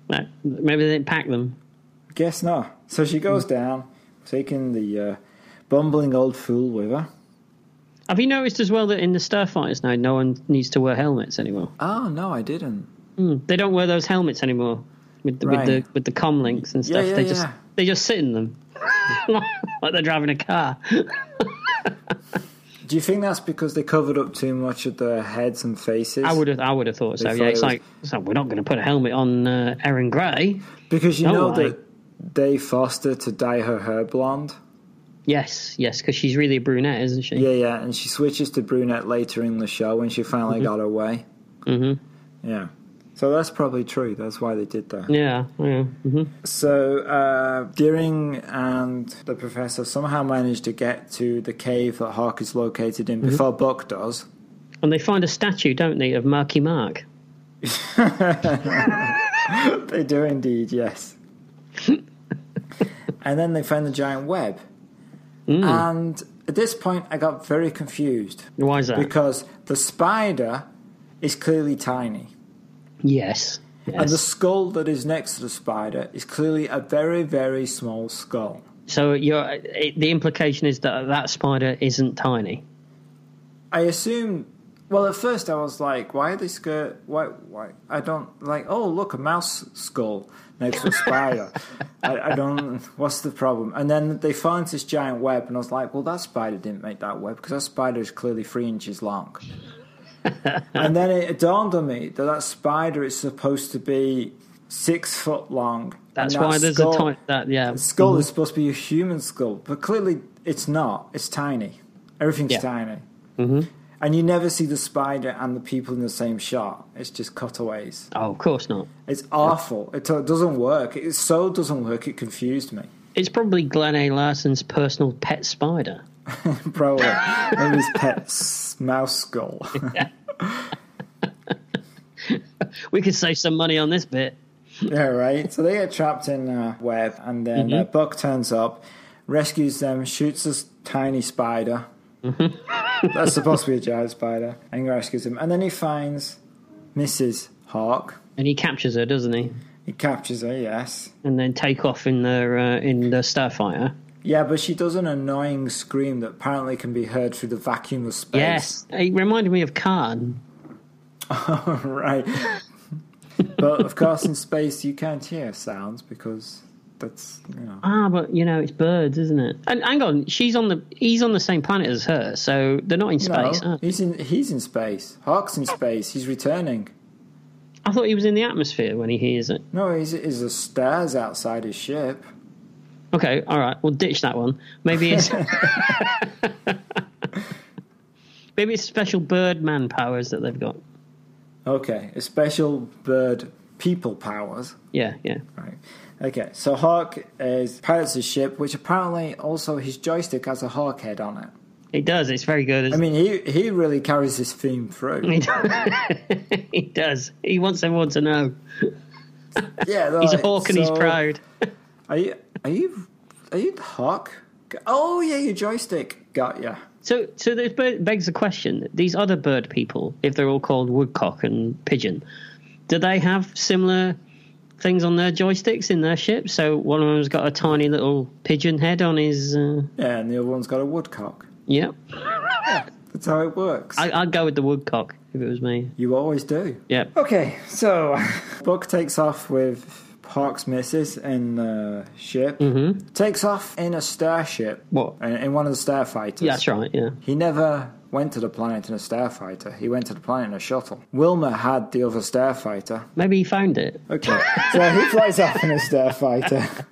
Speaker 3: Like, maybe they didn't pack them.
Speaker 2: Guess not. So she goes down, taking the uh, bumbling old fool with her.
Speaker 3: Have you noticed as well that in the starfighters now, no one needs to wear helmets anymore?
Speaker 2: Oh, no, I didn't.
Speaker 3: They don't wear those helmets anymore with the,
Speaker 2: Right.
Speaker 3: with the with the com links and
Speaker 2: Yeah,
Speaker 3: stuff.
Speaker 2: yeah,
Speaker 3: they just
Speaker 2: yeah.
Speaker 3: they just sit in them like they're driving a car.
Speaker 2: Do you think that's because they covered up too much of their heads and faces?
Speaker 3: I would have I would have thought so.
Speaker 2: They
Speaker 3: yeah,
Speaker 2: thought
Speaker 3: it's
Speaker 2: it was-
Speaker 3: like it's like, we're not going to put a helmet on uh, Aaron Gray.
Speaker 2: because you
Speaker 3: No,
Speaker 2: know
Speaker 3: why?
Speaker 2: that they Foster to dye her hair blonde.
Speaker 3: Mm-hmm. Yes, yes, because she's really a brunette, isn't she?
Speaker 2: Yeah, yeah, and she switches to brunette later in the show when she finally got her way. Mm-hmm. Yeah, so that's probably true. That's why they did that.
Speaker 3: yeah. yeah. hmm
Speaker 2: So uh, Deering and the professor somehow managed to get to the cave that Hawk is located in
Speaker 3: Mm-hmm.
Speaker 2: before Buck does.
Speaker 3: And they find a statue, don't they, of Marky Mark?
Speaker 2: They do indeed, yes. and then they found the giant web. And at this point, I got very confused
Speaker 3: Why is that?
Speaker 2: because the spider is clearly tiny,
Speaker 3: yes. yes.
Speaker 2: and the skull that is next to the spider is clearly a very, very small skull.
Speaker 3: so you're, it, the implication is that that spider isn't tiny.
Speaker 2: I assume. Well, at first I was like, "Why are they scared? Why? Why? I don't like. Oh, look, a mouse skull next to a spider. I, I don't. What's the problem?" And then they find this giant web, and I was like, "Well, that spider didn't make that web because that spider is clearly three inches long." and then it dawned on me that that spider is supposed to be six foot long.
Speaker 3: That's
Speaker 2: and that
Speaker 3: why there's
Speaker 2: skull-
Speaker 3: a type that yeah.
Speaker 2: skull is supposed to be a human skull, but clearly it's not. It's tiny. Everything's
Speaker 3: Yeah.
Speaker 2: tiny. Mm-hmm. And you never see the spider and the people in the same shot. It's just cutaways.
Speaker 3: Oh, of course not.
Speaker 2: It's awful. It do- doesn't work. It so doesn't work. It confused me.
Speaker 3: It's probably Glenn A. Larson's personal pet spider.
Speaker 2: Probably. Maybe his pet's mouse skull.
Speaker 3: We could save some money on this bit.
Speaker 2: yeah, right. So they get trapped in a web, and then uh,
Speaker 3: Mm-hmm.
Speaker 2: Buck turns up, rescues them, shoots this tiny spider. That's supposed to be a giant spider, and rescues him. And then he finds Mrs. Hawk.
Speaker 3: And he captures her, doesn't he?
Speaker 2: He captures her, yes.
Speaker 3: And then take off in their uh, in the Starfighter.
Speaker 2: Yeah, but she does an annoying scream that apparently can be heard through the vacuum of space.
Speaker 3: Yes, it reminded me of Khan.
Speaker 2: right. but of course, in space, you can't hear sounds because that's, you know.
Speaker 3: Ah, but you know it's birds, isn't it? And hang on, she's on the he's on the same planet as her, so they're not in
Speaker 2: No,
Speaker 3: space. are they?
Speaker 2: he's in he's in space. Hawk's in space. He's returning.
Speaker 3: I thought he was in the atmosphere when he hears it.
Speaker 2: No, he's is the stairs outside his ship.
Speaker 3: Okay, all right, we'll ditch that one. Maybe it's maybe it's special bird man powers that they've got.
Speaker 2: Okay, a special bird people powers.
Speaker 3: Yeah, yeah.
Speaker 2: Right. Okay, so Hawk is pilots his ship, which apparently also his joystick has a hawk head on it.
Speaker 3: It does. It's very good.
Speaker 2: I
Speaker 3: It's,
Speaker 2: mean, he he really carries this theme through.
Speaker 3: he does. He wants everyone to know
Speaker 2: Yeah,
Speaker 3: he's
Speaker 2: like,
Speaker 3: a hawk and he's
Speaker 2: so-
Speaker 3: proud.
Speaker 2: Are you are you are you the Hawk? Oh yeah, your joystick. Got ya.
Speaker 3: So, so this be- begs the question: These other bird people, if they're all called woodcock and pigeon, do they have similar things on their joysticks in their ship? So one of them's got a tiny little pigeon head on his. Uh,
Speaker 2: Yeah, and the other one's got a woodcock.
Speaker 3: yeah,
Speaker 2: That's how it works.
Speaker 3: I, I'd go with the woodcock if it was me.
Speaker 2: you always do.
Speaker 3: Yeah,
Speaker 2: Okay, so Buck takes off with Park's missus in the ship. Mm-hmm. Takes off in a starship.
Speaker 3: What?
Speaker 2: In, in one of the starfighters.
Speaker 3: yeah, that's right. Yeah,
Speaker 2: He never went to the planet in a starfighter. He went to the planet in a shuttle. Wilma had the other starfighter.
Speaker 3: maybe he found it.
Speaker 2: Okay, so he flies off in a starfighter.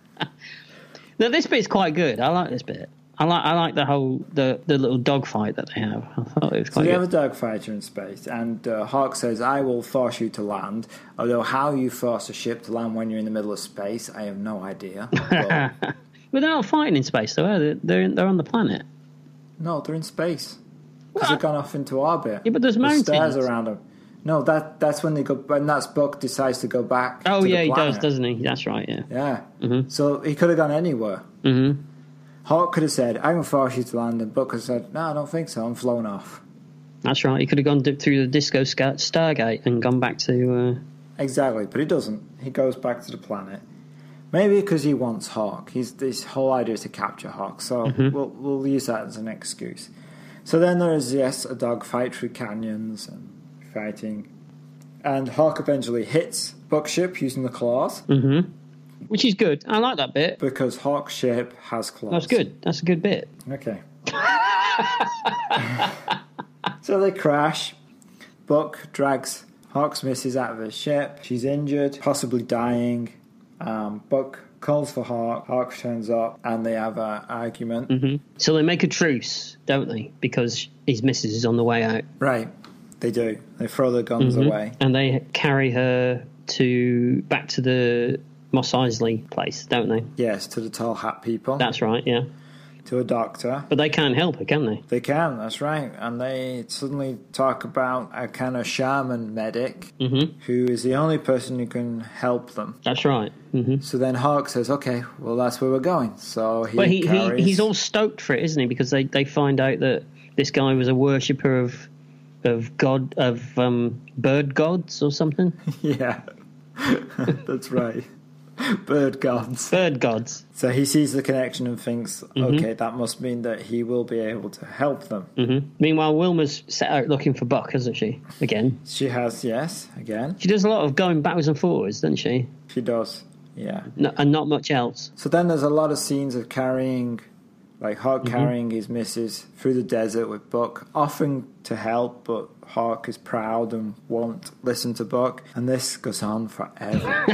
Speaker 3: Now this bit's quite good. I like this bit. I like I like the whole the the little dogfight that they have. I thought it was
Speaker 2: So
Speaker 3: quite
Speaker 2: they have
Speaker 3: good.
Speaker 2: a dogfighter in space, and uh, Hawk says, "I will force you to land." Although how you force a ship to land when you're in the middle of space, I have no idea. But,
Speaker 3: But they're not fighting in space, though. Are they? They're in, they're on the planet.
Speaker 2: no, they're in space because they've gone off into orbit.
Speaker 3: Yeah, but there's
Speaker 2: There's stairs
Speaker 3: mountains.
Speaker 2: around them. No, that that's when they go. When that's Buck decides to go back.
Speaker 3: Oh
Speaker 2: to the
Speaker 3: yeah, he does,
Speaker 2: planet.
Speaker 3: doesn't he? Mm-hmm. That's right. Yeah.
Speaker 2: Yeah. So he could have gone anywhere. Mm-hmm. Hawk could have said, "I'm gonna force you to land," and Buck could have said, "No, I don't think so. I'm flown off."
Speaker 3: That's right. He could have gone d- through the disco sca- Stargate and gone back to. Uh,
Speaker 2: Exactly, but he doesn't. He goes back to the planet. Maybe because he wants Hawk. He's this whole idea is to capture Hawk, so
Speaker 3: Mm-hmm.
Speaker 2: we'll we'll use that as an excuse. So then there is yes, a dog fight through canyons and fighting, and Hawk eventually hits Buck's ship using the claws
Speaker 3: Mm. which is good. I like that bit.
Speaker 2: because Hawk's ship has claws.
Speaker 3: That's good. That's a good bit.
Speaker 2: Okay. so they crash. Buck drags Hawk's missus out of his ship. She's injured, possibly dying. Um, Buck calls for Hawk. Hawk turns up, and they have an argument.
Speaker 3: So they make a truce, don't they? Because his missus is on the way out,
Speaker 2: Right. They do. They throw their guns away.
Speaker 3: and they carry her to back to the Moss Isley place, don't they?
Speaker 2: Yes, to the tall hat people,
Speaker 3: That's right. Yeah.
Speaker 2: to a doctor.
Speaker 3: But they can't help her, can they?
Speaker 2: They can, that's right. And they suddenly talk about a kind of shaman medic who is the only person who can help them.
Speaker 3: That's right. hmm
Speaker 2: So then Hawk says, "Okay, well that's where we're going." So he,
Speaker 3: But he, he
Speaker 2: carries.
Speaker 3: he's all stoked for it, isn't he? Because they, they find out that this guy was a worshipper of of god of um, bird gods or something.
Speaker 2: yeah, that's right. Bird gods.
Speaker 3: Bird gods.
Speaker 2: So he sees the connection and thinks,
Speaker 3: Mm-hmm.
Speaker 2: "Okay, that must mean that he will be able to help them."
Speaker 3: Mm. Meanwhile, Wilma's set out looking for Buck, hasn't she? Again,
Speaker 2: She has yes again.
Speaker 3: she does a lot of going backwards and forwards, doesn't she?
Speaker 2: She does. Yeah.
Speaker 3: No, and not much else.
Speaker 2: So then there's a lot of scenes of carrying, like Hawk
Speaker 3: Mm-hmm.
Speaker 2: carrying his missus through the desert with Buck, offering to help, but Hawk is proud and won't listen to Buck, and this goes on forever.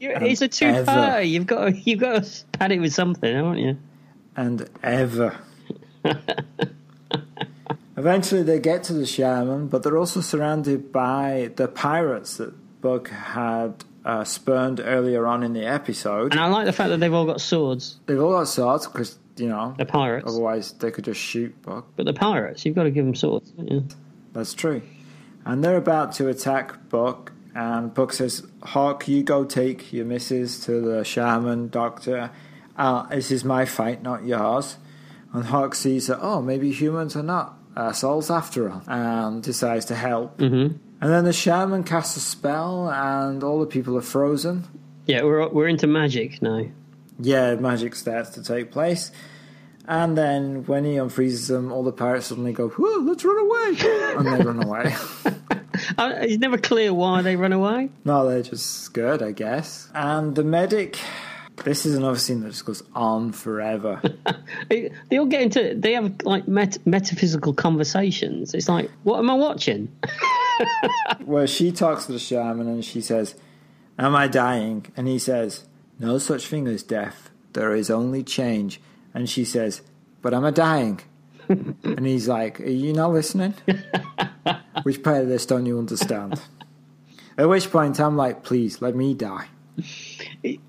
Speaker 3: You- It's a two
Speaker 2: ever.
Speaker 3: parter. You've got to, you've got to pad it with something, haven't you?
Speaker 2: and ever. Eventually, they get to the shaman, but they're also surrounded by the pirates that Bug had uh, spurned earlier on in the episode.
Speaker 3: And I like the fact that they've all got swords.
Speaker 2: They've all got swords because you know,
Speaker 3: They're pirates,
Speaker 2: otherwise they could just shoot Bug.
Speaker 3: but they're pirates. You've got to give them swords. don't you?
Speaker 2: That's true. And they're about to attack Buck, and Buck says, "Hawk, you go take your missus to the shaman doctor. Uh, this is my fight, not yours." And Hawk sees that, oh, maybe humans are not assholes after all, and decides to help. Mm-hmm. And then the shaman casts a spell, and all the people are frozen.
Speaker 3: Yeah, we're we're into magic now.
Speaker 2: Yeah, magic starts to take place. And then when he unfreezes them, all the pirates suddenly go, Whoa, let's run away! and they run away.
Speaker 3: Uh, it's never clear why they run away.
Speaker 2: No, they're just scared, I guess. And the medic. This is another scene that just goes on forever.
Speaker 3: They they all get into they have like met, metaphysical conversations. It's like, what am I watching?
Speaker 2: where she talks to the shaman and she says, Am I dying? And he says, No such thing as death. There is only change. And she says, But am I dying? and he's like, Are you not listening? which part of this don't you understand? At which point I'm like, Please let me die.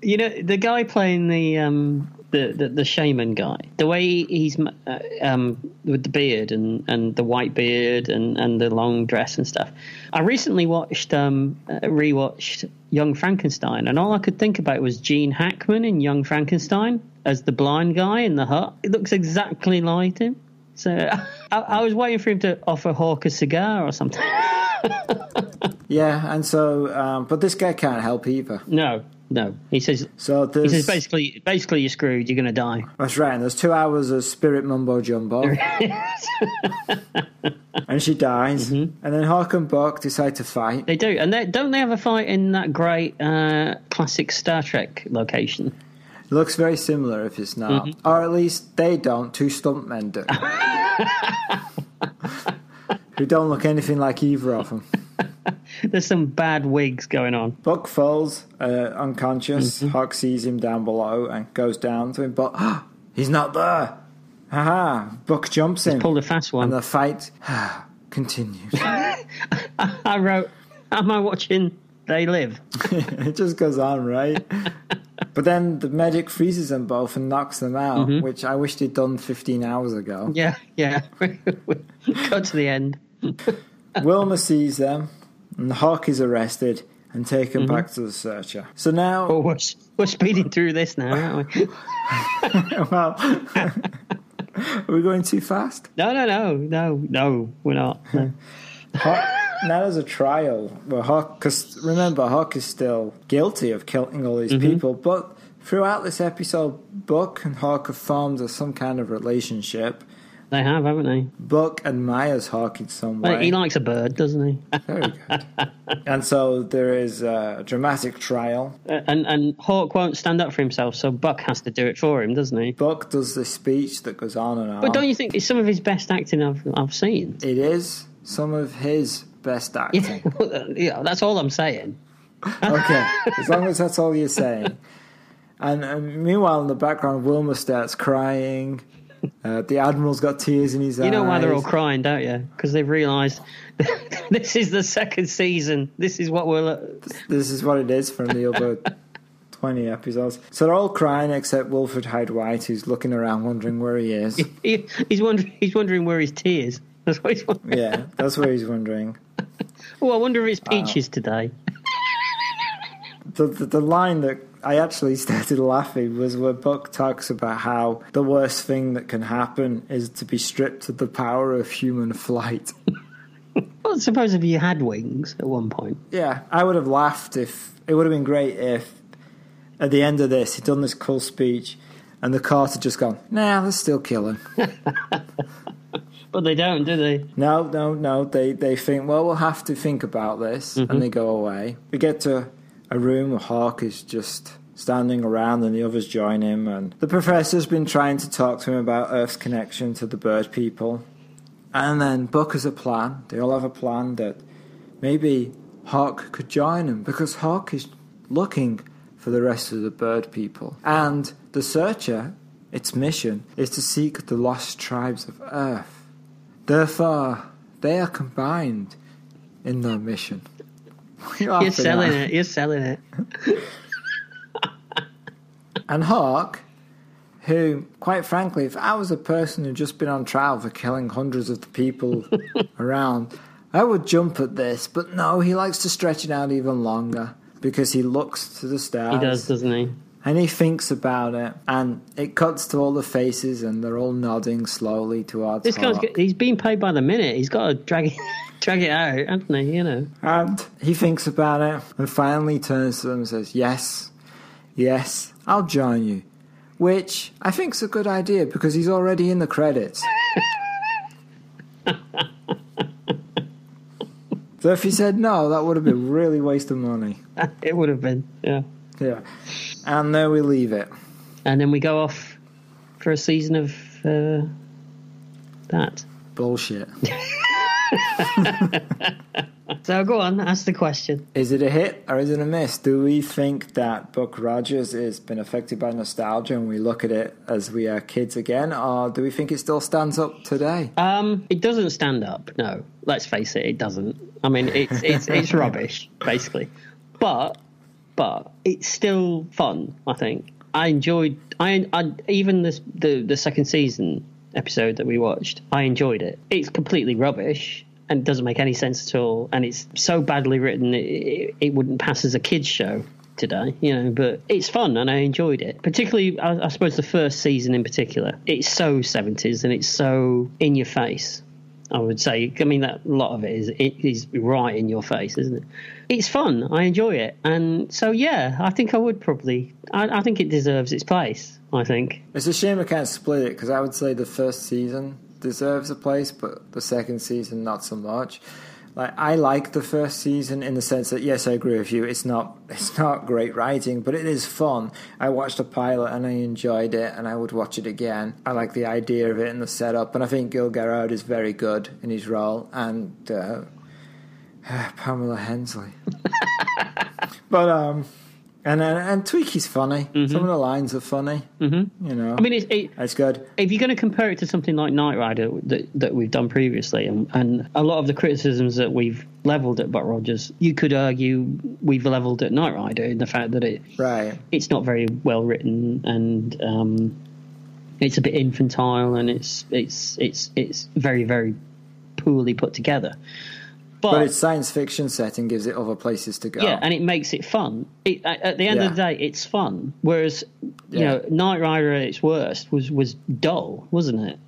Speaker 3: You know, the guy playing the um the the, the shaman guy, the way he's uh, um with the beard and, and the white beard and, and the long dress and stuff. I recently watched um uh, rewatched Young Frankenstein, and all I could think about was Gene Hackman in Young Frankenstein as the blind guy in the hut. It looks exactly like him. So I, I was waiting for him to offer Hawk a cigar or something.
Speaker 2: Yeah, and so, um, but this guy can't help either.
Speaker 3: No, no. He says
Speaker 2: So
Speaker 3: he
Speaker 2: there's
Speaker 3: says basically basically you're screwed. You're gonna die.
Speaker 2: that's right. And there's two hours of spirit mumbo jumbo, and she dies. And then Hawk and Buck decide to fight.
Speaker 3: They do, and they don't they have a fight in that great uh, classic Star Trek location?
Speaker 2: Looks very similar if it's not, or at least they don't. Two stuntmen do, who don't look anything like either of them.
Speaker 3: There's some bad wigs going on.
Speaker 2: Buck falls uh, unconscious. Hawk sees him down below and goes down to him, but "Ah, he's not there. Haha! Buck jumps him,
Speaker 3: Pulled a fast one.
Speaker 2: and the fight continues.
Speaker 3: I wrote, "Am I watching They Live?"
Speaker 2: it just goes on, right? but then the medic freezes them both and knocks them out, which I wish they'd done 15 hours ago.
Speaker 3: Yeah, yeah. Cut to the end.
Speaker 2: Wilma sees them, and Hawk is arrested and taken back to the searcher. So now,
Speaker 3: But Oh, we're we're speeding through this now, aren't we?
Speaker 2: well, are we going too fast?
Speaker 3: No, no, no, no, no. We're not. No.
Speaker 2: Hawk, now there's a trial where Hawk, because remember, Hawk is still guilty of killing all these people, but throughout this episode, Buck and Hawk have formed a, some kind of relationship.
Speaker 3: They have, haven't they?
Speaker 2: Buck admires Hawk in some way.
Speaker 3: He likes a bird, doesn't he?
Speaker 2: Very good. and so there is a dramatic trial.
Speaker 3: and and Hawk won't stand up for himself, so Buck has to do it for him, doesn't he?
Speaker 2: Buck does this speech that goes on and on.
Speaker 3: But don't you think it's some of his best acting I've I've seen?
Speaker 2: It is some of his best
Speaker 3: Yeah,
Speaker 2: acting.
Speaker 3: yeah, that's all I'm saying.
Speaker 2: okay, as long as that's all you're saying. And, and meanwhile, in the background, Wilma starts crying. Uh, the admiral's got tears in his eyes.
Speaker 3: You know why they're all crying, don't you? Because they've realised this is the second season. This is what we're.
Speaker 2: This is what it is from the other 20 episodes. So they're all crying except Wilfred Hyde White, who's looking around wondering where he is.
Speaker 3: He, he's wondering. He's wondering where his tea is. That's what he's wondering.
Speaker 2: yeah, that's where he's wondering.
Speaker 3: Oh, I wonder if it's peaches today.
Speaker 2: the, the, the line that I actually started laughing was where Buck talks about how the worst thing that can happen is to be stripped of the power of human flight.
Speaker 3: Well, suppose if you had wings at one point.
Speaker 2: yeah, I would have laughed if it would have been great if at the end of this he'd done this cool speech and the court had just gone, nah, let's still kill him.
Speaker 3: But they don't, do they?
Speaker 2: No, no, no. They they think, well, we'll have to think about this, and they go away. We get to a room where Hawk is just standing around, and the others join him. And the professor's been trying to talk to him about Earth's connection to the bird people. And then Buck has a plan. They all have a plan that maybe Hawk could join him because Hawk is looking for the rest of the bird people. And the searcher, its mission is to seek the lost tribes of Earth. Therefore, they are combined in their mission. What are you laughing
Speaker 3: You're
Speaker 2: at?
Speaker 3: selling it. You're selling it.
Speaker 2: And Hawk, who, quite frankly, if I was a person who'd just been on trial for killing hundreds of the people around, I would jump at this. But no, he likes to stretch it out even longer because he looks to the stars.
Speaker 3: He does, doesn't he?
Speaker 2: And he thinks about it. And it cuts to all the faces, and they're all nodding slowly towards
Speaker 3: This
Speaker 2: Hawk.
Speaker 3: guy's g- he's being paid by the minute. He's got to drag it, drag it out, hasn't he? You know.
Speaker 2: And he thinks about it and finally turns to them and says, Yes, yes, I'll join you. Which I think's a good idea because he's already in the credits. so if he said no, that would have been really waste of money.
Speaker 3: It would have been. Yeah.
Speaker 2: Yeah. And there we leave it.
Speaker 3: and then we go off for a season of uh, that.
Speaker 2: Bullshit.
Speaker 3: So go on, ask the question.
Speaker 2: Is it a hit or is it a miss? Do we think that Buck Rogers has been affected by nostalgia and we look at it as we are kids again, or do we think it still stands up today?
Speaker 3: Um, it doesn't stand up. No, let's face it, it doesn't. I mean, it's it's it's rubbish basically, but but it's still fun. I think I enjoyed. I, I even this the the second season episode that we watched, I enjoyed it. It's completely rubbish and doesn't make any sense at all. And it's so badly written, it, it, it wouldn't pass as a kids' show today, you know, but it's fun and I enjoyed it. Particularly, I, I suppose, the first season in particular. It's so 70s and it's so in your face. I would say. I mean, that a lot of it is it is right in your face, isn't it? It's fun. I enjoy it, and so yeah, I think I would probably. I, I think it deserves its place. I think.
Speaker 2: It's a shame I can't split it because I would say the first season deserves a place, but the second season not so much. Like I like the first season in the sense that yes, I agree with you. It's not it's not great writing, but it is fun. I watched a pilot and I enjoyed it, and I would watch it again. I like the idea of it and the setup, and I think Gil Gerard is very good in his role, and uh, Pamela Hensley. but um, and and, and Tweaky's funny. Some of the lines are funny. Mm-hmm. You know,
Speaker 3: Mm-hmm. I mean, it's, it,
Speaker 2: it's good.
Speaker 3: if you're going to compare it to something like Knight Rider that, that we've done previously, and, and a lot of the criticisms that we've leveled at Buck Rogers, you could argue we've leveled at Knight Rider in the fact that it
Speaker 2: Right.
Speaker 3: it's not very well written and um, it's a bit infantile and it's it's it's it's very very poorly put together. But,
Speaker 2: But its science fiction setting gives it other places to go.
Speaker 3: yeah, and it makes it fun. It, at at the end of the
Speaker 2: Yeah.
Speaker 3: day, it's fun. Whereas you
Speaker 2: Yeah.
Speaker 3: know, Knight Rider at its worst was was dull, wasn't it?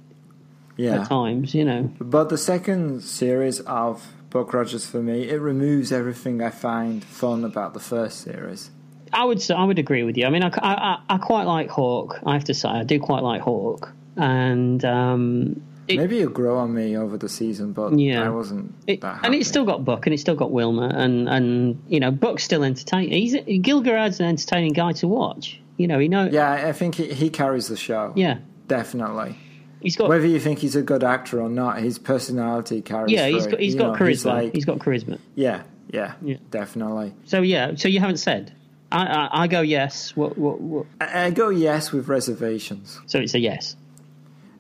Speaker 2: yeah.
Speaker 3: At times, you know.
Speaker 2: But the second series of Buck Rogers for me, it removes everything I find fun about the first series.
Speaker 3: I would s- I would agree with you. I mean, I, I, I quite like Hawk. I have to say, I do quite like Hawk, and um, it,
Speaker 2: Maybe you grow on me over the season, but
Speaker 3: Yeah.
Speaker 2: I wasn't
Speaker 3: it-
Speaker 2: that happy.
Speaker 3: and it's still got Buck, and it's still got Wilma, and and you know, Buck's still entertaining. He's Gil Gerard's an entertaining guy to watch. You know, he know.
Speaker 2: yeah, I think he, he carries the show.
Speaker 3: yeah.
Speaker 2: definitely.
Speaker 3: He's got.
Speaker 2: Whether you think he's a good actor or not, his personality carries.
Speaker 3: yeah, he's
Speaker 2: through.
Speaker 3: got. He's
Speaker 2: You
Speaker 3: got
Speaker 2: know,
Speaker 3: charisma.
Speaker 2: he's like-
Speaker 3: he's got charisma.
Speaker 2: yeah, yeah,
Speaker 3: Yeah.
Speaker 2: definitely.
Speaker 3: So yeah. So you haven't said. I I, I go yes. What, what what?
Speaker 2: I, I go yes with reservations.
Speaker 3: So it's a yes.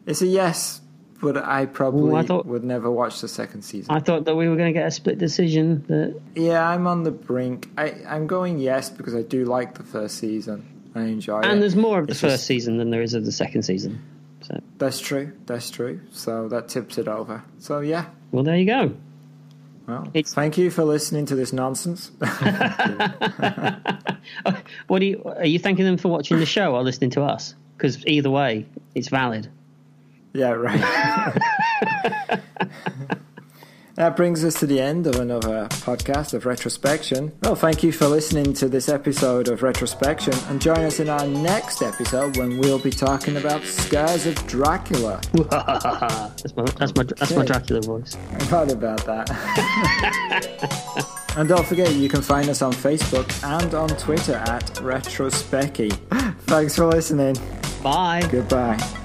Speaker 2: It's a yes, but I probably
Speaker 3: Ooh, I thought-
Speaker 2: would never watch the second season.
Speaker 3: I thought that we were going to get a split decision. That
Speaker 2: Yeah, I'm on the brink. I, I'm going yes because I do like the first season. I enjoy it.
Speaker 3: and there's more of the
Speaker 2: It's
Speaker 3: first
Speaker 2: just-
Speaker 3: season than there is of the second season. So
Speaker 2: That's true. That's true. So that tips it over. So yeah.
Speaker 3: well, there you go.
Speaker 2: Well,
Speaker 3: It's-
Speaker 2: thank you for listening to this nonsense.
Speaker 3: What do you, are you thanking them for watching the show or listening to us? Because either way, it's valid.
Speaker 2: yeah, right. that brings us to the end of another podcast of Retrospection. Well, thank you for listening to this episode of Retrospection and join us in our next episode when we'll be talking about Scars of Dracula.
Speaker 3: that's my that's my that's my
Speaker 2: Okay.
Speaker 3: Dracula voice.
Speaker 2: I thought about that. and don't forget, you can find us on Facebook and on Twitter at Retrospecky. Thanks for listening.
Speaker 3: Bye.
Speaker 2: Goodbye.